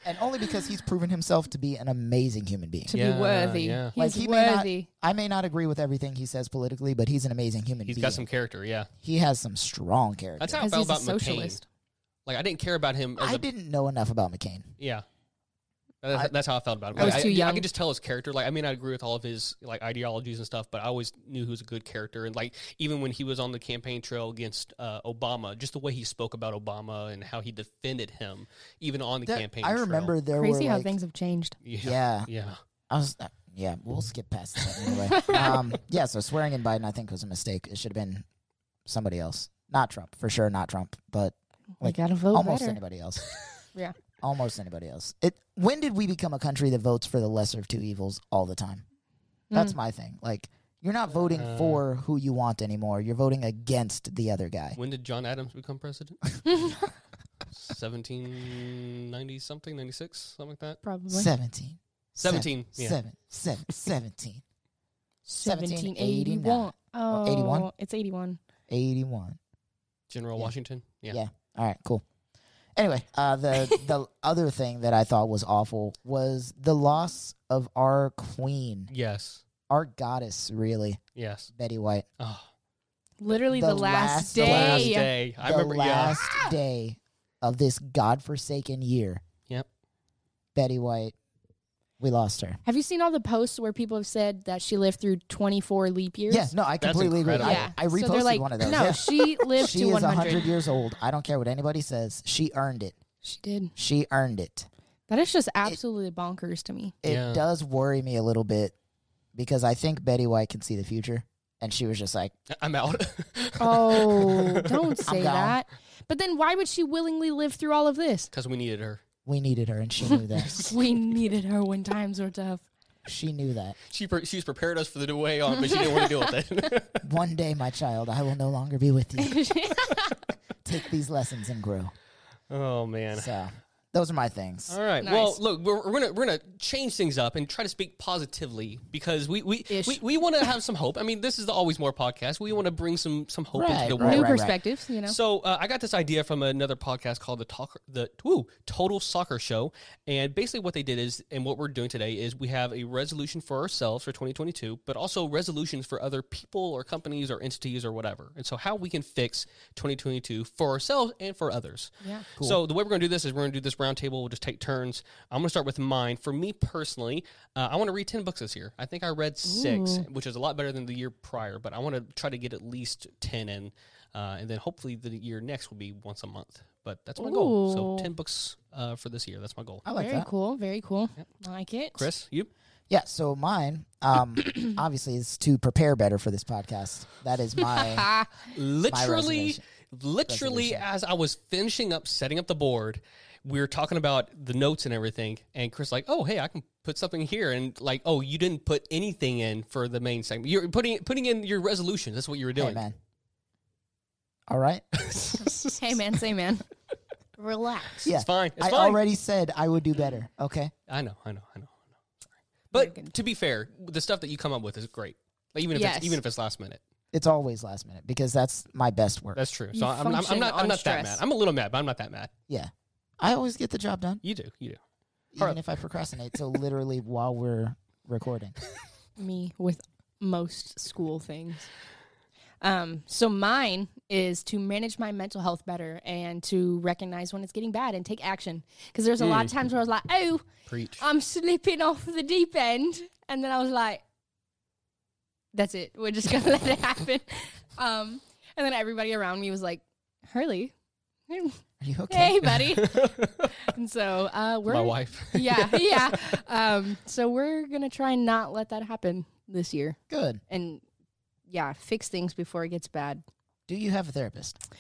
[SPEAKER 2] and only because he's proven himself to be an amazing human being.
[SPEAKER 3] To
[SPEAKER 1] Yeah,
[SPEAKER 3] be worthy,
[SPEAKER 1] yeah.
[SPEAKER 3] he's
[SPEAKER 2] he may not-
[SPEAKER 3] worthy.
[SPEAKER 2] I may not agree with everything he says politically, but he's an amazing human
[SPEAKER 1] He's
[SPEAKER 2] being.
[SPEAKER 1] got some character. Yeah,
[SPEAKER 2] he has some strong character.
[SPEAKER 1] that's how I
[SPEAKER 3] Because
[SPEAKER 1] felt
[SPEAKER 3] he's a
[SPEAKER 1] about McCain.
[SPEAKER 3] socialist.
[SPEAKER 1] Like I didn't care about him. As
[SPEAKER 2] I
[SPEAKER 1] a,
[SPEAKER 2] didn't know enough about McCain.
[SPEAKER 1] Yeah. That's,
[SPEAKER 2] I-
[SPEAKER 1] that's how I felt about him.
[SPEAKER 3] I was
[SPEAKER 1] Like,
[SPEAKER 3] too
[SPEAKER 1] I
[SPEAKER 3] young.
[SPEAKER 1] could just tell his character. Like, I mean, I agree with all of his like ideologies and stuff, but I always knew he was a good character. And like, even when he was on the campaign trail against uh, Obama, just the way he spoke about Obama and how he defended him, even on the
[SPEAKER 2] There-
[SPEAKER 1] campaign.
[SPEAKER 2] I
[SPEAKER 1] trail.
[SPEAKER 2] remember there were
[SPEAKER 3] Crazy how
[SPEAKER 2] like-
[SPEAKER 3] things have changed.
[SPEAKER 1] Yeah.
[SPEAKER 2] Yeah,
[SPEAKER 1] Yeah.
[SPEAKER 2] I was. uh, yeah, we'll skip past that anyway. um, yeah, so swearing in Biden, I think was a mistake. It should have been somebody else, not Trump for sure, not Trump, but
[SPEAKER 3] We
[SPEAKER 2] like
[SPEAKER 3] gotta vote
[SPEAKER 2] almost
[SPEAKER 3] better.
[SPEAKER 2] anybody else.
[SPEAKER 3] Yeah.
[SPEAKER 2] almost anybody else. It. When did we become a country that votes for the lesser of two evils all the time? That's
[SPEAKER 3] Mm.
[SPEAKER 2] my thing. Like you're not voting
[SPEAKER 1] Uh.
[SPEAKER 2] for who you want anymore. You're voting against the other guy.
[SPEAKER 1] When did John Adams become president? Seventeen ninety something, ninety six, something like that.
[SPEAKER 3] Probably
[SPEAKER 2] Seventeen.
[SPEAKER 1] Seventeen. yeah.
[SPEAKER 2] Seven. Seven. Seventeen.
[SPEAKER 3] 1781. Oh,
[SPEAKER 2] 81?
[SPEAKER 3] It's 81.
[SPEAKER 2] 81.
[SPEAKER 1] General
[SPEAKER 2] Yeah.
[SPEAKER 1] Washington. Yeah.
[SPEAKER 2] Yeah. All right, cool. Anyway, uh, the the other thing that I thought was awful was the loss of our queen,
[SPEAKER 1] Yes.
[SPEAKER 2] our goddess, really,
[SPEAKER 1] Yes.
[SPEAKER 2] Betty White.
[SPEAKER 1] Oh,
[SPEAKER 3] Literally
[SPEAKER 2] The
[SPEAKER 3] the, last,
[SPEAKER 2] last- the
[SPEAKER 1] the
[SPEAKER 3] day.
[SPEAKER 1] last day. I
[SPEAKER 2] the
[SPEAKER 1] remember. yeah.
[SPEAKER 2] last
[SPEAKER 3] Ah!
[SPEAKER 2] day of this godforsaken year.
[SPEAKER 1] Yep.
[SPEAKER 2] Betty White, we lost her.
[SPEAKER 3] Have you seen all the posts where people have said that she lived through 24 leap years?
[SPEAKER 2] Yeah, no, I
[SPEAKER 1] That's
[SPEAKER 2] completely agree.
[SPEAKER 1] incredible.
[SPEAKER 2] I,
[SPEAKER 3] Yeah.
[SPEAKER 2] I
[SPEAKER 3] So they're
[SPEAKER 2] reposted
[SPEAKER 3] like,
[SPEAKER 2] one of those.
[SPEAKER 3] No,
[SPEAKER 2] yeah.
[SPEAKER 3] she lived
[SPEAKER 2] she
[SPEAKER 3] to
[SPEAKER 2] is
[SPEAKER 3] 100.
[SPEAKER 2] 100 years old. I don't care what anybody says. She earned it.
[SPEAKER 3] She did.
[SPEAKER 2] She earned it.
[SPEAKER 3] That is just absolutely bonkers to me.
[SPEAKER 2] it
[SPEAKER 1] Yeah.
[SPEAKER 2] does worry me a little bit because I think Betty White can see the future. And she was just like,
[SPEAKER 1] I'm out.
[SPEAKER 3] Oh, don't say
[SPEAKER 2] gone.
[SPEAKER 3] that. But then why would she willingly live through all of this?
[SPEAKER 1] Because we needed her.
[SPEAKER 2] we needed her. And she knew that.
[SPEAKER 3] We needed her when times were tough.
[SPEAKER 2] she knew that.
[SPEAKER 1] She pre- she's prepared us for the way on, but she didn't want to deal with it.
[SPEAKER 2] One day, my child, I will no longer be with you. Take these lessons and grow.
[SPEAKER 1] oh man.
[SPEAKER 2] So those are my things.
[SPEAKER 1] All right.
[SPEAKER 3] Nice.
[SPEAKER 1] Well, look, we're, we're gonna we're gonna change things up and try to speak positively because we we
[SPEAKER 3] Ish.
[SPEAKER 1] we, we want to have some hope. I mean, this is the Always More podcast. We want to bring some some hope into
[SPEAKER 2] Right,
[SPEAKER 1] the
[SPEAKER 2] right,
[SPEAKER 1] world.
[SPEAKER 3] New
[SPEAKER 2] right.
[SPEAKER 3] perspectives, you know.
[SPEAKER 1] So uh, I got this idea from another podcast called the Talk the woo, Total Soccer Show, and basically what they did is, and what we're doing today is we have a resolution for ourselves for 2022, but also resolutions for other people or companies or entities or whatever, and so how we can fix 2022 for ourselves and for others.
[SPEAKER 3] Yeah.
[SPEAKER 1] So the way we're going to do this is we're going to do this roundtable. We'll just take turns. I'm going to start with mine. For me personally, uh, I want to read 10 books this year. I think I read six, which is a lot better than the year prior, but I want to try to get at least 10 in. Uh, and then hopefully the year next will be once a month. But that's my goal. So
[SPEAKER 3] Ooh.
[SPEAKER 1] 10 books uh, for this year. That's my goal.
[SPEAKER 2] I like
[SPEAKER 3] very
[SPEAKER 2] that.
[SPEAKER 3] cool. Very cool. Like it.
[SPEAKER 1] Chris, you?
[SPEAKER 2] Yeah. So mine, um, obviously, is to prepare better for this podcast. That is my
[SPEAKER 1] Literally
[SPEAKER 2] resolution.
[SPEAKER 1] literally as I was finishing up setting up the board, we were talking about the notes and everything, and Chris like, oh hey, I can put something here, and like, oh you didn't put anything in for the main segment. You're putting putting in your resolution. That's what you were
[SPEAKER 2] Hey,
[SPEAKER 1] doing.
[SPEAKER 2] man. All right.
[SPEAKER 3] Hey man, say man. Relax.
[SPEAKER 2] Yeah.
[SPEAKER 1] It's fine. It's
[SPEAKER 2] I
[SPEAKER 1] fine.
[SPEAKER 2] already said I would do better. Okay.
[SPEAKER 1] I know, I know, I know, I know. Sorry.
[SPEAKER 3] You're
[SPEAKER 1] But to be fair, the stuff that you come up with is great. Like, even if
[SPEAKER 3] Yes.
[SPEAKER 1] it's even if it's last minute,
[SPEAKER 2] It's always last minute because that's my best work.
[SPEAKER 1] that's true.
[SPEAKER 3] You
[SPEAKER 1] So I'm, I'm, I'm
[SPEAKER 3] function
[SPEAKER 1] not I'm
[SPEAKER 3] on
[SPEAKER 1] not that
[SPEAKER 3] stress.
[SPEAKER 1] mad. I'm a little mad, but I'm not that mad.
[SPEAKER 2] yeah. I always get the job done,
[SPEAKER 1] You do, you do.
[SPEAKER 2] even
[SPEAKER 1] right.
[SPEAKER 2] if I procrastinate. So literally while we're recording.
[SPEAKER 3] Me with most school things. Um, so mine is to manage my mental health better and to recognize when it's getting bad and take action. Because there's a lot
[SPEAKER 1] Mm.
[SPEAKER 3] of times where I was like, oh,
[SPEAKER 1] Preach.
[SPEAKER 3] I'm slipping off the deep end. And then I was like, that's it. We're just going to let it happen. Um, and then everybody around me was like, Hurley, hey,
[SPEAKER 2] Are you okay?
[SPEAKER 3] buddy. and so uh, we're.
[SPEAKER 1] My wife.
[SPEAKER 3] yeah, yeah. Um, so we're going to try and not let that happen this year.
[SPEAKER 2] Good.
[SPEAKER 3] And yeah, fix things before it gets bad.
[SPEAKER 2] Do you have a therapist?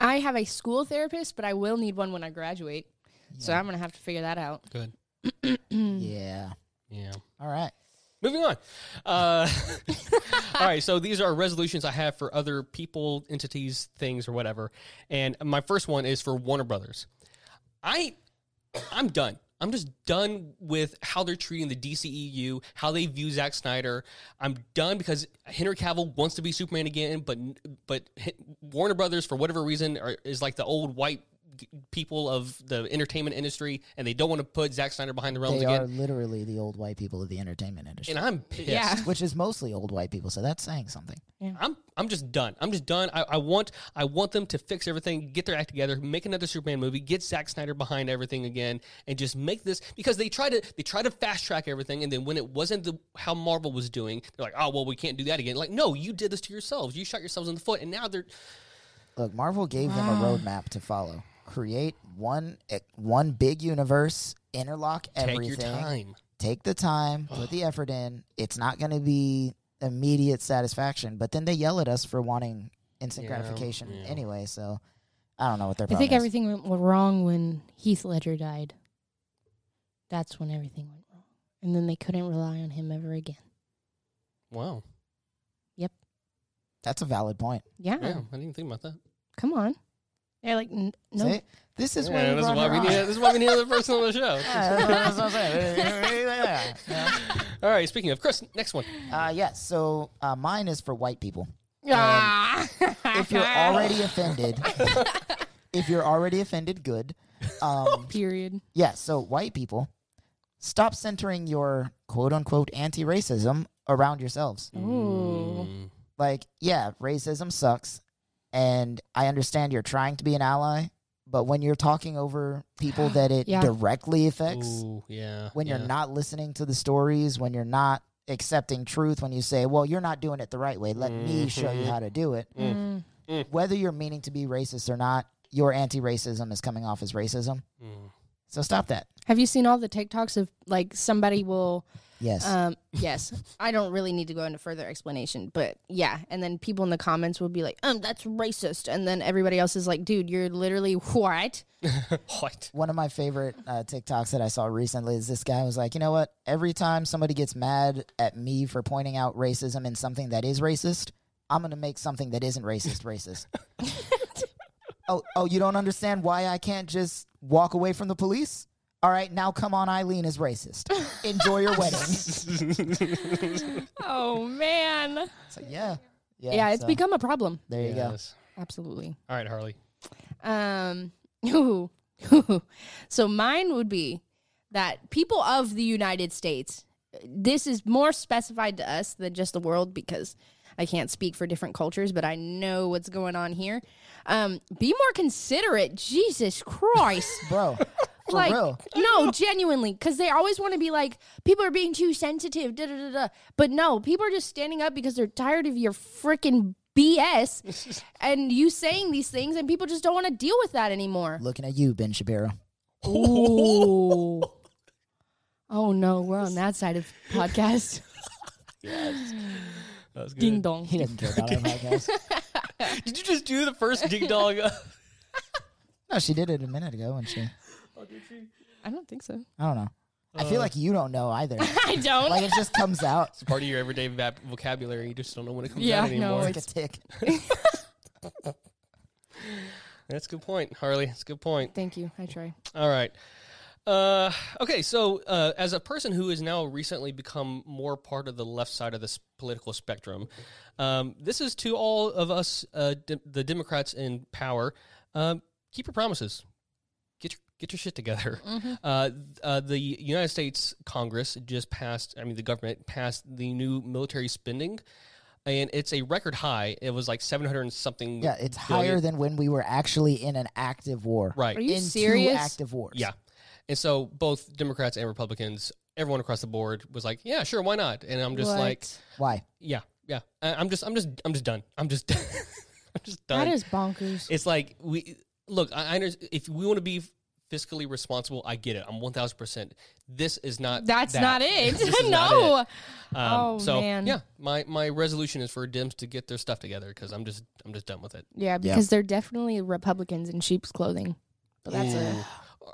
[SPEAKER 3] I have a school therapist, but I will need one when I graduate. So I'm going to have to figure that out.
[SPEAKER 1] Good. Mm.
[SPEAKER 2] Yeah.
[SPEAKER 1] Yeah.
[SPEAKER 2] All right.
[SPEAKER 1] Moving on. Uh, all right. So these are resolutions I have for other people, entities, things, or whatever. And my first one is for Warner Brothers. I, I'm done. I'm just done with how they're treating the DCEU, how they view Zack Snyder. I'm done because Henry Cavill wants to be Superman again, but but H- Warner Brothers, for whatever reason, are, is like the old white g- people of the entertainment industry, and they don't want to put Zack Snyder behind the realms
[SPEAKER 2] They
[SPEAKER 1] again.
[SPEAKER 2] are literally the old white people of the entertainment industry,
[SPEAKER 1] and I'm pissed.
[SPEAKER 3] Yeah.
[SPEAKER 2] which is mostly old white people. So that's saying something.
[SPEAKER 1] I'm I'm just done. I'm just done. I, I want I want them to fix everything, get their act together, make another Superman movie, get Zack Snyder behind everything again, and just make this because they try to they try to fast track everything, and then when it wasn't the how Marvel was doing, they're like, oh well, we can't do that again. Like, no, you did this to yourselves. You shot yourselves in the foot, and now they're
[SPEAKER 2] Look, Marvel gave them a roadmap to follow. Create one eh, one big universe, interlock everything.
[SPEAKER 1] take your time.
[SPEAKER 2] Take the time, put the effort in. It's not going to be immediate satisfaction, but then they yell at us for wanting instant
[SPEAKER 1] Yeah,
[SPEAKER 2] gratification
[SPEAKER 1] yeah.
[SPEAKER 2] anyway. So I don't know what they're.
[SPEAKER 3] I think everything went wa- wrong when Heath Ledger died. That's when everything went wrong. And then they couldn't rely on him ever again.
[SPEAKER 1] Wow.
[SPEAKER 2] That's a valid point.
[SPEAKER 3] Yeah.
[SPEAKER 1] Yeah, I didn't think about that.
[SPEAKER 3] Come on. They're like, n- no.
[SPEAKER 2] See? this is
[SPEAKER 1] yeah,
[SPEAKER 2] where we
[SPEAKER 1] this is
[SPEAKER 2] brought
[SPEAKER 1] why
[SPEAKER 2] her
[SPEAKER 1] we
[SPEAKER 2] on.
[SPEAKER 1] need this is why we need another person on the show.
[SPEAKER 2] Yeah, that's what I'm saying. Yeah.
[SPEAKER 1] All right. Speaking of Chris, next one.
[SPEAKER 2] Uh, yes. So uh, mine is for white people.
[SPEAKER 3] Ah.
[SPEAKER 2] Um, If you're already offended, if you're already offended, good. Um,
[SPEAKER 3] Period.
[SPEAKER 2] yeah. So white people, stop centering your quote unquote anti racism around yourselves.
[SPEAKER 3] Ooh.
[SPEAKER 1] Mm.
[SPEAKER 2] Like, yeah, racism sucks. And I understand you're trying to be an ally, but when you're talking over people that it
[SPEAKER 3] Yeah.
[SPEAKER 2] directly affects,
[SPEAKER 1] Ooh, yeah.
[SPEAKER 2] when
[SPEAKER 1] yeah.
[SPEAKER 2] you're not listening to the stories, when you're not accepting truth, when you say, well, you're not doing it the right way, let me show you
[SPEAKER 1] Mhm.
[SPEAKER 2] how to do it.
[SPEAKER 3] Mm.
[SPEAKER 2] Whether you're meaning to be racist or not, your anti racism is coming off as racism.
[SPEAKER 1] Mm.
[SPEAKER 2] So stop that.
[SPEAKER 3] Have you seen all the TikToks of like somebody will
[SPEAKER 2] Yes.
[SPEAKER 3] Um, yes, I don't really need to go into further explanation, but yeah. And then people in the comments will be like, "Um, that's racist," and then everybody else is like, "Dude, you're literally what?"
[SPEAKER 1] What?
[SPEAKER 2] One of my favorite uh, TikToks that I saw recently is this guy was like, you know what? Every time somebody gets mad at me for pointing out racism in something that is racist, I'm going to make something that isn't racist racist. oh, oh, you don't understand why I can't just walk away from the police? All right, now come on, Eileen is racist. Enjoy your wedding. It's
[SPEAKER 3] Oh man,
[SPEAKER 2] like, yeah. Yeah,
[SPEAKER 3] yeah, it's
[SPEAKER 2] so
[SPEAKER 3] become a problem.
[SPEAKER 2] There you go.
[SPEAKER 1] Yes.
[SPEAKER 3] Absolutely.
[SPEAKER 1] All right, Harley.
[SPEAKER 3] Um, so mine would be that people of the United States. This is more specified to us than just the world because I can't speak for different cultures, but I know what's going on here. Um, be more considerate, Jesus Christ.
[SPEAKER 2] Bro, for
[SPEAKER 3] like
[SPEAKER 2] real.
[SPEAKER 3] no genuinely because they always want to be like people are being too sensitive da, da, da, da. but no people are just standing up because they're tired of your freaking bs and you saying these things and people just don't want to deal with that anymore
[SPEAKER 2] Looking at you, Ben Shapiro.
[SPEAKER 3] Ooh. oh no we're on that side of the podcast
[SPEAKER 1] That was good.
[SPEAKER 3] ding dong
[SPEAKER 2] He doesn't care about our podcast.
[SPEAKER 1] Did you just do the first dig dog?
[SPEAKER 2] No, she did it a minute ago, and she.
[SPEAKER 3] I don't think so.
[SPEAKER 2] I don't know. I
[SPEAKER 1] Uh.
[SPEAKER 2] feel like you don't know either.
[SPEAKER 3] I don't.
[SPEAKER 2] like it just comes out
[SPEAKER 1] It's part of your everyday vab- vocabulary. You just don't know when it comes
[SPEAKER 3] Yeah,
[SPEAKER 1] out
[SPEAKER 3] no,
[SPEAKER 1] anymore.
[SPEAKER 2] like a tick.
[SPEAKER 1] That's a good point, Harley. That's a good point.
[SPEAKER 3] Thank you. I try.
[SPEAKER 1] All right. Uh, okay, so uh, as a person who has now recently become more part of the left side of this political spectrum, um, this is to all of us, uh, de- the Democrats in power, um, keep your promises. Get your, get your shit together. Uh, th- uh, the United States Congress just passed, I mean, the government passed the new military spending, and it's a record high. It was like 700 and something.
[SPEAKER 2] Yeah, it's
[SPEAKER 1] billion.
[SPEAKER 2] higher than when we were actually in an active war.
[SPEAKER 1] Right.
[SPEAKER 3] Are you
[SPEAKER 2] in
[SPEAKER 3] serious?
[SPEAKER 2] Two active wars.
[SPEAKER 1] Yeah. And so both Democrats and Republicans, everyone across the board was like, yeah, sure, why not? And I'm just
[SPEAKER 3] What?
[SPEAKER 1] like,
[SPEAKER 2] Why?
[SPEAKER 1] yeah, yeah. I- I'm just, I'm just, I'm just done. I'm just, I'm just done.
[SPEAKER 3] that is bonkers.
[SPEAKER 1] it's like, we, look, I, I understand if we want to be fiscally responsible, I get it. I'm 1000%. This is not,
[SPEAKER 3] That's
[SPEAKER 1] that.
[SPEAKER 3] not it.
[SPEAKER 1] This is not it.
[SPEAKER 3] no.
[SPEAKER 1] Um,
[SPEAKER 3] Oh,
[SPEAKER 1] so
[SPEAKER 3] man.
[SPEAKER 1] yeah, my, my resolution is for Dems to get their stuff together. Cause I'm just, I'm just done with it.
[SPEAKER 3] Yeah, because they're definitely Republicans in sheep's clothing. But that's a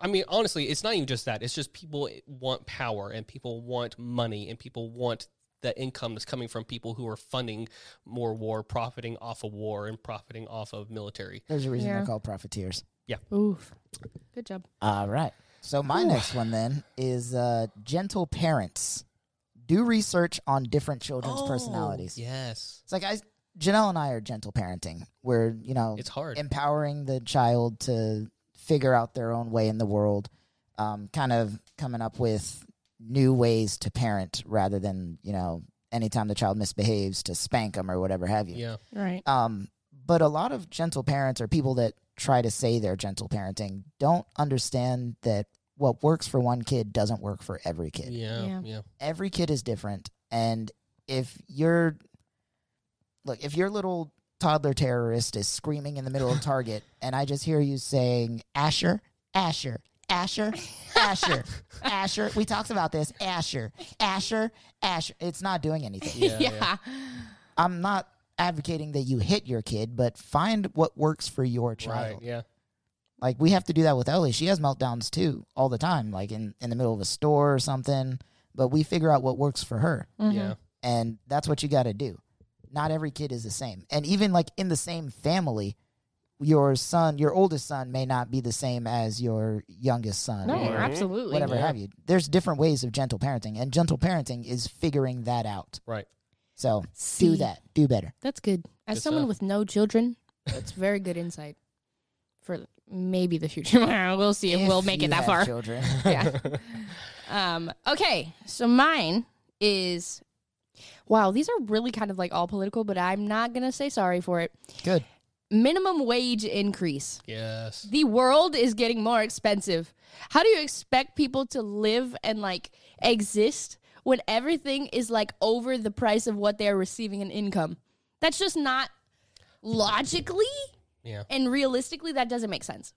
[SPEAKER 1] I mean, honestly, it's not even just that. It's just people want power and people want money and people want the income that's coming from people who are funding more war, profiting off of war and profiting off of military.
[SPEAKER 2] There's a reason
[SPEAKER 3] Yeah.
[SPEAKER 2] they're called profiteers.
[SPEAKER 3] oof. Good job.
[SPEAKER 2] All right. So my next one then is uh, gentle parents. Do research on different children's
[SPEAKER 1] Oh,
[SPEAKER 2] personalities.
[SPEAKER 1] Yes.
[SPEAKER 2] It's like I, Janelle and I are gentle parenting. We're you know
[SPEAKER 1] It's hard.
[SPEAKER 2] empowering the child to figure out their own way in the world, um, kind of coming up with new ways to parent rather than you know anytime the child misbehaves to spank them or whatever have you.
[SPEAKER 1] yeah.
[SPEAKER 3] Right.
[SPEAKER 2] Um, but a lot of gentle parents or people that try to say they're gentle parenting don't understand that what works for one kid doesn't work for every kid.
[SPEAKER 1] Yeah. Yeah.
[SPEAKER 3] Yeah.
[SPEAKER 2] Every kid is different, and if you're look, if your little toddler terrorist is screaming in the middle of Target, and I just hear you saying Asher, Asher, Asher, Asher, Asher. We talked about this. Asher, Asher, Asher. It's not doing anything.
[SPEAKER 1] Yeah.
[SPEAKER 2] I'm not advocating that you hit your kid, but find what works for your child.
[SPEAKER 1] Right. Yeah.
[SPEAKER 2] Like we have to do that with Ellie. She has meltdowns too all the time, like in, in the middle of a store or something. But we figure out what works for her.
[SPEAKER 3] Mhm.
[SPEAKER 1] Yeah.
[SPEAKER 2] And that's what you gotta do. Not every kid is the same. And even like in the same family, your son, your oldest son may not be the same as your youngest son
[SPEAKER 3] No,
[SPEAKER 2] or
[SPEAKER 3] absolutely.
[SPEAKER 2] whatever
[SPEAKER 1] Yeah.
[SPEAKER 2] have you. There's different ways of gentle parenting, and gentle parenting is figuring that out.
[SPEAKER 1] Right.
[SPEAKER 2] So do
[SPEAKER 3] See?
[SPEAKER 2] that. Do better.
[SPEAKER 3] That's good. As
[SPEAKER 1] Good
[SPEAKER 3] someone
[SPEAKER 1] stuff.
[SPEAKER 3] with no children, that's very good insight for maybe the future. we'll see if, we'll make
[SPEAKER 2] you
[SPEAKER 3] it that
[SPEAKER 2] have
[SPEAKER 3] far.
[SPEAKER 2] Children.
[SPEAKER 3] yeah. Um, okay, so mine is wow, these are really kind of like all political, but I'm not gonna say sorry for it.
[SPEAKER 2] Good.
[SPEAKER 3] Minimum wage increase.
[SPEAKER 1] Yes.
[SPEAKER 3] The world is getting more expensive. How do you expect people to live and like exist when everything is like over the price of what they're receiving in income? That's just not logically
[SPEAKER 1] Yeah.
[SPEAKER 3] and realistically that doesn't make sense.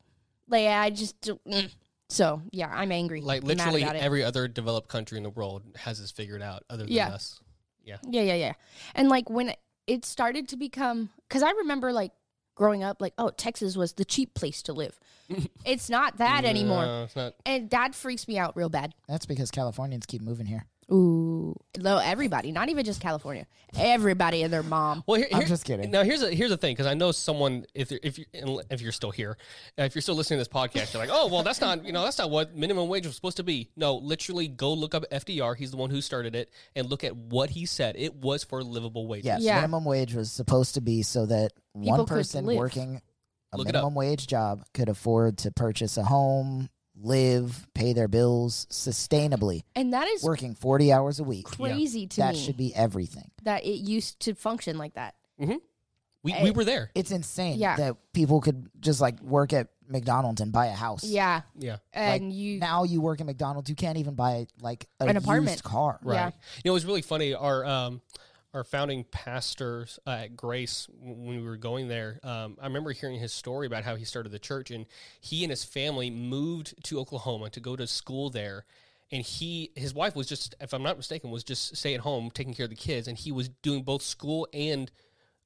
[SPEAKER 3] Like I just don't- mm. so yeah, I'm angry.
[SPEAKER 1] Like
[SPEAKER 3] I'm mad
[SPEAKER 1] literally
[SPEAKER 3] about it.
[SPEAKER 1] every other developed country in the world has this figured out other than
[SPEAKER 3] Yeah.
[SPEAKER 1] us.
[SPEAKER 3] Yeah, yeah, yeah. And like when it started to become, because I remember like growing up, like, oh, Texas was the cheap place to live. it's not that anymore.
[SPEAKER 1] No, it's not.
[SPEAKER 3] And that freaks me out real bad.
[SPEAKER 2] That's because Californians keep moving here.
[SPEAKER 3] Ooh. No, everybody, not even just California. Everybody and their mom.
[SPEAKER 1] Well, here,
[SPEAKER 2] I'm
[SPEAKER 1] here-
[SPEAKER 2] just kidding.
[SPEAKER 1] Now here's a, here's the thing because I know someone if you're- if you if you're still here, uh, if you're still listening to this podcast, you're like, oh well, that's not you know that's not what minimum wage was supposed to be. No, literally, go look up FDR. He's the one who started it, and look at what he said. It was for livable wages.
[SPEAKER 2] Yeah,
[SPEAKER 3] Yeah.
[SPEAKER 2] minimum wage was supposed to be so that
[SPEAKER 3] People
[SPEAKER 2] one
[SPEAKER 3] could
[SPEAKER 2] person
[SPEAKER 3] live.
[SPEAKER 2] working a
[SPEAKER 1] Look it up.
[SPEAKER 2] minimum wage job could afford to purchase a home, live, pay their bills sustainably,
[SPEAKER 3] And that is
[SPEAKER 2] working 40 hours a week.
[SPEAKER 3] crazy to
[SPEAKER 2] That
[SPEAKER 3] me
[SPEAKER 2] should be everything.
[SPEAKER 3] that it used to function like that.
[SPEAKER 1] We,
[SPEAKER 3] I-
[SPEAKER 1] we were there.
[SPEAKER 2] It's insane
[SPEAKER 3] Yeah.
[SPEAKER 2] that people could just like work at McDonald's and buy a house.
[SPEAKER 3] Yeah.
[SPEAKER 1] Yeah,
[SPEAKER 2] Like,
[SPEAKER 3] And you,
[SPEAKER 2] now you work at McDonald's, you can't even buy like a
[SPEAKER 3] An apartment.
[SPEAKER 2] used car.
[SPEAKER 1] right.
[SPEAKER 3] Yeah.
[SPEAKER 1] You know, it was really funny. Our um our founding pastor uh, at Grace w- when we were going there, um, I remember hearing his story about how he started the church, and he and his family moved to Oklahoma to go to school there. And he, his wife was just, if I'm not mistaken, was just stay at home taking care of the kids, and he was doing both school and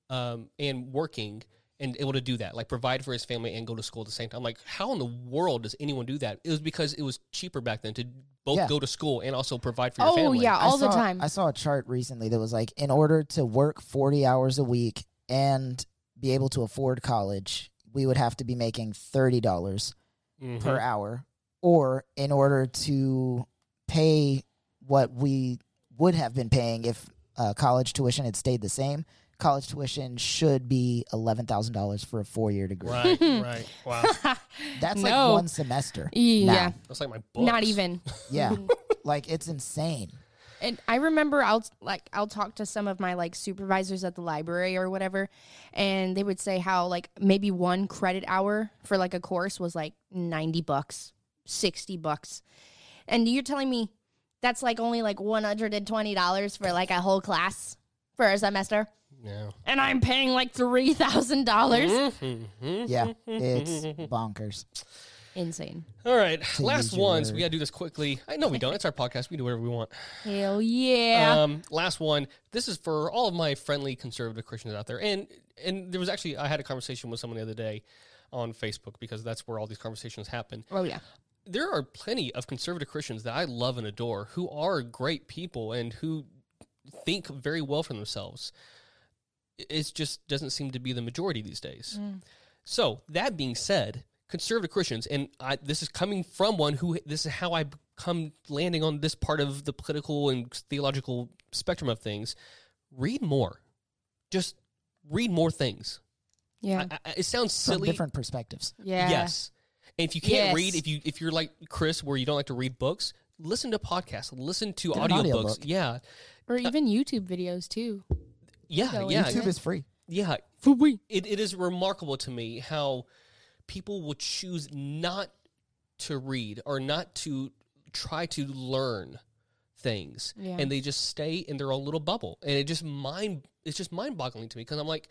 [SPEAKER 1] um, and working and able to do that, like provide for his family and go to school at the same time. Like, how in the world does anyone do that? It was because it was cheaper back then to both
[SPEAKER 2] Yeah.
[SPEAKER 1] go to school and also provide for your
[SPEAKER 3] Oh
[SPEAKER 1] family.
[SPEAKER 3] yeah,
[SPEAKER 2] I
[SPEAKER 3] all the
[SPEAKER 2] saw-
[SPEAKER 3] time.
[SPEAKER 2] I saw a chart recently that was like, in order to work 40 hours a week and be able to afford college, we would have to be making $30 dollars
[SPEAKER 3] Mm-hmm.
[SPEAKER 1] Mhm.
[SPEAKER 2] per hour. Or in order to pay what we would have been paying if uh, college tuition had stayed the same, college tuition should be $11,000 for a four year degree.
[SPEAKER 1] Right, right. Wow.
[SPEAKER 2] That's
[SPEAKER 3] No.
[SPEAKER 2] like one semester.
[SPEAKER 3] yeah,
[SPEAKER 2] Now.
[SPEAKER 1] That's like my book.
[SPEAKER 3] not even.
[SPEAKER 2] Yeah. like, it's insane.
[SPEAKER 3] And I remember I'll like I'll talk to some of my like supervisors at the library or whatever, and they would say how like maybe one credit hour for like a course was like ninety bucks, sixty bucks, and you're telling me that's like only like one hundred and twenty dollars for like a whole class for a semester,
[SPEAKER 1] Yeah.
[SPEAKER 3] and I'm paying like three thousand dollars.
[SPEAKER 2] Yeah. It's bonkers.
[SPEAKER 1] Mm-hmm.
[SPEAKER 3] Insane.
[SPEAKER 1] All right. last
[SPEAKER 2] your
[SPEAKER 1] ones.
[SPEAKER 2] word.
[SPEAKER 1] We got to do this quickly. I know we don't. It's our podcast. We do whatever we want.
[SPEAKER 3] Hell yeah.
[SPEAKER 1] Um, last one. This is for all of my friendly conservative Christians out there. And and there was actually I had a conversation with someone the other day on Facebook because that's where all these conversations happen.
[SPEAKER 3] oh yeah.
[SPEAKER 1] There are plenty of conservative Christians that I love and adore who are great people and who think very well for themselves. It- It just doesn't seem to be the majority these days. So that being said, conservative Christians, and I, this is coming from one who this is how I come landing on this part of the political and theological spectrum of things. Read more, just read more things.
[SPEAKER 3] Yeah.
[SPEAKER 1] I, I, it sounds
[SPEAKER 2] From
[SPEAKER 1] silly.
[SPEAKER 2] different perspectives.
[SPEAKER 3] yeah.
[SPEAKER 1] Yes. And if you can't
[SPEAKER 3] Yes.
[SPEAKER 1] read, if you if you're like Chris, where you don't like to read books, listen to podcasts, listen to
[SPEAKER 2] an
[SPEAKER 1] audiobooks.
[SPEAKER 2] audiobook.
[SPEAKER 1] Yeah, Uh,
[SPEAKER 3] Or even YouTube videos too.
[SPEAKER 1] yeah,
[SPEAKER 3] Go
[SPEAKER 1] yeah.
[SPEAKER 2] YouTube is free.
[SPEAKER 1] Yeah. It, it is remarkable to me how people will choose not to read or not to try to learn things
[SPEAKER 3] Yeah.
[SPEAKER 1] and they just stay in their own little bubble and it just mind it's just mind-boggling to me because i'm like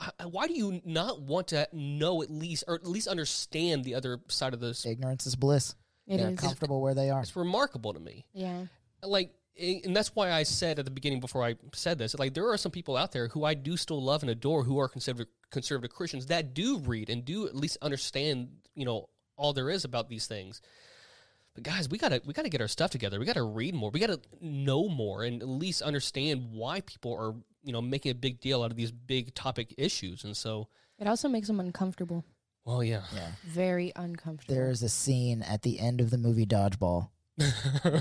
[SPEAKER 1] wh- why do you not want to know at least or at least understand the other side of this
[SPEAKER 2] Ignorance is bliss.
[SPEAKER 3] It
[SPEAKER 2] They're
[SPEAKER 3] is.
[SPEAKER 2] comfortable where they are.
[SPEAKER 1] it's remarkable to me
[SPEAKER 3] Yeah.
[SPEAKER 1] like a- and that's why I said at the beginning before I said this, like there are some people out there who I do still love and adore who are conservative conservative Christians that do read and do at least understand, you know, all there is about these things. But guys, we gotta we gotta get our stuff together. We gotta read more. We gotta know more and at least understand why people are, you know, making a big deal out of these big topic issues. And so
[SPEAKER 3] It also makes them uncomfortable.
[SPEAKER 1] well yeah.
[SPEAKER 3] Very uncomfortable.
[SPEAKER 2] There is a scene at the end of the movie Dodgeball when,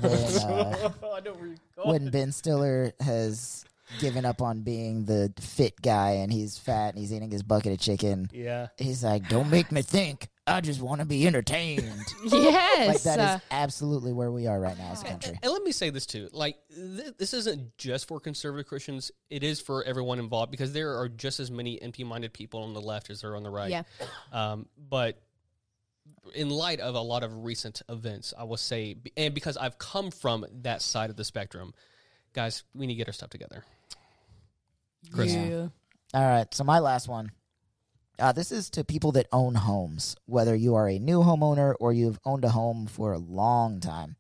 [SPEAKER 2] uh,
[SPEAKER 1] Oh, I know where you're
[SPEAKER 2] when Ben Stiller has given up on being the fit guy and he's fat and he's eating his bucket of chicken.
[SPEAKER 1] Yeah.
[SPEAKER 2] He's like, "Don't make me think. I just want to be entertained." like
[SPEAKER 3] yes.
[SPEAKER 2] that
[SPEAKER 3] uh,
[SPEAKER 2] is absolutely where we are right now as a country.
[SPEAKER 1] And let me say this too: like th- this isn't just for conservative Christians; it is for everyone involved because there are just as many empty-minded people on the left as there are on the right.
[SPEAKER 3] Yeah.
[SPEAKER 1] Um, but in light of a lot of recent events, I will say, and because I've come from that side of the spectrum, guys, we need to get our stuff together. Chris.
[SPEAKER 3] Yeah.
[SPEAKER 2] All right, so my last one. Uh, this is to people that own homes, whether you are a new homeowner or you've owned a home for a long time.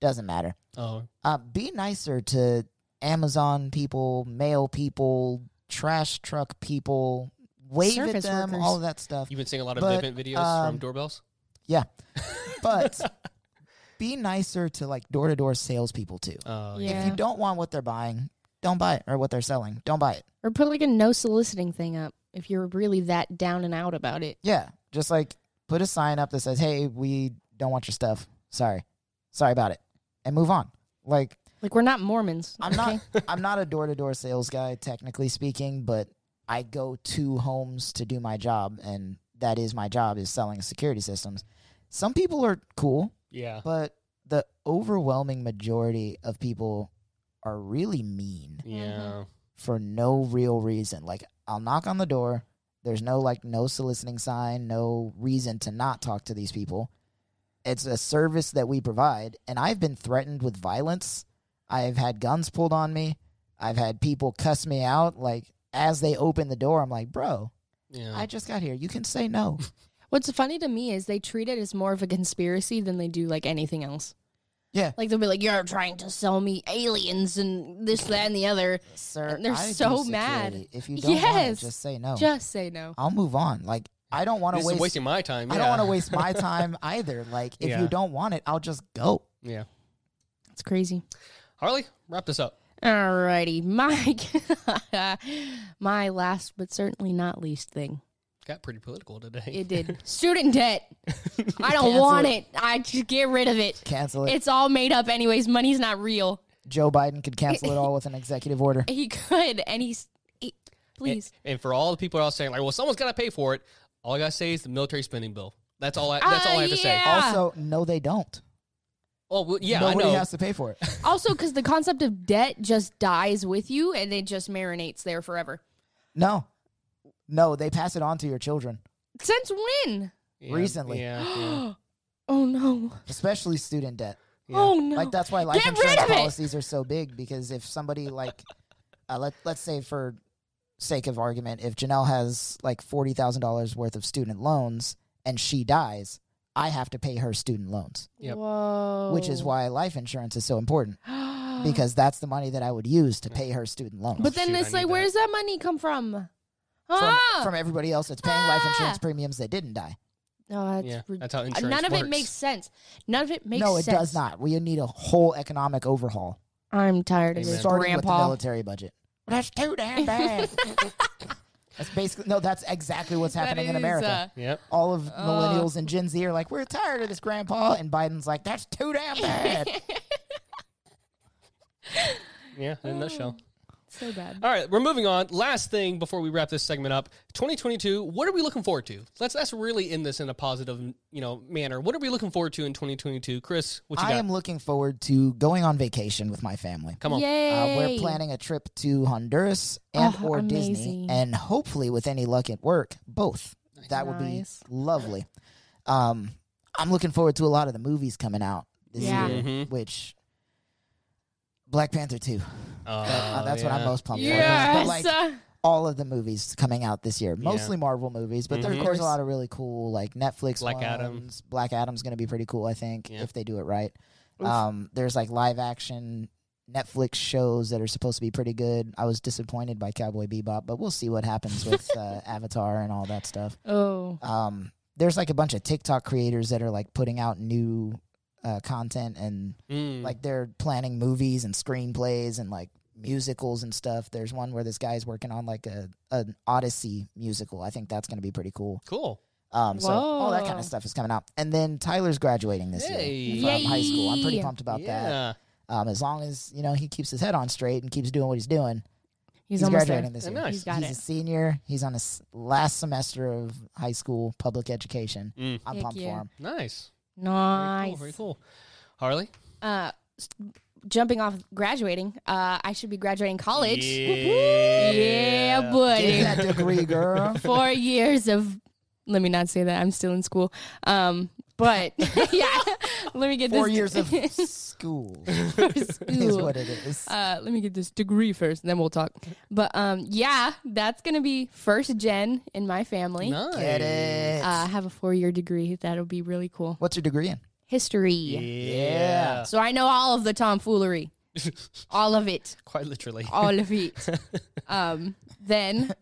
[SPEAKER 2] Doesn't matter.
[SPEAKER 1] Oh,
[SPEAKER 2] Uh, be nicer to Amazon people, mail people, trash truck people. Wave
[SPEAKER 3] Service
[SPEAKER 2] at them,
[SPEAKER 3] workers.
[SPEAKER 2] all of that stuff.
[SPEAKER 1] you've been seeing a lot of
[SPEAKER 2] But,
[SPEAKER 1] event videos from
[SPEAKER 2] um,
[SPEAKER 1] doorbells.
[SPEAKER 2] Yeah, but be nicer to like door to door salespeople too.
[SPEAKER 1] Oh,
[SPEAKER 3] Yeah.
[SPEAKER 2] If you don't want what they're buying, don't buy it, or what they're selling, don't buy it.
[SPEAKER 3] Or put like a no soliciting thing up if you're really that down and out about it.
[SPEAKER 2] Yeah, just like put a sign up that says, "Hey, we don't want your stuff. Sorry, sorry about it," and move on. Like
[SPEAKER 3] Like we're not Mormons.
[SPEAKER 2] I'm not I'm not a door to door sales guy technically speaking, but I go to homes to do my job and that is my job is selling security systems. Some people are cool,
[SPEAKER 1] yeah.
[SPEAKER 2] but the overwhelming majority of people are really mean
[SPEAKER 1] Yeah.
[SPEAKER 2] for no real reason. Like I'll knock on the door. There's no like no soliciting sign, no reason to not talk to these people. It's a service that we provide, and I've been threatened with violence. I've had guns pulled on me. I've had people cuss me out. Like as they open the door, I'm like, "Bro,
[SPEAKER 1] Yeah.
[SPEAKER 2] I just got here. You can say no."
[SPEAKER 3] What's funny to me is they treat it as more of a conspiracy than they do like anything else.
[SPEAKER 2] Yeah.
[SPEAKER 3] Like they'll be like, "You're trying to sell me aliens and this, that, and the other."
[SPEAKER 2] Sir,
[SPEAKER 3] They're
[SPEAKER 2] I do
[SPEAKER 3] so mad.
[SPEAKER 2] security. If you don't want it,
[SPEAKER 3] Yes.
[SPEAKER 2] just say no.
[SPEAKER 3] Just say no.
[SPEAKER 2] I'll move on. Like I don't want
[SPEAKER 1] This
[SPEAKER 2] to waste.
[SPEAKER 1] is wasting my time.
[SPEAKER 2] I
[SPEAKER 1] yeah.
[SPEAKER 2] don't want to waste my time either. Like if
[SPEAKER 1] Yeah.
[SPEAKER 2] you don't want it, I'll just go.
[SPEAKER 1] Yeah.
[SPEAKER 3] It's crazy.
[SPEAKER 1] Harley, wrap this up.
[SPEAKER 3] Alrighty, my my last but certainly not least thing.
[SPEAKER 1] Got pretty political today.
[SPEAKER 3] It did student debt. I don't want it. I just get rid of it.
[SPEAKER 2] Cancel it.
[SPEAKER 3] It's all made up, anyways. Money's not real.
[SPEAKER 2] Joe Biden could cancel it all with an executive order.
[SPEAKER 3] He could, and he's. He, please.
[SPEAKER 1] And for all the people out saying like, well, someone's got to pay for it. All I gotta say is the military spending bill. That's all. I, that's all I
[SPEAKER 3] Ah,
[SPEAKER 1] have to say.
[SPEAKER 3] yeah.
[SPEAKER 2] Also, no, they don't.
[SPEAKER 1] Oh well, yeah,
[SPEAKER 2] Nobody
[SPEAKER 1] I know.
[SPEAKER 2] has to pay for it.
[SPEAKER 3] Also, because the concept of debt just dies with you, and it just marinates there forever.
[SPEAKER 2] No, no, they pass it on to your children,
[SPEAKER 3] Since when?
[SPEAKER 1] Yeah,
[SPEAKER 2] recently.
[SPEAKER 1] Yeah, yeah,
[SPEAKER 3] Oh no.
[SPEAKER 2] especially student debt.
[SPEAKER 1] yeah.
[SPEAKER 3] Oh no.
[SPEAKER 2] Like that's why life
[SPEAKER 3] Get rid
[SPEAKER 2] insurance
[SPEAKER 3] of it!
[SPEAKER 2] policies are so big because if somebody like, uh, let let's say for sake of argument, if Janelle has like forty thousand dollars worth of student loans and she dies, I have to pay her student loans,
[SPEAKER 1] Yep.
[SPEAKER 3] Whoa.
[SPEAKER 2] which is why life insurance is so important because that's the money that I would use to pay her student loans.
[SPEAKER 3] But then
[SPEAKER 1] Shoot, I
[SPEAKER 3] it's like,
[SPEAKER 1] need that.
[SPEAKER 3] where does that money come from?
[SPEAKER 2] from,
[SPEAKER 3] Ah!
[SPEAKER 2] from everybody else that's paying life insurance
[SPEAKER 3] Ah!
[SPEAKER 2] premiums that didn't die.
[SPEAKER 3] No, that's,
[SPEAKER 1] Yeah,
[SPEAKER 3] rid-
[SPEAKER 1] that's how
[SPEAKER 3] Uh,
[SPEAKER 1] insurance
[SPEAKER 3] None of
[SPEAKER 1] works.
[SPEAKER 3] it makes sense. None of it makes
[SPEAKER 2] no, it
[SPEAKER 3] sense.
[SPEAKER 2] does not. We need a whole economic overhaul.
[SPEAKER 3] I'm tired of
[SPEAKER 1] Amen.
[SPEAKER 3] this,
[SPEAKER 2] starting with the
[SPEAKER 3] Grandpa.
[SPEAKER 2] military budget. That's too damn bad. that's basically no. That's exactly what's
[SPEAKER 3] That
[SPEAKER 2] happening in
[SPEAKER 3] is,
[SPEAKER 2] America.
[SPEAKER 3] uh,
[SPEAKER 1] Yep.
[SPEAKER 2] All of millennials and Gen Z are like, we're tired of this, Grandpa. And Biden's like, that's too damn bad.
[SPEAKER 1] Yeah. In a nutshell.
[SPEAKER 3] Oh. so bad.
[SPEAKER 1] All right, we're moving on. Last thing before we wrap this segment up, 2022. What are we looking forward to? Let's let's really end this in a positive, you know, manner. What are we looking forward to in 2022, Chris? What you
[SPEAKER 2] I
[SPEAKER 1] got?
[SPEAKER 2] am looking forward to going on vacation with my family.
[SPEAKER 1] Come on.
[SPEAKER 2] Uh,
[SPEAKER 3] Yay.
[SPEAKER 2] we're planning a trip to Honduras and
[SPEAKER 3] Oh,
[SPEAKER 2] or Disney,
[SPEAKER 3] amazing.
[SPEAKER 2] and hopefully, with any luck at work, both. That would be
[SPEAKER 3] Nice.
[SPEAKER 2] lovely. Um, I'm looking forward to a lot of the movies coming out this
[SPEAKER 3] Yeah.
[SPEAKER 2] year,
[SPEAKER 1] Mhm.
[SPEAKER 2] which Black Panther two. Uh,
[SPEAKER 1] Oh,
[SPEAKER 2] that's what
[SPEAKER 1] yeah.
[SPEAKER 2] I'm most pumped for.
[SPEAKER 3] Yes.
[SPEAKER 2] But like all of the movies coming out this year, mostly Marvel movies, but there,
[SPEAKER 1] Mhm.
[SPEAKER 2] of course, a lot of really cool like Netflix.
[SPEAKER 1] Black Adam.
[SPEAKER 2] ones. Black Adam's going to be pretty cool, I think,
[SPEAKER 1] Yeah.
[SPEAKER 2] if they do it right. Um, there's like live action Netflix shows that are supposed to be pretty good. I was disappointed by Cowboy Bebop, but we'll see what happens with uh, Avatar and all that stuff.
[SPEAKER 3] oh.
[SPEAKER 2] Um, there's like a bunch of TikTok creators that are like putting out new uh, content and
[SPEAKER 1] Mm.
[SPEAKER 2] like they're planning movies and screenplays and like musicals and stuff. There's one where this guy's working on like a an Odyssey musical. I think that's going to be pretty cool.
[SPEAKER 1] cool.
[SPEAKER 2] Um, so all that kind
[SPEAKER 3] Whoa.
[SPEAKER 2] of stuff is coming out. And then Tyler's graduating this
[SPEAKER 1] Hey.
[SPEAKER 2] year from high school. I'm pretty
[SPEAKER 3] Yay.
[SPEAKER 2] pumped about that.
[SPEAKER 1] yeah.
[SPEAKER 2] Um, as long as you know he keeps his head on straight and keeps doing what he's doing,
[SPEAKER 3] He's,
[SPEAKER 2] he's
[SPEAKER 3] almost
[SPEAKER 2] graduating
[SPEAKER 3] there.
[SPEAKER 2] this
[SPEAKER 1] Oh,
[SPEAKER 2] year.
[SPEAKER 1] nice.
[SPEAKER 3] He's got
[SPEAKER 2] he's
[SPEAKER 3] it.
[SPEAKER 2] a senior. He's on his last semester of high school public education.
[SPEAKER 1] Mm.
[SPEAKER 2] I'm
[SPEAKER 3] Heck
[SPEAKER 2] pumped
[SPEAKER 3] yeah.
[SPEAKER 2] for him.
[SPEAKER 1] Nice. Very
[SPEAKER 3] Nice.
[SPEAKER 1] cool. Very cool. Harley.
[SPEAKER 3] Uh, s- jumping off graduating, uh, I should be graduating college.
[SPEAKER 1] Yeah.
[SPEAKER 3] Yeah,
[SPEAKER 2] Get
[SPEAKER 3] buddy.
[SPEAKER 2] that degree, girl.
[SPEAKER 3] Four years of. Let me not say that. I'm still in school. Um, but yeah, let me get
[SPEAKER 2] Four
[SPEAKER 3] this
[SPEAKER 2] years of school is
[SPEAKER 3] Ooh.
[SPEAKER 2] what it is.
[SPEAKER 3] uh, let me get this degree first, and then we'll talk. But um, yeah, that's gonna be first gen in my family.
[SPEAKER 1] Nice.
[SPEAKER 2] Get it.
[SPEAKER 3] Uh, I have a four year degree. That'll be really cool.
[SPEAKER 2] What's your degree in?
[SPEAKER 3] History.
[SPEAKER 1] Yeah.
[SPEAKER 3] So I know all of the tomfoolery, all of it,
[SPEAKER 1] Quite literally.
[SPEAKER 3] all of it. um, then,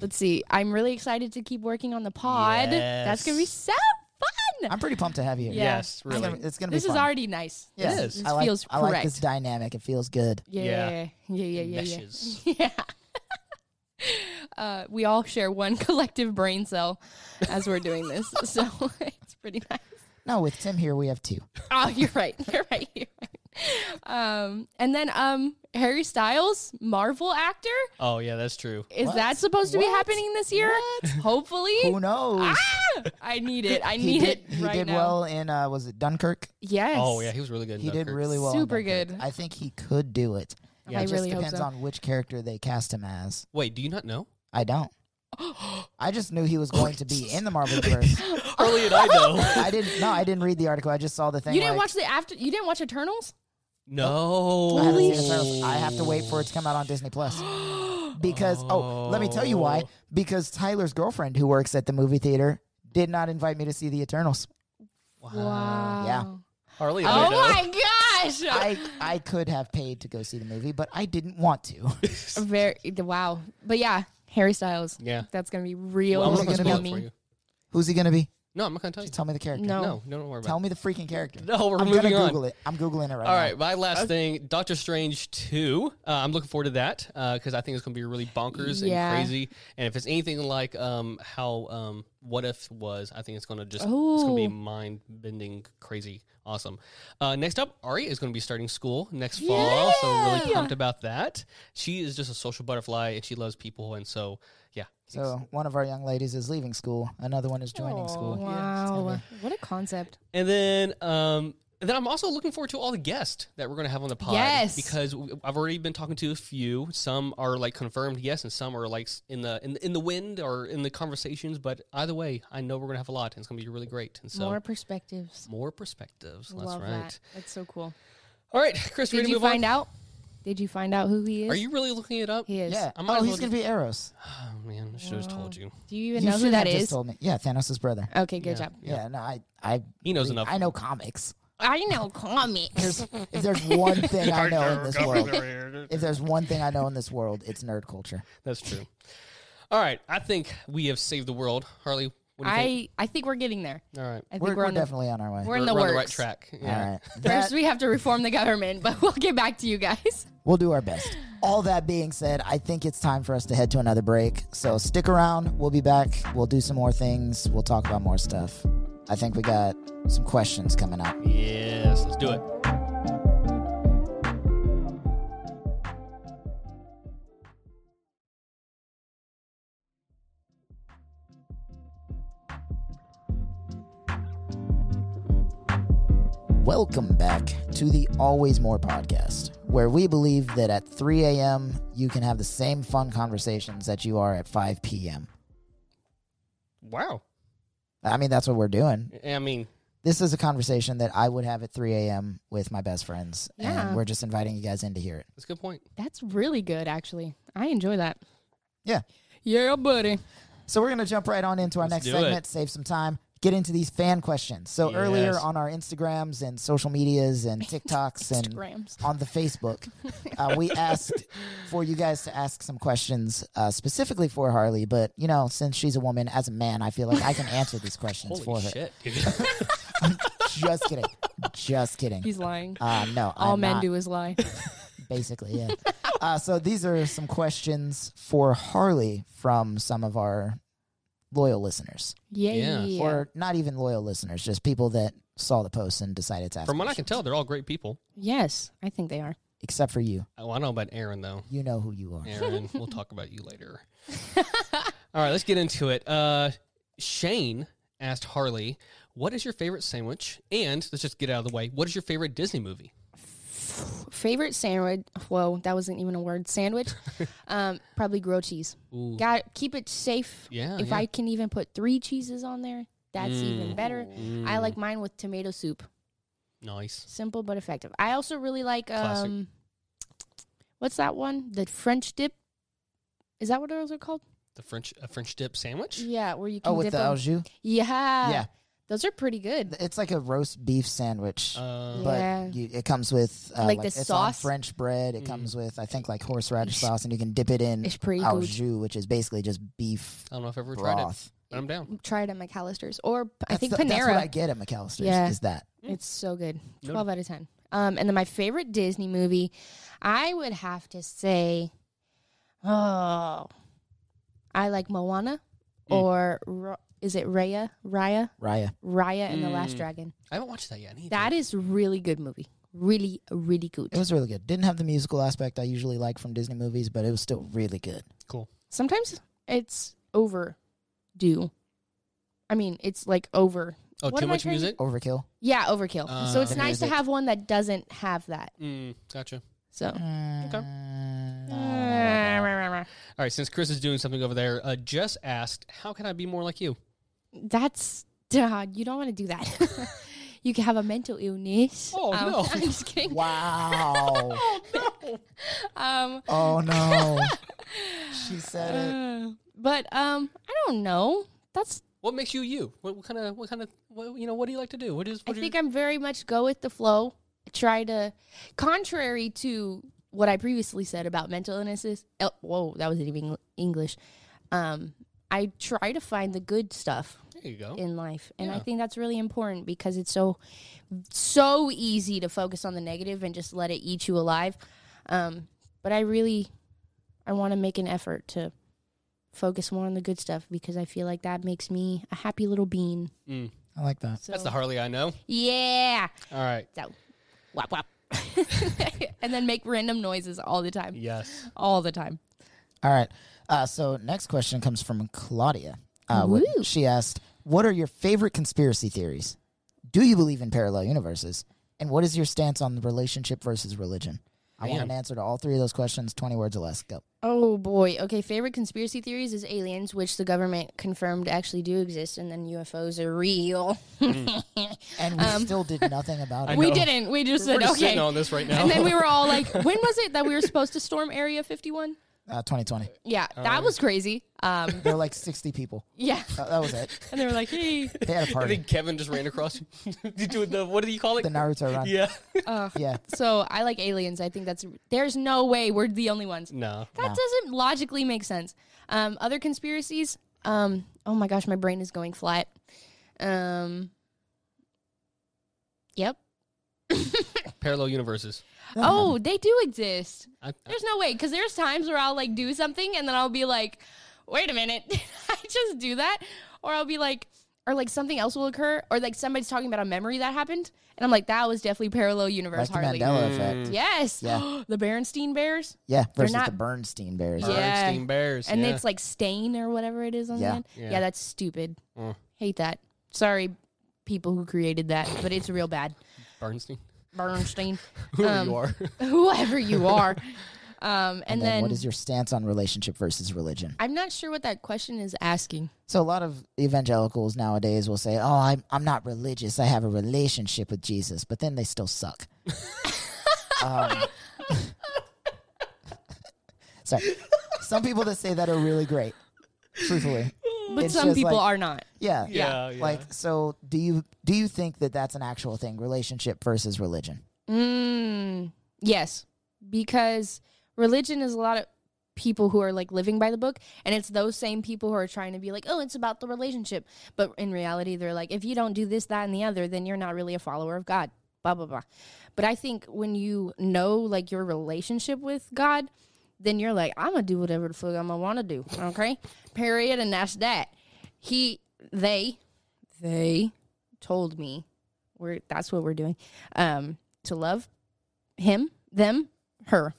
[SPEAKER 3] let's see. I'm really excited to keep working on the pod. That's gonna be
[SPEAKER 1] Yes.
[SPEAKER 3] so fun.
[SPEAKER 2] I'm pretty pumped to have you. here.
[SPEAKER 3] Yeah.
[SPEAKER 1] Yes,
[SPEAKER 2] It's
[SPEAKER 1] really.
[SPEAKER 2] gonna, it's gonna be
[SPEAKER 3] this is
[SPEAKER 2] fun.
[SPEAKER 3] already nice.
[SPEAKER 2] Yeah.
[SPEAKER 1] It is.
[SPEAKER 3] This
[SPEAKER 2] I like,
[SPEAKER 3] feels
[SPEAKER 2] I like this
[SPEAKER 3] correct.
[SPEAKER 2] dynamic. It feels good.
[SPEAKER 1] Yeah.
[SPEAKER 3] Yeah, yeah, yeah, yeah, yeah.
[SPEAKER 1] Meshes.
[SPEAKER 3] Yeah. Uh, we all share one collective brain cell as we're doing this, so it's pretty nice.
[SPEAKER 2] No, with Tim here, we have two.
[SPEAKER 3] Oh, you're right. You're right. You're right. Um, and then um, Harry Styles, Marvel actor,
[SPEAKER 1] Oh yeah, that's true.
[SPEAKER 3] is
[SPEAKER 2] What?
[SPEAKER 3] that supposed to be
[SPEAKER 2] What?
[SPEAKER 3] happening this year? Hopefully.
[SPEAKER 2] Who knows?
[SPEAKER 3] Ah! I need it. I
[SPEAKER 2] he
[SPEAKER 3] need
[SPEAKER 2] did.
[SPEAKER 3] it
[SPEAKER 2] He
[SPEAKER 3] right
[SPEAKER 2] did
[SPEAKER 3] now.
[SPEAKER 2] well in uh, was it Dunkirk?
[SPEAKER 3] Yes.
[SPEAKER 1] Oh yeah, he was really good. in
[SPEAKER 2] He did
[SPEAKER 1] Dunkirk.
[SPEAKER 2] really well. in
[SPEAKER 3] Super
[SPEAKER 2] Dunkirk.
[SPEAKER 3] good.
[SPEAKER 2] I think he could do it.
[SPEAKER 1] Yeah.
[SPEAKER 3] I
[SPEAKER 2] it just
[SPEAKER 3] really
[SPEAKER 2] depends
[SPEAKER 3] hope so.
[SPEAKER 2] on which character they cast him as.
[SPEAKER 1] Wait, do you not know?
[SPEAKER 2] I don't. I just knew he was going to be in the Marvel universe.
[SPEAKER 1] Harley and I know.
[SPEAKER 2] I didn't. No, I didn't read the article. I just saw the thing.
[SPEAKER 3] you didn't
[SPEAKER 2] like,
[SPEAKER 3] watch the after. You didn't watch Eternals.
[SPEAKER 1] No.
[SPEAKER 2] I haven't seen it, so I have to wait for it to come out on Disney Plus. Because oh, let me tell you why.
[SPEAKER 1] Oh.
[SPEAKER 2] Because Tyler's girlfriend, who works at the movie theater, did not invite me to see the Eternals.
[SPEAKER 1] Wow.
[SPEAKER 3] Wow.
[SPEAKER 2] Yeah.
[SPEAKER 1] Harley and I
[SPEAKER 3] Oh
[SPEAKER 1] know.
[SPEAKER 3] my gosh.
[SPEAKER 2] I, I could have paid to go see the movie, but I didn't want to.
[SPEAKER 3] Very wow. But yeah, Harry Styles.
[SPEAKER 1] Yeah.
[SPEAKER 3] That's gonna be real
[SPEAKER 1] Well, I'm not
[SPEAKER 2] Who's
[SPEAKER 1] gonna spoil
[SPEAKER 2] gonna
[SPEAKER 3] yummy.
[SPEAKER 1] it for you.
[SPEAKER 2] Who's he gonna be?
[SPEAKER 1] No, I'm not gonna tell you.
[SPEAKER 2] Tell me the character.
[SPEAKER 3] No.
[SPEAKER 1] No, no, don't worry about
[SPEAKER 2] Tell
[SPEAKER 1] it.
[SPEAKER 2] me the freaking character.
[SPEAKER 1] No, we're
[SPEAKER 2] I'm
[SPEAKER 1] moving
[SPEAKER 2] gonna
[SPEAKER 1] on.
[SPEAKER 2] Google it. I'm googling it right
[SPEAKER 1] All
[SPEAKER 2] now.
[SPEAKER 3] Uh-huh.
[SPEAKER 1] right, my last thing, Doctor Strange two. Uh, I'm looking forward to that because I think it's going to be really bonkers
[SPEAKER 3] Yeah.
[SPEAKER 1] and crazy. And if it's anything like um, how um, What If was, I think it's going to just it's going to be
[SPEAKER 3] Ooh.
[SPEAKER 1] mind bending, crazy, awesome. Uh, next up, Ari is going to be starting school next fall, so I'm really pumped about that. She is just a social butterfly and she loves people, and so yeah,
[SPEAKER 2] So one of our young ladies is leaving school. Another one is joining
[SPEAKER 3] Oh,
[SPEAKER 2] school.
[SPEAKER 3] Wow. What a concept.
[SPEAKER 1] And then, um, and then I'm also looking forward to all the guests that we're going to have on the pod.
[SPEAKER 3] Yes.
[SPEAKER 1] because w- I've already been talking to a few. Some are like confirmed yes, and some are like s- in the in, in the wind or in the conversations. But either way, I know we're going to have a lot, and it's going to be really great. And so
[SPEAKER 3] More
[SPEAKER 1] more,
[SPEAKER 3] perspectives.
[SPEAKER 1] perspectives. That's
[SPEAKER 3] Love
[SPEAKER 1] right.
[SPEAKER 3] that. That's so cool.
[SPEAKER 1] All right, Chris, we're going
[SPEAKER 3] Did
[SPEAKER 1] to
[SPEAKER 3] you
[SPEAKER 1] move
[SPEAKER 3] find
[SPEAKER 1] on.
[SPEAKER 3] out? Did you find out who he is?
[SPEAKER 1] Are you really looking it up?
[SPEAKER 3] He is.
[SPEAKER 2] Yeah.
[SPEAKER 1] I might
[SPEAKER 2] oh,
[SPEAKER 1] as
[SPEAKER 2] he's
[SPEAKER 1] well
[SPEAKER 2] gonna be Eros.
[SPEAKER 1] Oh man, I should have told you.
[SPEAKER 3] Do you even
[SPEAKER 2] you
[SPEAKER 3] know
[SPEAKER 2] should
[SPEAKER 3] who
[SPEAKER 2] have
[SPEAKER 3] that
[SPEAKER 2] Just
[SPEAKER 3] is?
[SPEAKER 2] told me. Yeah, Thanos' brother.
[SPEAKER 3] Okay, good job.
[SPEAKER 2] Yeah. no, I, I,
[SPEAKER 1] He knows enough.
[SPEAKER 2] I know comics.
[SPEAKER 3] I know comics.
[SPEAKER 2] There's, if there's one thing I know in this world, if there's one thing I know in this world, it's nerd culture.
[SPEAKER 1] That's true. All right, I think we have saved the world, Harley. What do you think?
[SPEAKER 3] I I think we're getting there.
[SPEAKER 1] All right,
[SPEAKER 3] I think
[SPEAKER 2] We're,
[SPEAKER 3] we're,
[SPEAKER 2] we're
[SPEAKER 3] on the,
[SPEAKER 2] definitely on our way.
[SPEAKER 3] we're in the
[SPEAKER 1] we're
[SPEAKER 3] works.
[SPEAKER 1] on the right track. Yeah.
[SPEAKER 2] All right.
[SPEAKER 3] First,
[SPEAKER 2] That-
[SPEAKER 3] we have to reform the government, but we'll get back to you guys.
[SPEAKER 2] we'll do our best. All that being said, I think it's time for us to head to another break. So stick around. We'll be back. We'll do some more things. We'll talk about more stuff. I think we got some questions coming up.
[SPEAKER 1] Yes, let's do it.
[SPEAKER 2] Welcome back to the Always More podcast, where we believe that at 3 a.m., you can have the same fun conversations that you are at 5 p.m.
[SPEAKER 1] Wow.
[SPEAKER 2] I mean, that's what we're doing.
[SPEAKER 1] I mean,
[SPEAKER 2] This is a conversation that I would have at 3 a.m. with my best friends,
[SPEAKER 3] Yeah.
[SPEAKER 2] and we're just inviting you guys in to hear it.
[SPEAKER 1] that's a good point.
[SPEAKER 3] That's really good, actually. I enjoy that.
[SPEAKER 2] Yeah.
[SPEAKER 3] Yeah, buddy.
[SPEAKER 2] So we're going to jump right on into our
[SPEAKER 1] Let's
[SPEAKER 2] next
[SPEAKER 1] do it.
[SPEAKER 2] segment, save some time, get into these fan questions. So earlier
[SPEAKER 1] Yes.
[SPEAKER 2] on our Instagrams and social medias and TikToks and
[SPEAKER 3] Grams.
[SPEAKER 2] on the Facebook. uh, we asked for you guys to ask some questions uh, specifically for Harley, but you know, since she's a woman, as a man, I feel like I can answer these questions for
[SPEAKER 1] Holy
[SPEAKER 2] her.
[SPEAKER 1] shit.
[SPEAKER 2] Just kidding. Just kidding.
[SPEAKER 3] He's lying.
[SPEAKER 2] Uh, no,
[SPEAKER 3] All
[SPEAKER 2] I'm
[SPEAKER 3] men
[SPEAKER 2] not,
[SPEAKER 3] do is lie.
[SPEAKER 2] Basically, yeah. uh, so these are some questions for Harley from some of our loyal listeners,
[SPEAKER 3] Yeah.
[SPEAKER 1] Yeah.
[SPEAKER 2] or not even loyal listeners, just people that saw the post and decided to ask.
[SPEAKER 1] From what I
[SPEAKER 2] questions.
[SPEAKER 1] can tell, they're all great people.
[SPEAKER 3] yes, I think they are.
[SPEAKER 2] except for you,
[SPEAKER 1] Oh, I know about Aaron, though.
[SPEAKER 2] you know who you are.
[SPEAKER 1] Aaron, we'll talk about you later. all right, let's get into it. Uh, Shane asked Harley, What is your favorite sandwich? And let's just get out of the way. What is your favorite Disney movie?
[SPEAKER 3] Favorite sandwich? Whoa, that wasn't even a word. Sandwich? um, probably grilled cheese.
[SPEAKER 1] Ooh.
[SPEAKER 3] Got keep it safe.
[SPEAKER 2] Oh,
[SPEAKER 1] Yeah,
[SPEAKER 3] If
[SPEAKER 1] yeah.
[SPEAKER 3] I can even put three cheeses on there, that's
[SPEAKER 2] Mm.
[SPEAKER 3] even better. I like mine with tomato soup.
[SPEAKER 1] Mm, Nice.
[SPEAKER 3] Simple but effective. I also really like
[SPEAKER 1] Classic.
[SPEAKER 3] um, what's that one? The French dip. Is that what those are called?
[SPEAKER 1] The French a French dip sandwich?
[SPEAKER 3] Yeah, where you can
[SPEAKER 2] Oh, with
[SPEAKER 3] dip Uh,
[SPEAKER 2] the
[SPEAKER 3] them.
[SPEAKER 2] au jus?
[SPEAKER 3] Yeah.
[SPEAKER 2] Yeah.
[SPEAKER 3] Those are pretty good.
[SPEAKER 2] It's like a roast beef sandwich.
[SPEAKER 1] Uh,
[SPEAKER 2] but
[SPEAKER 3] Yeah.
[SPEAKER 2] you, it comes with uh,
[SPEAKER 3] Like
[SPEAKER 2] like,
[SPEAKER 3] the
[SPEAKER 2] it's on
[SPEAKER 3] sauce?
[SPEAKER 2] French bread. It
[SPEAKER 1] Mm.
[SPEAKER 2] comes with I think like horseradish sauce, and you can dip it in
[SPEAKER 3] it's pretty
[SPEAKER 2] au
[SPEAKER 3] good.
[SPEAKER 2] jus, which is basically just beef
[SPEAKER 1] I don't know if I've ever tried it,
[SPEAKER 2] broth.
[SPEAKER 1] but I'm down.
[SPEAKER 3] Try it at McAllister's or p- I
[SPEAKER 2] That's
[SPEAKER 3] think
[SPEAKER 2] the- That's
[SPEAKER 3] Panera.
[SPEAKER 2] what I get at McAllister's.
[SPEAKER 3] Yeah.
[SPEAKER 2] Is that
[SPEAKER 3] It's so good. 12 out of 10. Um, and then my favorite Disney movie, I would have to say, oh, I like Moana or Ro- is it Raya? Raya?
[SPEAKER 2] Raya?
[SPEAKER 3] Raya and the Last Dragon.
[SPEAKER 1] I haven't watched that yet. I need
[SPEAKER 3] That is really good movie. Really, really good.
[SPEAKER 2] It was really good. Didn't have the musical aspect I usually like from Disney movies, but it was still really good.
[SPEAKER 1] to. cool.
[SPEAKER 3] Sometimes it's overdue. I mean, it's like over.
[SPEAKER 1] Oh,
[SPEAKER 3] What
[SPEAKER 1] too
[SPEAKER 3] am I
[SPEAKER 1] much
[SPEAKER 3] trying to-
[SPEAKER 1] music?
[SPEAKER 2] Overkill.
[SPEAKER 3] Yeah, overkill. so
[SPEAKER 1] Uh,
[SPEAKER 3] it's
[SPEAKER 1] the
[SPEAKER 3] nice to
[SPEAKER 2] music.
[SPEAKER 3] have one that doesn't have that.
[SPEAKER 1] Mm, gotcha.
[SPEAKER 3] So.
[SPEAKER 2] Mm, I don't know about that.
[SPEAKER 1] All right, since Chris is doing something over there, uh, Jess asked, How can I be more like you?
[SPEAKER 3] That's uh, you don't want to do that. you can have a mental illness.
[SPEAKER 1] Oh,
[SPEAKER 3] um,
[SPEAKER 1] no.
[SPEAKER 3] I'm just kidding. Oh,
[SPEAKER 2] Wow.
[SPEAKER 3] Um,
[SPEAKER 2] oh no. She said it.
[SPEAKER 3] uh, but um, I don't know. That's
[SPEAKER 1] What makes you you? What, what kind of what kind of what, you know? What do you like to do? What is?
[SPEAKER 3] I
[SPEAKER 1] What are
[SPEAKER 3] think
[SPEAKER 1] your,
[SPEAKER 3] I'm very much go with the flow. try to, contrary to what I previously said about mental illnesses, el- whoa, that wasn't even English. Um, I try to find the good stuff
[SPEAKER 1] There you go.
[SPEAKER 3] in life and i
[SPEAKER 1] Yeah.
[SPEAKER 3] think that's really important because it's so so easy to focus on the negative and just let it eat you alive um, but i really i want to make an effort to focus more on the good stuff because i feel like that makes me a happy little bean
[SPEAKER 1] Mm.
[SPEAKER 2] I like that.
[SPEAKER 3] so
[SPEAKER 1] That's the Harley I know.
[SPEAKER 3] yeah
[SPEAKER 1] All right.
[SPEAKER 3] so wop wop and then make random noises all the time
[SPEAKER 1] Yes.
[SPEAKER 3] all the time
[SPEAKER 2] All right. Uh, so next question comes from Claudia. Uh, what-
[SPEAKER 3] Woo.
[SPEAKER 2] she asked, "What are your favorite conspiracy theories? Do you believe in parallel universes? And what is your stance on the relationship versus religion?" I want
[SPEAKER 1] Man.
[SPEAKER 2] an answer to all three of those questions. Twenty words or less. Go.
[SPEAKER 3] Oh boy. Okay, favorite conspiracy theories is aliens, which the government confirmed actually do exist, and then UFOs are real.
[SPEAKER 1] Mm.
[SPEAKER 2] And we still did nothing about
[SPEAKER 1] I
[SPEAKER 2] it.
[SPEAKER 3] we
[SPEAKER 1] know.
[SPEAKER 3] didn't. We just
[SPEAKER 1] We're
[SPEAKER 3] said
[SPEAKER 1] just
[SPEAKER 3] okay.
[SPEAKER 1] sitting on this right now.
[SPEAKER 3] and then we were all like, when was it that we were supposed to storm Area 51?
[SPEAKER 2] Uh, Twenty twenty.
[SPEAKER 3] Yeah,
[SPEAKER 1] Oh,
[SPEAKER 3] that was crazy. Um,
[SPEAKER 2] There were like sixty people.
[SPEAKER 3] yeah.
[SPEAKER 2] Uh, that was it.
[SPEAKER 3] And they were like, hey.
[SPEAKER 2] They had a
[SPEAKER 1] I
[SPEAKER 2] party.
[SPEAKER 1] think Kevin just ran across. you do the what do you call it?
[SPEAKER 2] The Naruto run.
[SPEAKER 1] yeah.
[SPEAKER 2] Yeah.
[SPEAKER 3] So I like aliens. I think that's, there's no way we're the only ones.
[SPEAKER 1] no.
[SPEAKER 3] That doesn't logically make sense. Um, other conspiracies. Um, oh my gosh, my brain is going flat. Um, yep.
[SPEAKER 1] Parallel universes.
[SPEAKER 3] Oh, they do exist.
[SPEAKER 1] I, I,
[SPEAKER 3] There's no way because there's times where I'll like do something and then I'll be like, wait a minute, did I just do that? Or I'll be like, or like something else will occur, or like somebody's talking about a memory that happened, and I'm like, that was definitely parallel universe
[SPEAKER 2] Like the
[SPEAKER 3] Harley.
[SPEAKER 2] Mandela
[SPEAKER 3] Mm.
[SPEAKER 2] effect.
[SPEAKER 1] Mm.
[SPEAKER 3] Yes,
[SPEAKER 2] Yeah.
[SPEAKER 3] the Berenstein Bears,
[SPEAKER 2] Yeah. Versus
[SPEAKER 3] not-
[SPEAKER 2] the Bernstein Bears.
[SPEAKER 3] Yeah.
[SPEAKER 1] Bernstein Bears.
[SPEAKER 3] and
[SPEAKER 1] yeah.
[SPEAKER 3] it's like stain or whatever it is on
[SPEAKER 2] Yeah.
[SPEAKER 3] the end.
[SPEAKER 1] Yeah.
[SPEAKER 3] Yeah, that's stupid.
[SPEAKER 1] Mm.
[SPEAKER 3] Hate that. Sorry, people who created that, but it's real bad.
[SPEAKER 1] Bernstein.
[SPEAKER 3] Bernstein,
[SPEAKER 1] Who
[SPEAKER 3] Um,
[SPEAKER 1] you are.
[SPEAKER 3] whoever you are. Um, and,
[SPEAKER 2] And
[SPEAKER 3] then,
[SPEAKER 2] then, what is your stance on relationship versus religion?
[SPEAKER 3] I'm not sure what that question is asking.
[SPEAKER 2] So a lot of evangelicals nowadays will say, "Oh, I'm I'm not religious. I have a relationship with Jesus," but then they still suck. um, sorry, some people that say that are really great. Truthfully,
[SPEAKER 3] But
[SPEAKER 2] It's
[SPEAKER 3] some
[SPEAKER 2] just
[SPEAKER 3] people
[SPEAKER 2] like-
[SPEAKER 3] are not.
[SPEAKER 2] yeah.
[SPEAKER 1] yeah, yeah.
[SPEAKER 2] Like, so do you do you think that that's an actual thing? Relationship versus religion.
[SPEAKER 3] Mm, yes, because religion is a lot of people who are like living by the book, and it's those same people who are trying to be like, oh, it's about the relationship. But in reality, they're like, if you don't do this, that, and the other, then you're not really a follower of God. Blah, blah, blah. But I think when you know like your relationship with God, then you're like, I'm gonna do whatever the fuck I'm gonna wanna do. Okay? Period. And that's that. He, they, they told me we're that's what we're doing um to love him them her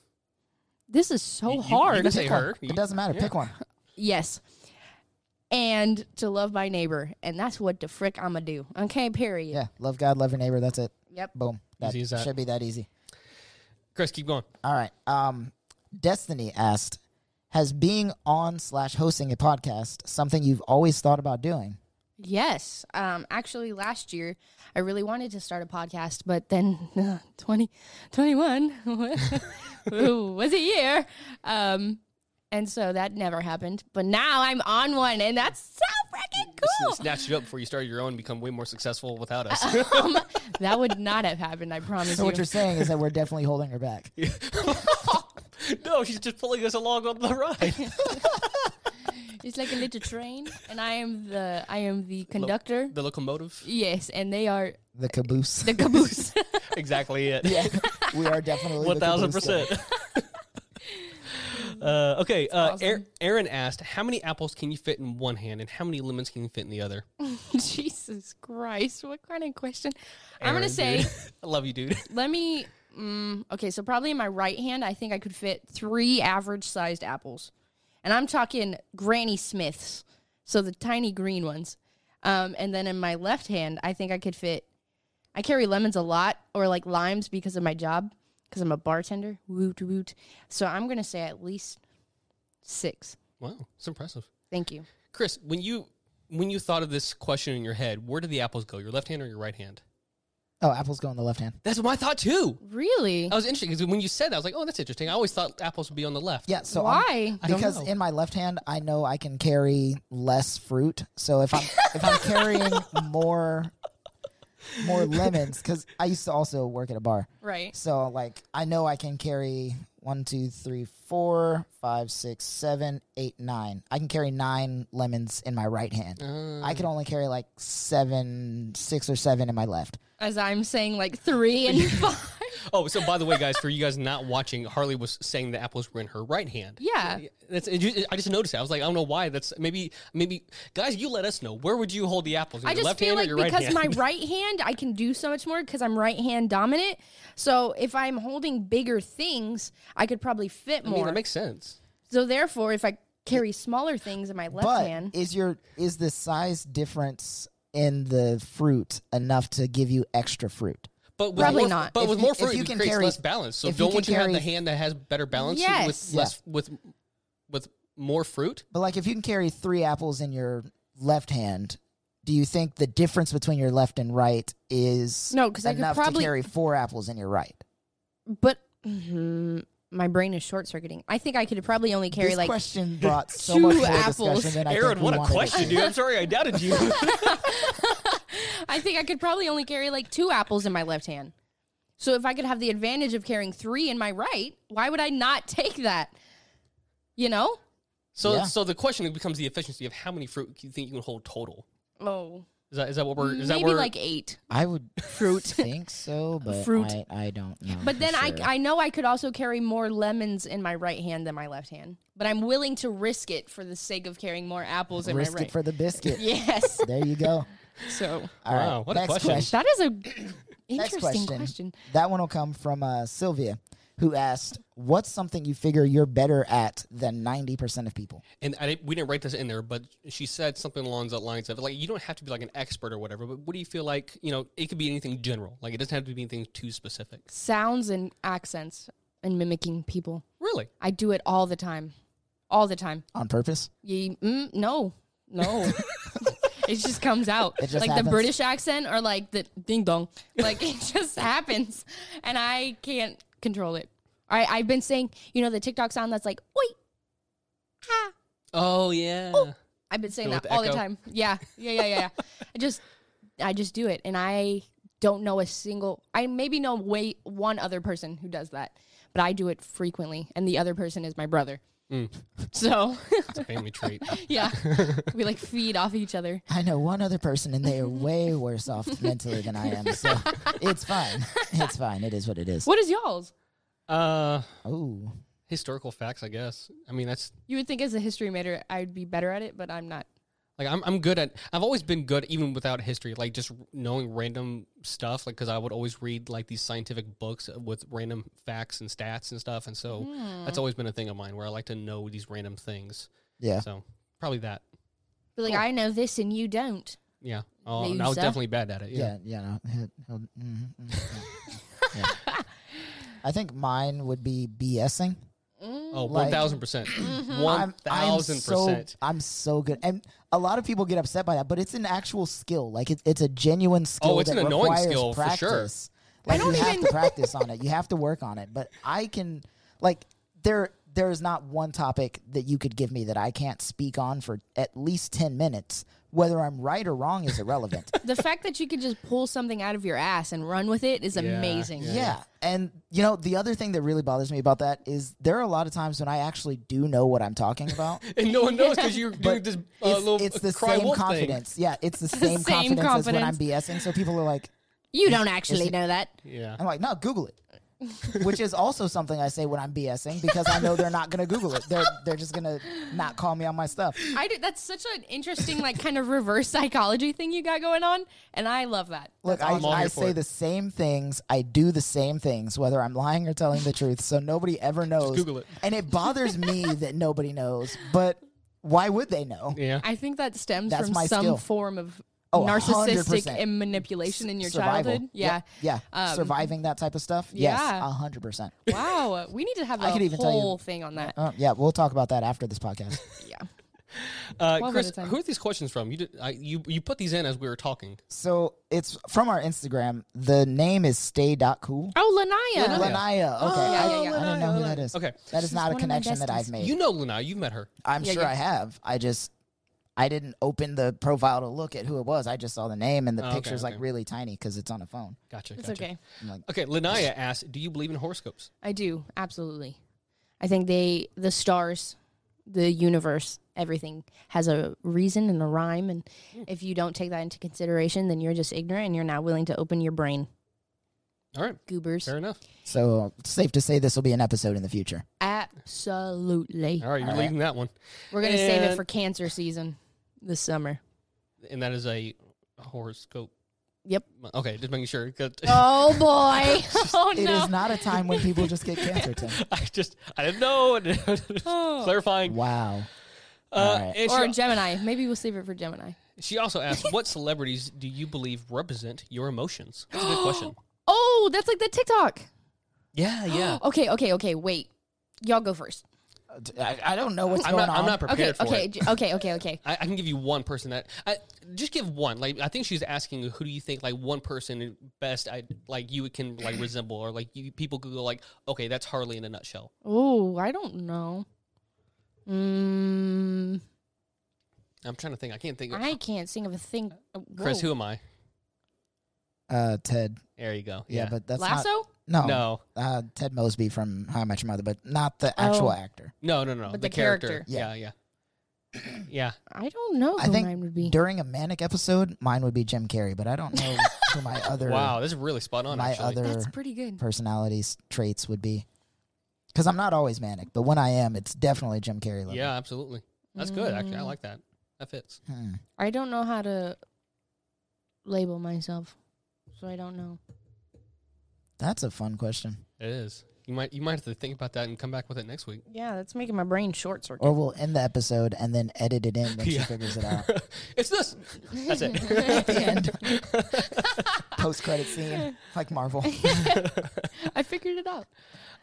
[SPEAKER 3] this is so
[SPEAKER 1] You- you- you
[SPEAKER 3] hard
[SPEAKER 1] can say
[SPEAKER 2] Pick one.
[SPEAKER 1] her. You-
[SPEAKER 2] It doesn't matter. Pick one.
[SPEAKER 3] yes and to love my neighbor and that's what the frick i'ma do okay period
[SPEAKER 2] Yeah, love God, love your neighbor. That's it.
[SPEAKER 3] yep
[SPEAKER 2] Boom. That
[SPEAKER 1] Easy as that.
[SPEAKER 2] should be that easy.
[SPEAKER 1] Chris, keep going.
[SPEAKER 2] All right. Um, Destiny asked, "Has being on slash hosting a podcast something you've always thought about doing?"
[SPEAKER 3] Yes. Um, actually, last year, I really wanted to start a podcast, but then uh, 20, 21 was a year. Um, and so that never happened. But now I'm on one, and that's so freaking cool.
[SPEAKER 1] S- Snatch it up before you start your own and become way more successful without us.
[SPEAKER 3] Um, that would not have happened, I promise
[SPEAKER 2] So
[SPEAKER 3] you.
[SPEAKER 2] what you're saying is that we're definitely holding her back.
[SPEAKER 1] no, she's just pulling us along on the ride.
[SPEAKER 3] it's like a little train, and I am the I am the conductor.
[SPEAKER 1] the locomotive.
[SPEAKER 3] Yes, and they are
[SPEAKER 2] The caboose.
[SPEAKER 3] the caboose.
[SPEAKER 1] Exactly it.
[SPEAKER 2] yeah, we are definitely
[SPEAKER 1] One
[SPEAKER 2] the caboose
[SPEAKER 1] thousand percent.
[SPEAKER 2] there.
[SPEAKER 1] Uh, okay, uh,
[SPEAKER 3] awesome.
[SPEAKER 1] Aaron Aaron asked, "How many apples can you fit in one hand, and how many lemons can you fit in the other?"
[SPEAKER 3] Jesus Christ, what kind of question? I'm
[SPEAKER 1] Aaron,
[SPEAKER 3] gonna say.
[SPEAKER 1] dude. I love you, dude.
[SPEAKER 3] Let me. Mm, okay, so probably in my right hand, I think I could fit three average sized apples. And I'm talking Granny Smiths, so the tiny green ones. Um, and then in my left hand, I think I could fit. I carry lemons a lot or like limes because of my job, because I'm a bartender. Woot woot. So I'm going to say at least six.
[SPEAKER 1] Wow, it's impressive,
[SPEAKER 3] Thank you.
[SPEAKER 1] Chris. When you when you thought of this question in your head, where did the apples go? Your left hand or your right hand?
[SPEAKER 2] Oh, apples go in the left hand.
[SPEAKER 1] That's my thought too.
[SPEAKER 3] Really?
[SPEAKER 1] I was interested because when you said that, I was like, "Oh, that's interesting." I always thought apples would be on the left.
[SPEAKER 2] Yeah. So I'm-
[SPEAKER 3] Why?
[SPEAKER 1] I don't
[SPEAKER 2] because
[SPEAKER 1] know.
[SPEAKER 2] in my left hand, I know I can carry less fruit. So if I'm if I'm carrying more, more lemons because I used to also work at a bar.
[SPEAKER 3] Right.
[SPEAKER 2] So like I know I can carry one, two, three, four, five, six, seven, eight, nine. I can carry nine lemons in my right hand. I
[SPEAKER 1] Oh.
[SPEAKER 2] can only carry like seven, six or seven in my left.
[SPEAKER 3] As I'm saying, like three and five.
[SPEAKER 1] Oh, so by the way, guys, for you guys not watching, Harley was saying the apples were in her right hand.
[SPEAKER 3] Yeah.
[SPEAKER 1] That's it ju- I just noticed that. I was like, I don't know why. That's maybe maybe guys, you let us know. Where would you hold the apples? In
[SPEAKER 3] I
[SPEAKER 1] your
[SPEAKER 3] just
[SPEAKER 1] left hand
[SPEAKER 3] feel like
[SPEAKER 1] or your right
[SPEAKER 3] because
[SPEAKER 1] hand?
[SPEAKER 3] my right hand, I can do so much more because I'm right hand dominant. So if I'm holding bigger things, I could probably
[SPEAKER 1] I
[SPEAKER 3] fit
[SPEAKER 1] mean,
[SPEAKER 3] more.
[SPEAKER 1] that makes sense.
[SPEAKER 3] so therefore, if I carry smaller things in my left
[SPEAKER 2] but
[SPEAKER 3] hand,
[SPEAKER 2] is your is the size difference in the fruit enough to give you extra fruit?
[SPEAKER 1] But with
[SPEAKER 3] Probably
[SPEAKER 1] more,
[SPEAKER 3] not.
[SPEAKER 1] But
[SPEAKER 2] If
[SPEAKER 1] with
[SPEAKER 2] you-
[SPEAKER 1] more
[SPEAKER 2] if
[SPEAKER 1] fruit,
[SPEAKER 2] you
[SPEAKER 1] it
[SPEAKER 2] can
[SPEAKER 1] creates
[SPEAKER 2] carry-
[SPEAKER 1] less balance. So
[SPEAKER 2] if you
[SPEAKER 1] don't
[SPEAKER 2] can
[SPEAKER 1] want you to have the
[SPEAKER 2] carry-
[SPEAKER 1] hand that has better balance with
[SPEAKER 3] Yes.
[SPEAKER 1] less with with more fruit.
[SPEAKER 2] But like if you can carry three apples in your left hand, do you think the difference between your left and right is
[SPEAKER 3] No, 'cause I could
[SPEAKER 2] enough
[SPEAKER 3] probably-
[SPEAKER 2] to carry four apples in your right?
[SPEAKER 3] but mhm, my brain is short circuiting. I think I could probably only carry
[SPEAKER 2] this
[SPEAKER 3] like
[SPEAKER 2] question brought so
[SPEAKER 3] two
[SPEAKER 2] much more
[SPEAKER 3] apples.
[SPEAKER 2] discussion than I
[SPEAKER 1] Aaron,
[SPEAKER 2] think we
[SPEAKER 1] what a
[SPEAKER 2] wanted it
[SPEAKER 1] question,
[SPEAKER 2] to.
[SPEAKER 1] dude. I'm sorry, I doubted you.
[SPEAKER 3] I think I could probably only carry like two apples in my left hand. So if I could have the advantage of carrying three in my right, why would I not take that? You know?
[SPEAKER 1] so
[SPEAKER 2] Yeah.
[SPEAKER 1] so the question becomes the efficiency of how many fruit do you think you can hold total?
[SPEAKER 3] Oh,
[SPEAKER 1] Is that is that what we're is
[SPEAKER 3] maybe
[SPEAKER 1] that where
[SPEAKER 3] like eight.
[SPEAKER 2] I would fruit think so, but
[SPEAKER 3] Fruit.
[SPEAKER 2] I, I don't know.
[SPEAKER 3] But
[SPEAKER 2] for
[SPEAKER 3] then
[SPEAKER 2] sure.
[SPEAKER 3] I, I know I could also carry more lemons in my right hand than my left hand. But I'm willing to risk it for the sake of carrying more apples in
[SPEAKER 2] risk
[SPEAKER 3] my right.
[SPEAKER 2] it for the biscuit.
[SPEAKER 3] yes.
[SPEAKER 2] There you go.
[SPEAKER 3] so
[SPEAKER 2] All right.
[SPEAKER 1] Wow, what a
[SPEAKER 2] Next
[SPEAKER 1] question.
[SPEAKER 3] that is a
[SPEAKER 2] Next
[SPEAKER 3] interesting
[SPEAKER 2] question.
[SPEAKER 3] question.
[SPEAKER 2] That one will come from uh, Sylvia, who asked, "What's something you figure you're better at than ninety percent of people?"
[SPEAKER 1] and I didn't, we didn't write this in there, but she said something along the lines of like you don't have to be like an expert or whatever, but what do you feel like? You know, it could be anything general. Like it doesn't have to be anything too specific.
[SPEAKER 3] Sounds and accents and mimicking people.
[SPEAKER 1] Really?
[SPEAKER 3] I do it all the time. All the time.
[SPEAKER 2] On purpose?
[SPEAKER 3] Ye, mm, no, no. it just comes out.
[SPEAKER 2] It just
[SPEAKER 3] like
[SPEAKER 2] happens.
[SPEAKER 3] the British accent or like the ding dong. Like it just happens. And I can't control it. I, I've been saying, you know, the TikTok sound that's like, oi, ha.
[SPEAKER 1] Oh yeah.
[SPEAKER 3] I've been saying
[SPEAKER 1] Go with
[SPEAKER 3] that
[SPEAKER 1] the
[SPEAKER 3] all the
[SPEAKER 1] echo.
[SPEAKER 3] time. Yeah, yeah, yeah, yeah. yeah. I just, I just do it, and I don't know a single. I maybe know way one other person who does that, but I do it frequently, and the other person is my brother.
[SPEAKER 1] Mm.
[SPEAKER 3] So
[SPEAKER 1] It's a family trait.
[SPEAKER 3] yeah, we like feed off each other.
[SPEAKER 2] I know one other person, and they are way worse off mentally than I am. So it's fine. It's fine. It is what it is.
[SPEAKER 3] What is y'all's?
[SPEAKER 1] Uh,
[SPEAKER 2] Oh,
[SPEAKER 1] historical facts, I guess. I mean, that's
[SPEAKER 3] You would think as a history major I'd be better at it, but I'm not.
[SPEAKER 1] like I'm I'm good at. I've always been good even without history, like just knowing random stuff. Like because I would always read like these scientific books with random facts and stats and stuff, and so that's always been a thing of mine where I like to know these random things.
[SPEAKER 2] yeah.
[SPEAKER 1] So probably that.
[SPEAKER 3] But like I know this and you don't.
[SPEAKER 1] Yeah. Oh, and I
[SPEAKER 3] Loser.
[SPEAKER 1] was definitely bad at it. Yeah.
[SPEAKER 2] Yeah, yeah. No, he'll- he'll- mhm, mhm, mhm. Yeah. I think mine would be BSing.
[SPEAKER 1] Oh,
[SPEAKER 2] Like-
[SPEAKER 1] one thousand percent. One
[SPEAKER 2] I'm- I am
[SPEAKER 1] thousand percent.
[SPEAKER 2] So, I'm so good, and a lot of people get upset by that, but it's an actual skill. Like it, it's a genuine skill.
[SPEAKER 1] Oh, it's
[SPEAKER 2] that
[SPEAKER 1] an annoying
[SPEAKER 2] requires
[SPEAKER 1] skill, for sure.
[SPEAKER 2] practice. Like you have to practice on it. You have to work on it. But I can, like, there there is not one topic that you could give me that I can't speak on for at least ten minutes. Whether I'm right or wrong is irrelevant.
[SPEAKER 3] The fact that you could just pull something out of your ass and run with it is amazing.
[SPEAKER 1] yeah.
[SPEAKER 2] Yeah. And, you know, the other thing that really bothers me about that is there are a lot of times when I actually do know what I'm talking about.
[SPEAKER 1] And no one knows because you're doing
[SPEAKER 2] But
[SPEAKER 1] this uh,
[SPEAKER 2] it's,
[SPEAKER 1] little
[SPEAKER 2] it's the
[SPEAKER 1] cry
[SPEAKER 2] same
[SPEAKER 1] wolf thing.
[SPEAKER 2] confidence. Yeah, it's the same,
[SPEAKER 3] same
[SPEAKER 2] confidence, as when I'm
[SPEAKER 3] confidence.
[SPEAKER 2] BSing. So people are like,
[SPEAKER 3] You don't actually know that.
[SPEAKER 1] Yeah.
[SPEAKER 2] I'm like, no, Google it. Which is also something I say when I'm BSing because I know they're not going to Google it. They're they're just going to not call me on my stuff.
[SPEAKER 3] I do, that's such an interesting, like, kind of reverse psychology thing you got going on, and I love that.
[SPEAKER 2] Look, I,
[SPEAKER 1] I'm all
[SPEAKER 2] I
[SPEAKER 1] here for
[SPEAKER 2] say
[SPEAKER 1] it.
[SPEAKER 2] the same things. I do the same things, whether I'm lying or telling the truth. So nobody ever knows.
[SPEAKER 1] Google it.
[SPEAKER 2] And it bothers me that nobody knows. But why would they know?
[SPEAKER 1] Yeah.
[SPEAKER 3] I think that stems
[SPEAKER 2] That's
[SPEAKER 3] from
[SPEAKER 2] my
[SPEAKER 3] some
[SPEAKER 2] skill.
[SPEAKER 3] form of
[SPEAKER 2] Oh,
[SPEAKER 3] narcissistic
[SPEAKER 2] 100%.
[SPEAKER 3] and manipulation in your
[SPEAKER 2] Survival.
[SPEAKER 3] childhood.
[SPEAKER 2] Yep.
[SPEAKER 3] Yeah.
[SPEAKER 2] Yeah.
[SPEAKER 3] Um,
[SPEAKER 2] Surviving that type of stuff. Yes.
[SPEAKER 3] yeah.
[SPEAKER 2] A hundred percent.
[SPEAKER 3] Wow. We need to have
[SPEAKER 2] I
[SPEAKER 3] a
[SPEAKER 2] could even tell you-
[SPEAKER 3] whole thing on that.
[SPEAKER 2] Uh, yeah. We'll talk about that after this podcast.
[SPEAKER 3] Yeah.
[SPEAKER 1] Uh,
[SPEAKER 3] Twelve
[SPEAKER 1] Chris,
[SPEAKER 3] at a time.
[SPEAKER 1] who are these questions from? You did, I, you you put these in as we were talking.
[SPEAKER 2] So it's from our Instagram. The name is stay.cool.
[SPEAKER 3] Oh, Lanaya.
[SPEAKER 2] Lanaya. Okay.
[SPEAKER 3] Oh,
[SPEAKER 2] I,
[SPEAKER 3] Yeah, yeah, yeah.
[SPEAKER 2] I don't know who that is.
[SPEAKER 1] Okay.
[SPEAKER 2] That is not a
[SPEAKER 3] one of my
[SPEAKER 2] connection that
[SPEAKER 3] besties.
[SPEAKER 2] I've made.
[SPEAKER 1] You know Luna. You've met her.
[SPEAKER 2] I'm
[SPEAKER 3] Yeah,
[SPEAKER 2] sure
[SPEAKER 3] yeah.
[SPEAKER 2] I have. I just I didn't open the profile to look at who it was. I just saw the name and the
[SPEAKER 1] Oh, okay,
[SPEAKER 2] picture's like
[SPEAKER 1] okay.
[SPEAKER 2] really tiny because it's on a phone.
[SPEAKER 1] Gotcha.
[SPEAKER 3] It's
[SPEAKER 1] gotcha.
[SPEAKER 3] okay.
[SPEAKER 2] I'm like,
[SPEAKER 1] Okay, Lanaya asks, do you believe in horoscopes?
[SPEAKER 3] I do absolutely. I think they, the stars, the universe, everything has a reason and a rhyme, and
[SPEAKER 1] Hmm.
[SPEAKER 3] if you don't take that into consideration, then you're just ignorant and you're not willing to open your brain.
[SPEAKER 1] All right,
[SPEAKER 3] Goobers.
[SPEAKER 1] fair enough.
[SPEAKER 2] so it's safe to say this will be an episode in the future.
[SPEAKER 3] Absolutely.
[SPEAKER 1] All right, you're
[SPEAKER 2] All right.
[SPEAKER 1] leading that one.
[SPEAKER 3] We're gonna save
[SPEAKER 1] And-
[SPEAKER 3] it for cancer season this summer.
[SPEAKER 1] And that is a horoscope.
[SPEAKER 3] Yep.
[SPEAKER 1] Okay, just making sure. 'cause-
[SPEAKER 3] Oh boy. oh
[SPEAKER 2] It
[SPEAKER 3] no.
[SPEAKER 2] is not a time when people just get cancer. Tim.
[SPEAKER 1] I just, I didn't know.
[SPEAKER 2] Oh.
[SPEAKER 1] Clarifying.
[SPEAKER 2] Wow.
[SPEAKER 1] Uh,
[SPEAKER 2] Alright.
[SPEAKER 1] and she-
[SPEAKER 3] or Gemini. Maybe we'll save it for Gemini.
[SPEAKER 1] She also asked, "What celebrities do you believe represent your emotions?" That's a good question.
[SPEAKER 3] Oh, that's like the TikTok.
[SPEAKER 1] Yeah, yeah.
[SPEAKER 3] Okay, okay, okay. Wait. Y'all go first.
[SPEAKER 2] I, I don't know what's
[SPEAKER 1] I'm
[SPEAKER 2] going
[SPEAKER 1] not. I'm
[SPEAKER 2] on.
[SPEAKER 1] not
[SPEAKER 3] Okay,
[SPEAKER 1] prepared for
[SPEAKER 3] okay,
[SPEAKER 1] it.
[SPEAKER 3] j- okay, okay, okay.
[SPEAKER 1] I, I can give you one person that. I, just give one. Like I think she's asking, who do you think like one person best? I like you can like resemble, or like you people could go like, okay, that's Harley in a nutshell.
[SPEAKER 3] Oh, I don't know. Mm,
[SPEAKER 1] I'm trying to think. I can't think. Of,
[SPEAKER 3] I can't think of a thing. Uh,
[SPEAKER 1] Chris,
[SPEAKER 3] whoa.
[SPEAKER 1] who am I?
[SPEAKER 2] Uh, Ted.
[SPEAKER 1] There you go.
[SPEAKER 2] Yeah, but that's
[SPEAKER 3] Lasso?
[SPEAKER 2] not. No.
[SPEAKER 1] no,
[SPEAKER 2] Uh, Ted Mosby from How I Met Your Mother, but not the actual
[SPEAKER 3] Oh.
[SPEAKER 2] actor.
[SPEAKER 1] no, no, no.
[SPEAKER 3] But
[SPEAKER 1] the,
[SPEAKER 3] the
[SPEAKER 1] character.
[SPEAKER 3] character.
[SPEAKER 1] Yeah,
[SPEAKER 2] Yeah.
[SPEAKER 1] yeah, yeah.
[SPEAKER 3] I don't know
[SPEAKER 2] I
[SPEAKER 3] who
[SPEAKER 2] think
[SPEAKER 3] mine would be.
[SPEAKER 2] During a manic episode, mine would be Jim Carrey, but I don't know who my other
[SPEAKER 1] Wow, this is really spot on.
[SPEAKER 2] my
[SPEAKER 1] actually.
[SPEAKER 2] other
[SPEAKER 3] That's pretty good.
[SPEAKER 2] personalities traits would be. Because I'm not always manic, but when I am, it's definitely Jim Carrey. Level.
[SPEAKER 1] Yeah, absolutely. That's good. Actually, I
[SPEAKER 3] Mm.
[SPEAKER 1] like that. That fits.
[SPEAKER 2] Hmm.
[SPEAKER 3] I don't know how to label myself. So I don't know.
[SPEAKER 2] That's a fun question.
[SPEAKER 1] It is. You might you might have to think about that and come back with it next week.
[SPEAKER 3] Yeah, that's making my brain short circuit.
[SPEAKER 2] Or
[SPEAKER 1] Oh.
[SPEAKER 2] we'll end the episode and then edit it in when she
[SPEAKER 1] Yeah.
[SPEAKER 2] figures it out.
[SPEAKER 1] it's this. That's it.
[SPEAKER 2] Post credit scene, like Marvel.
[SPEAKER 3] I figured it out.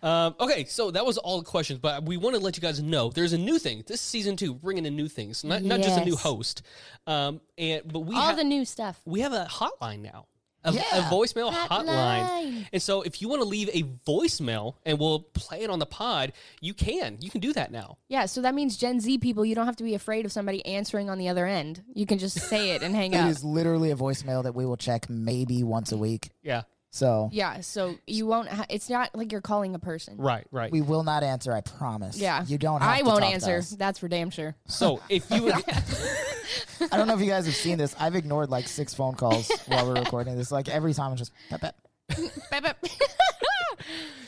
[SPEAKER 1] um, okay, so that was all the questions, but we want to let you guys know there's a new thing this season two, bringing in new things, not not just a new
[SPEAKER 3] Yes.
[SPEAKER 1] host. Um, and but we
[SPEAKER 3] All
[SPEAKER 1] have
[SPEAKER 3] the new stuff.
[SPEAKER 1] we have a hotline now. A,
[SPEAKER 2] Yeah.
[SPEAKER 1] a voicemail hotline.
[SPEAKER 3] Hotline.
[SPEAKER 1] And so if you want to leave a voicemail and we'll play it on the pod, you can. You can do that now.
[SPEAKER 3] Yeah, so that means Gen Z people, you don't have to be afraid of somebody answering on the other end. You can just say it and hang
[SPEAKER 2] It
[SPEAKER 3] up.
[SPEAKER 2] is literally a voicemail that we will check maybe once a week.
[SPEAKER 1] Yeah.
[SPEAKER 2] So
[SPEAKER 3] Yeah, so you won't. Ha- it's not like you're calling a person.
[SPEAKER 1] Right, right.
[SPEAKER 2] we will not answer, I promise.
[SPEAKER 3] Yeah,
[SPEAKER 2] You don't have
[SPEAKER 3] I
[SPEAKER 2] to
[SPEAKER 3] won't
[SPEAKER 2] talk to
[SPEAKER 3] answer.
[SPEAKER 2] us.
[SPEAKER 3] That's for damn sure.
[SPEAKER 1] so if you
[SPEAKER 2] I don't know if you guys have seen this. I've ignored like six phone calls while we're recording this. Like every time I'm just pep, pep.
[SPEAKER 3] Bep, bep.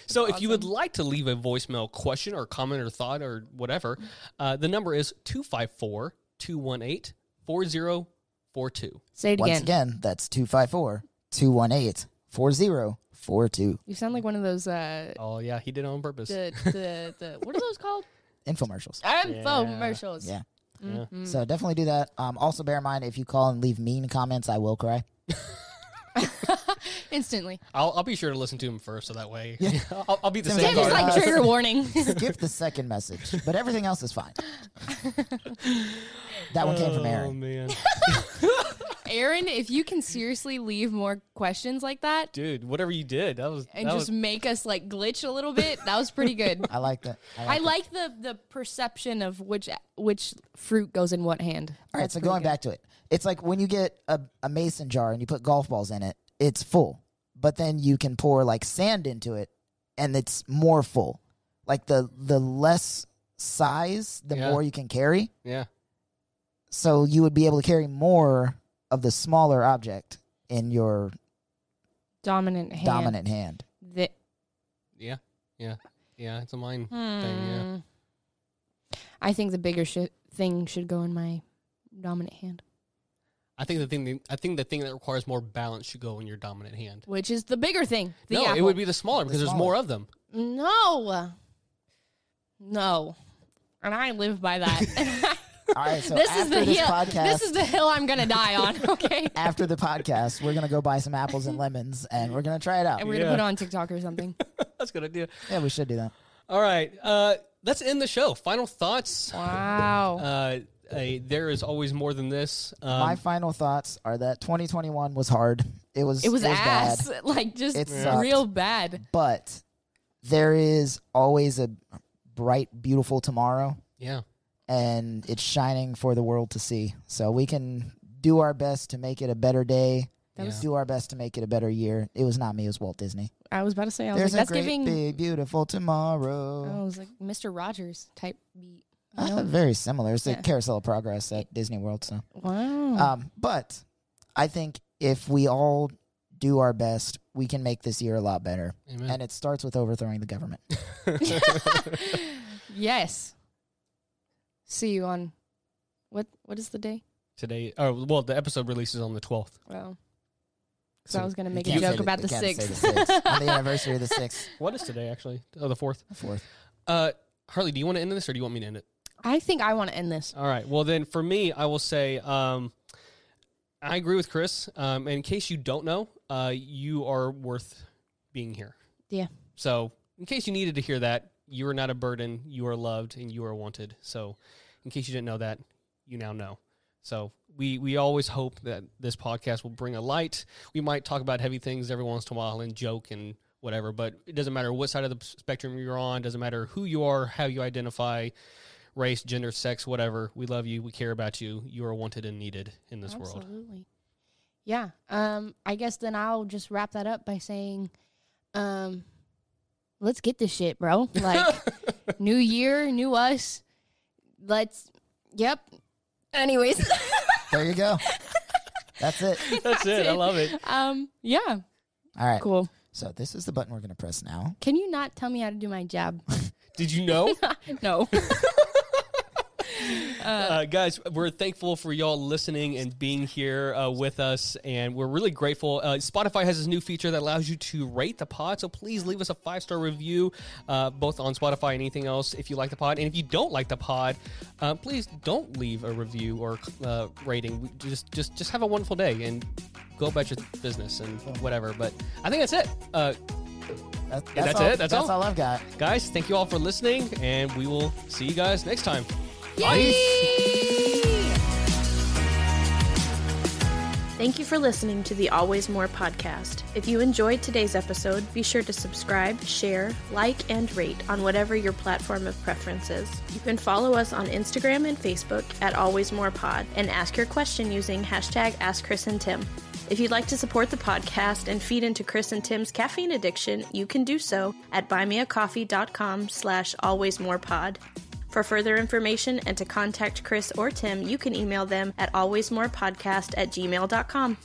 [SPEAKER 1] So if you would like to leave a voicemail question or comment or thought or whatever, uh, the number is 254 218 4042.
[SPEAKER 3] say it
[SPEAKER 2] Once
[SPEAKER 3] again.
[SPEAKER 2] again, that's 254 218 4042.
[SPEAKER 3] You sound like one of those. Uh,
[SPEAKER 1] Oh, yeah, he did it on purpose.
[SPEAKER 3] the, the the what are those called?
[SPEAKER 2] Infomercials.
[SPEAKER 3] Infomercials.
[SPEAKER 2] Yeah.
[SPEAKER 1] Yeah.
[SPEAKER 3] Mm-hmm.
[SPEAKER 2] So definitely do that. Um, also, bear in mind if you call and leave mean comments, I will cry.
[SPEAKER 3] Instantly.
[SPEAKER 1] I'll, I'll be sure to listen to him first, so that way I'll, I'll be the
[SPEAKER 2] Sounds
[SPEAKER 1] same
[SPEAKER 3] Tim
[SPEAKER 2] good.
[SPEAKER 3] is
[SPEAKER 1] guard.
[SPEAKER 3] like trigger warning.
[SPEAKER 2] Skip the second message, but everything else is fine. that one came from
[SPEAKER 1] oh,
[SPEAKER 2] Aaron.
[SPEAKER 1] man.
[SPEAKER 3] Aaron, if you can seriously leave more questions like that
[SPEAKER 1] Dude, whatever you did, that was.
[SPEAKER 3] and
[SPEAKER 1] that
[SPEAKER 3] just
[SPEAKER 1] was-
[SPEAKER 3] make us like glitch a little bit, that was pretty good.
[SPEAKER 2] I like that.
[SPEAKER 3] I like the the perception of which which fruit goes in what hand.
[SPEAKER 2] All right, so going back to it, it's like when you get a, a mason jar and you put golf balls in it, it's full, but then you can pour like sand into it, and it's more full. Like the the less size, the
[SPEAKER 1] Yeah.
[SPEAKER 2] more you can carry.
[SPEAKER 1] yeah.
[SPEAKER 2] So you would be able to carry more of the smaller object in your
[SPEAKER 3] Dominant hand.
[SPEAKER 2] dominant hand.
[SPEAKER 3] The-
[SPEAKER 1] Yeah. Yeah. Yeah. It's a mine thing. Yeah.
[SPEAKER 3] Hmm. I think the bigger shi thing should go in my dominant hand,
[SPEAKER 1] I think the thing. I think the thing that requires more balance should go in your dominant hand.
[SPEAKER 3] which is the bigger thing. The
[SPEAKER 1] no, it
[SPEAKER 3] apple.
[SPEAKER 1] would be the smaller because there's
[SPEAKER 2] smaller.
[SPEAKER 1] more of them.
[SPEAKER 3] no, no, and I live by that.
[SPEAKER 2] All right, so
[SPEAKER 3] this
[SPEAKER 2] after
[SPEAKER 3] is the
[SPEAKER 2] this
[SPEAKER 3] hill.
[SPEAKER 2] podcast,
[SPEAKER 3] This is the hill I'm gonna die on. Okay,
[SPEAKER 2] after the podcast, we're gonna go buy some apples and lemons, and we're gonna try it out.
[SPEAKER 3] and we're
[SPEAKER 1] Yeah.
[SPEAKER 3] gonna put it on TikTok or something.
[SPEAKER 1] That's a good idea.
[SPEAKER 2] Yeah, we should do that.
[SPEAKER 1] All right. Uh, let's end the show. Final thoughts.
[SPEAKER 3] Wow.
[SPEAKER 1] Uh, a, there is always more than this. Um,
[SPEAKER 2] My final thoughts are that 2021 was hard. It was
[SPEAKER 3] it was,
[SPEAKER 2] bad.
[SPEAKER 3] ass, like just
[SPEAKER 2] It sucked.
[SPEAKER 3] real bad.
[SPEAKER 2] but there is always a bright, beautiful tomorrow.
[SPEAKER 1] yeah.
[SPEAKER 2] and it's shining for the world to see. So we can do our best to make it a better day.
[SPEAKER 1] That was-
[SPEAKER 2] do our best to make it a better year. It was not me, it was Walt Disney.
[SPEAKER 3] I was about to say, I was
[SPEAKER 2] There's
[SPEAKER 3] like,
[SPEAKER 2] a
[SPEAKER 3] that's
[SPEAKER 2] great
[SPEAKER 3] giving. Oh,
[SPEAKER 2] big beautiful
[SPEAKER 3] I
[SPEAKER 2] tomorrow.
[SPEAKER 3] was like Mr. Rogers type beat.
[SPEAKER 2] Uh,
[SPEAKER 3] You know?
[SPEAKER 2] very similar. It's the
[SPEAKER 3] Yeah. Hmm.
[SPEAKER 2] carousel of progress at Disney World. So,
[SPEAKER 3] Wow.
[SPEAKER 2] um, but I think if we all do our best, we can make this year a lot better.
[SPEAKER 1] Amen.
[SPEAKER 2] And it starts with overthrowing the government.
[SPEAKER 3] yes. See you on. What What is the day?
[SPEAKER 1] Today, oh well, the episode releases on the twelfth.
[SPEAKER 3] Well, because
[SPEAKER 1] So
[SPEAKER 3] I was gonna
[SPEAKER 2] We
[SPEAKER 3] make a
[SPEAKER 2] can't say
[SPEAKER 3] joke
[SPEAKER 2] the-
[SPEAKER 3] about
[SPEAKER 2] we
[SPEAKER 3] the
[SPEAKER 2] can't say
[SPEAKER 3] sixth.
[SPEAKER 2] the sixth. on the anniversary of the sixth,
[SPEAKER 1] What is today actually? Oh, the fourth.
[SPEAKER 2] fourth.
[SPEAKER 1] Uh, Harley, do you want to end this or do you want me to end it?
[SPEAKER 3] I think I want to end this.
[SPEAKER 1] All right. Well, then for me, I will say um, I agree with Chris. Um, and in case you don't know, uh, you are worth being here.
[SPEAKER 3] Yeah.
[SPEAKER 1] So, in case you needed to hear that, you are not a burden. You are loved and you are wanted. So, in case you didn't know that, you now know. So, we, we always hope that this podcast will bring a light. We might talk about heavy things every once in a while and joke and whatever, but it doesn't matter what side of the spectrum you're on, doesn't matter who you are, how you identify, race, gender, sex, whatever. We love you. We care about you. You are wanted and needed in this world.
[SPEAKER 3] Absolutely. Yeah. Um, I guess then I'll just wrap that up by saying, um, let's get this shit, bro. Like, new year, new us. Let's. Yep. Anyways,
[SPEAKER 2] There you go. That's it.
[SPEAKER 1] That's it. I love it.
[SPEAKER 3] um, yeah,
[SPEAKER 2] All right.
[SPEAKER 3] cool.
[SPEAKER 2] So this is the button we're going to press now.
[SPEAKER 3] Can you not tell me how to do my job?
[SPEAKER 1] Did you know?
[SPEAKER 3] no.
[SPEAKER 1] uh, guys, we're thankful for y'all listening and being here uh, with us, and we're really grateful. Uh, Spotify has this new feature that allows you to rate the pod, so please leave us a five star review, uh, both on Spotify and anything else, if you like the pod. And if you don't like the pod, uh, please don't leave a review or uh, rating. We- Just, just, just have a wonderful day and go about your business and whatever. But I think that's it, uh,
[SPEAKER 2] That-
[SPEAKER 1] Yeah, that's
[SPEAKER 2] all,
[SPEAKER 1] it. That's all.
[SPEAKER 2] all I've got.
[SPEAKER 1] guys. Thank you all for listening, and we will see you guys next time.
[SPEAKER 4] Thank you for listening to the Always More podcast. If you enjoyed today's episode, be sure to subscribe, share, like, and rate on whatever your platform of preference is. You can follow us on Instagram and Facebook at Always More Pod and ask your question using hashtag Ask Chris and Tim. If you'd like to support the podcast and feed into Chris and Tim's caffeine addiction, you can do so at buymeacoffee.com slash alwaysmorepod. For further information and to contact Chris or Tim, you can email them at alwaysmorepodcast at gmail.com.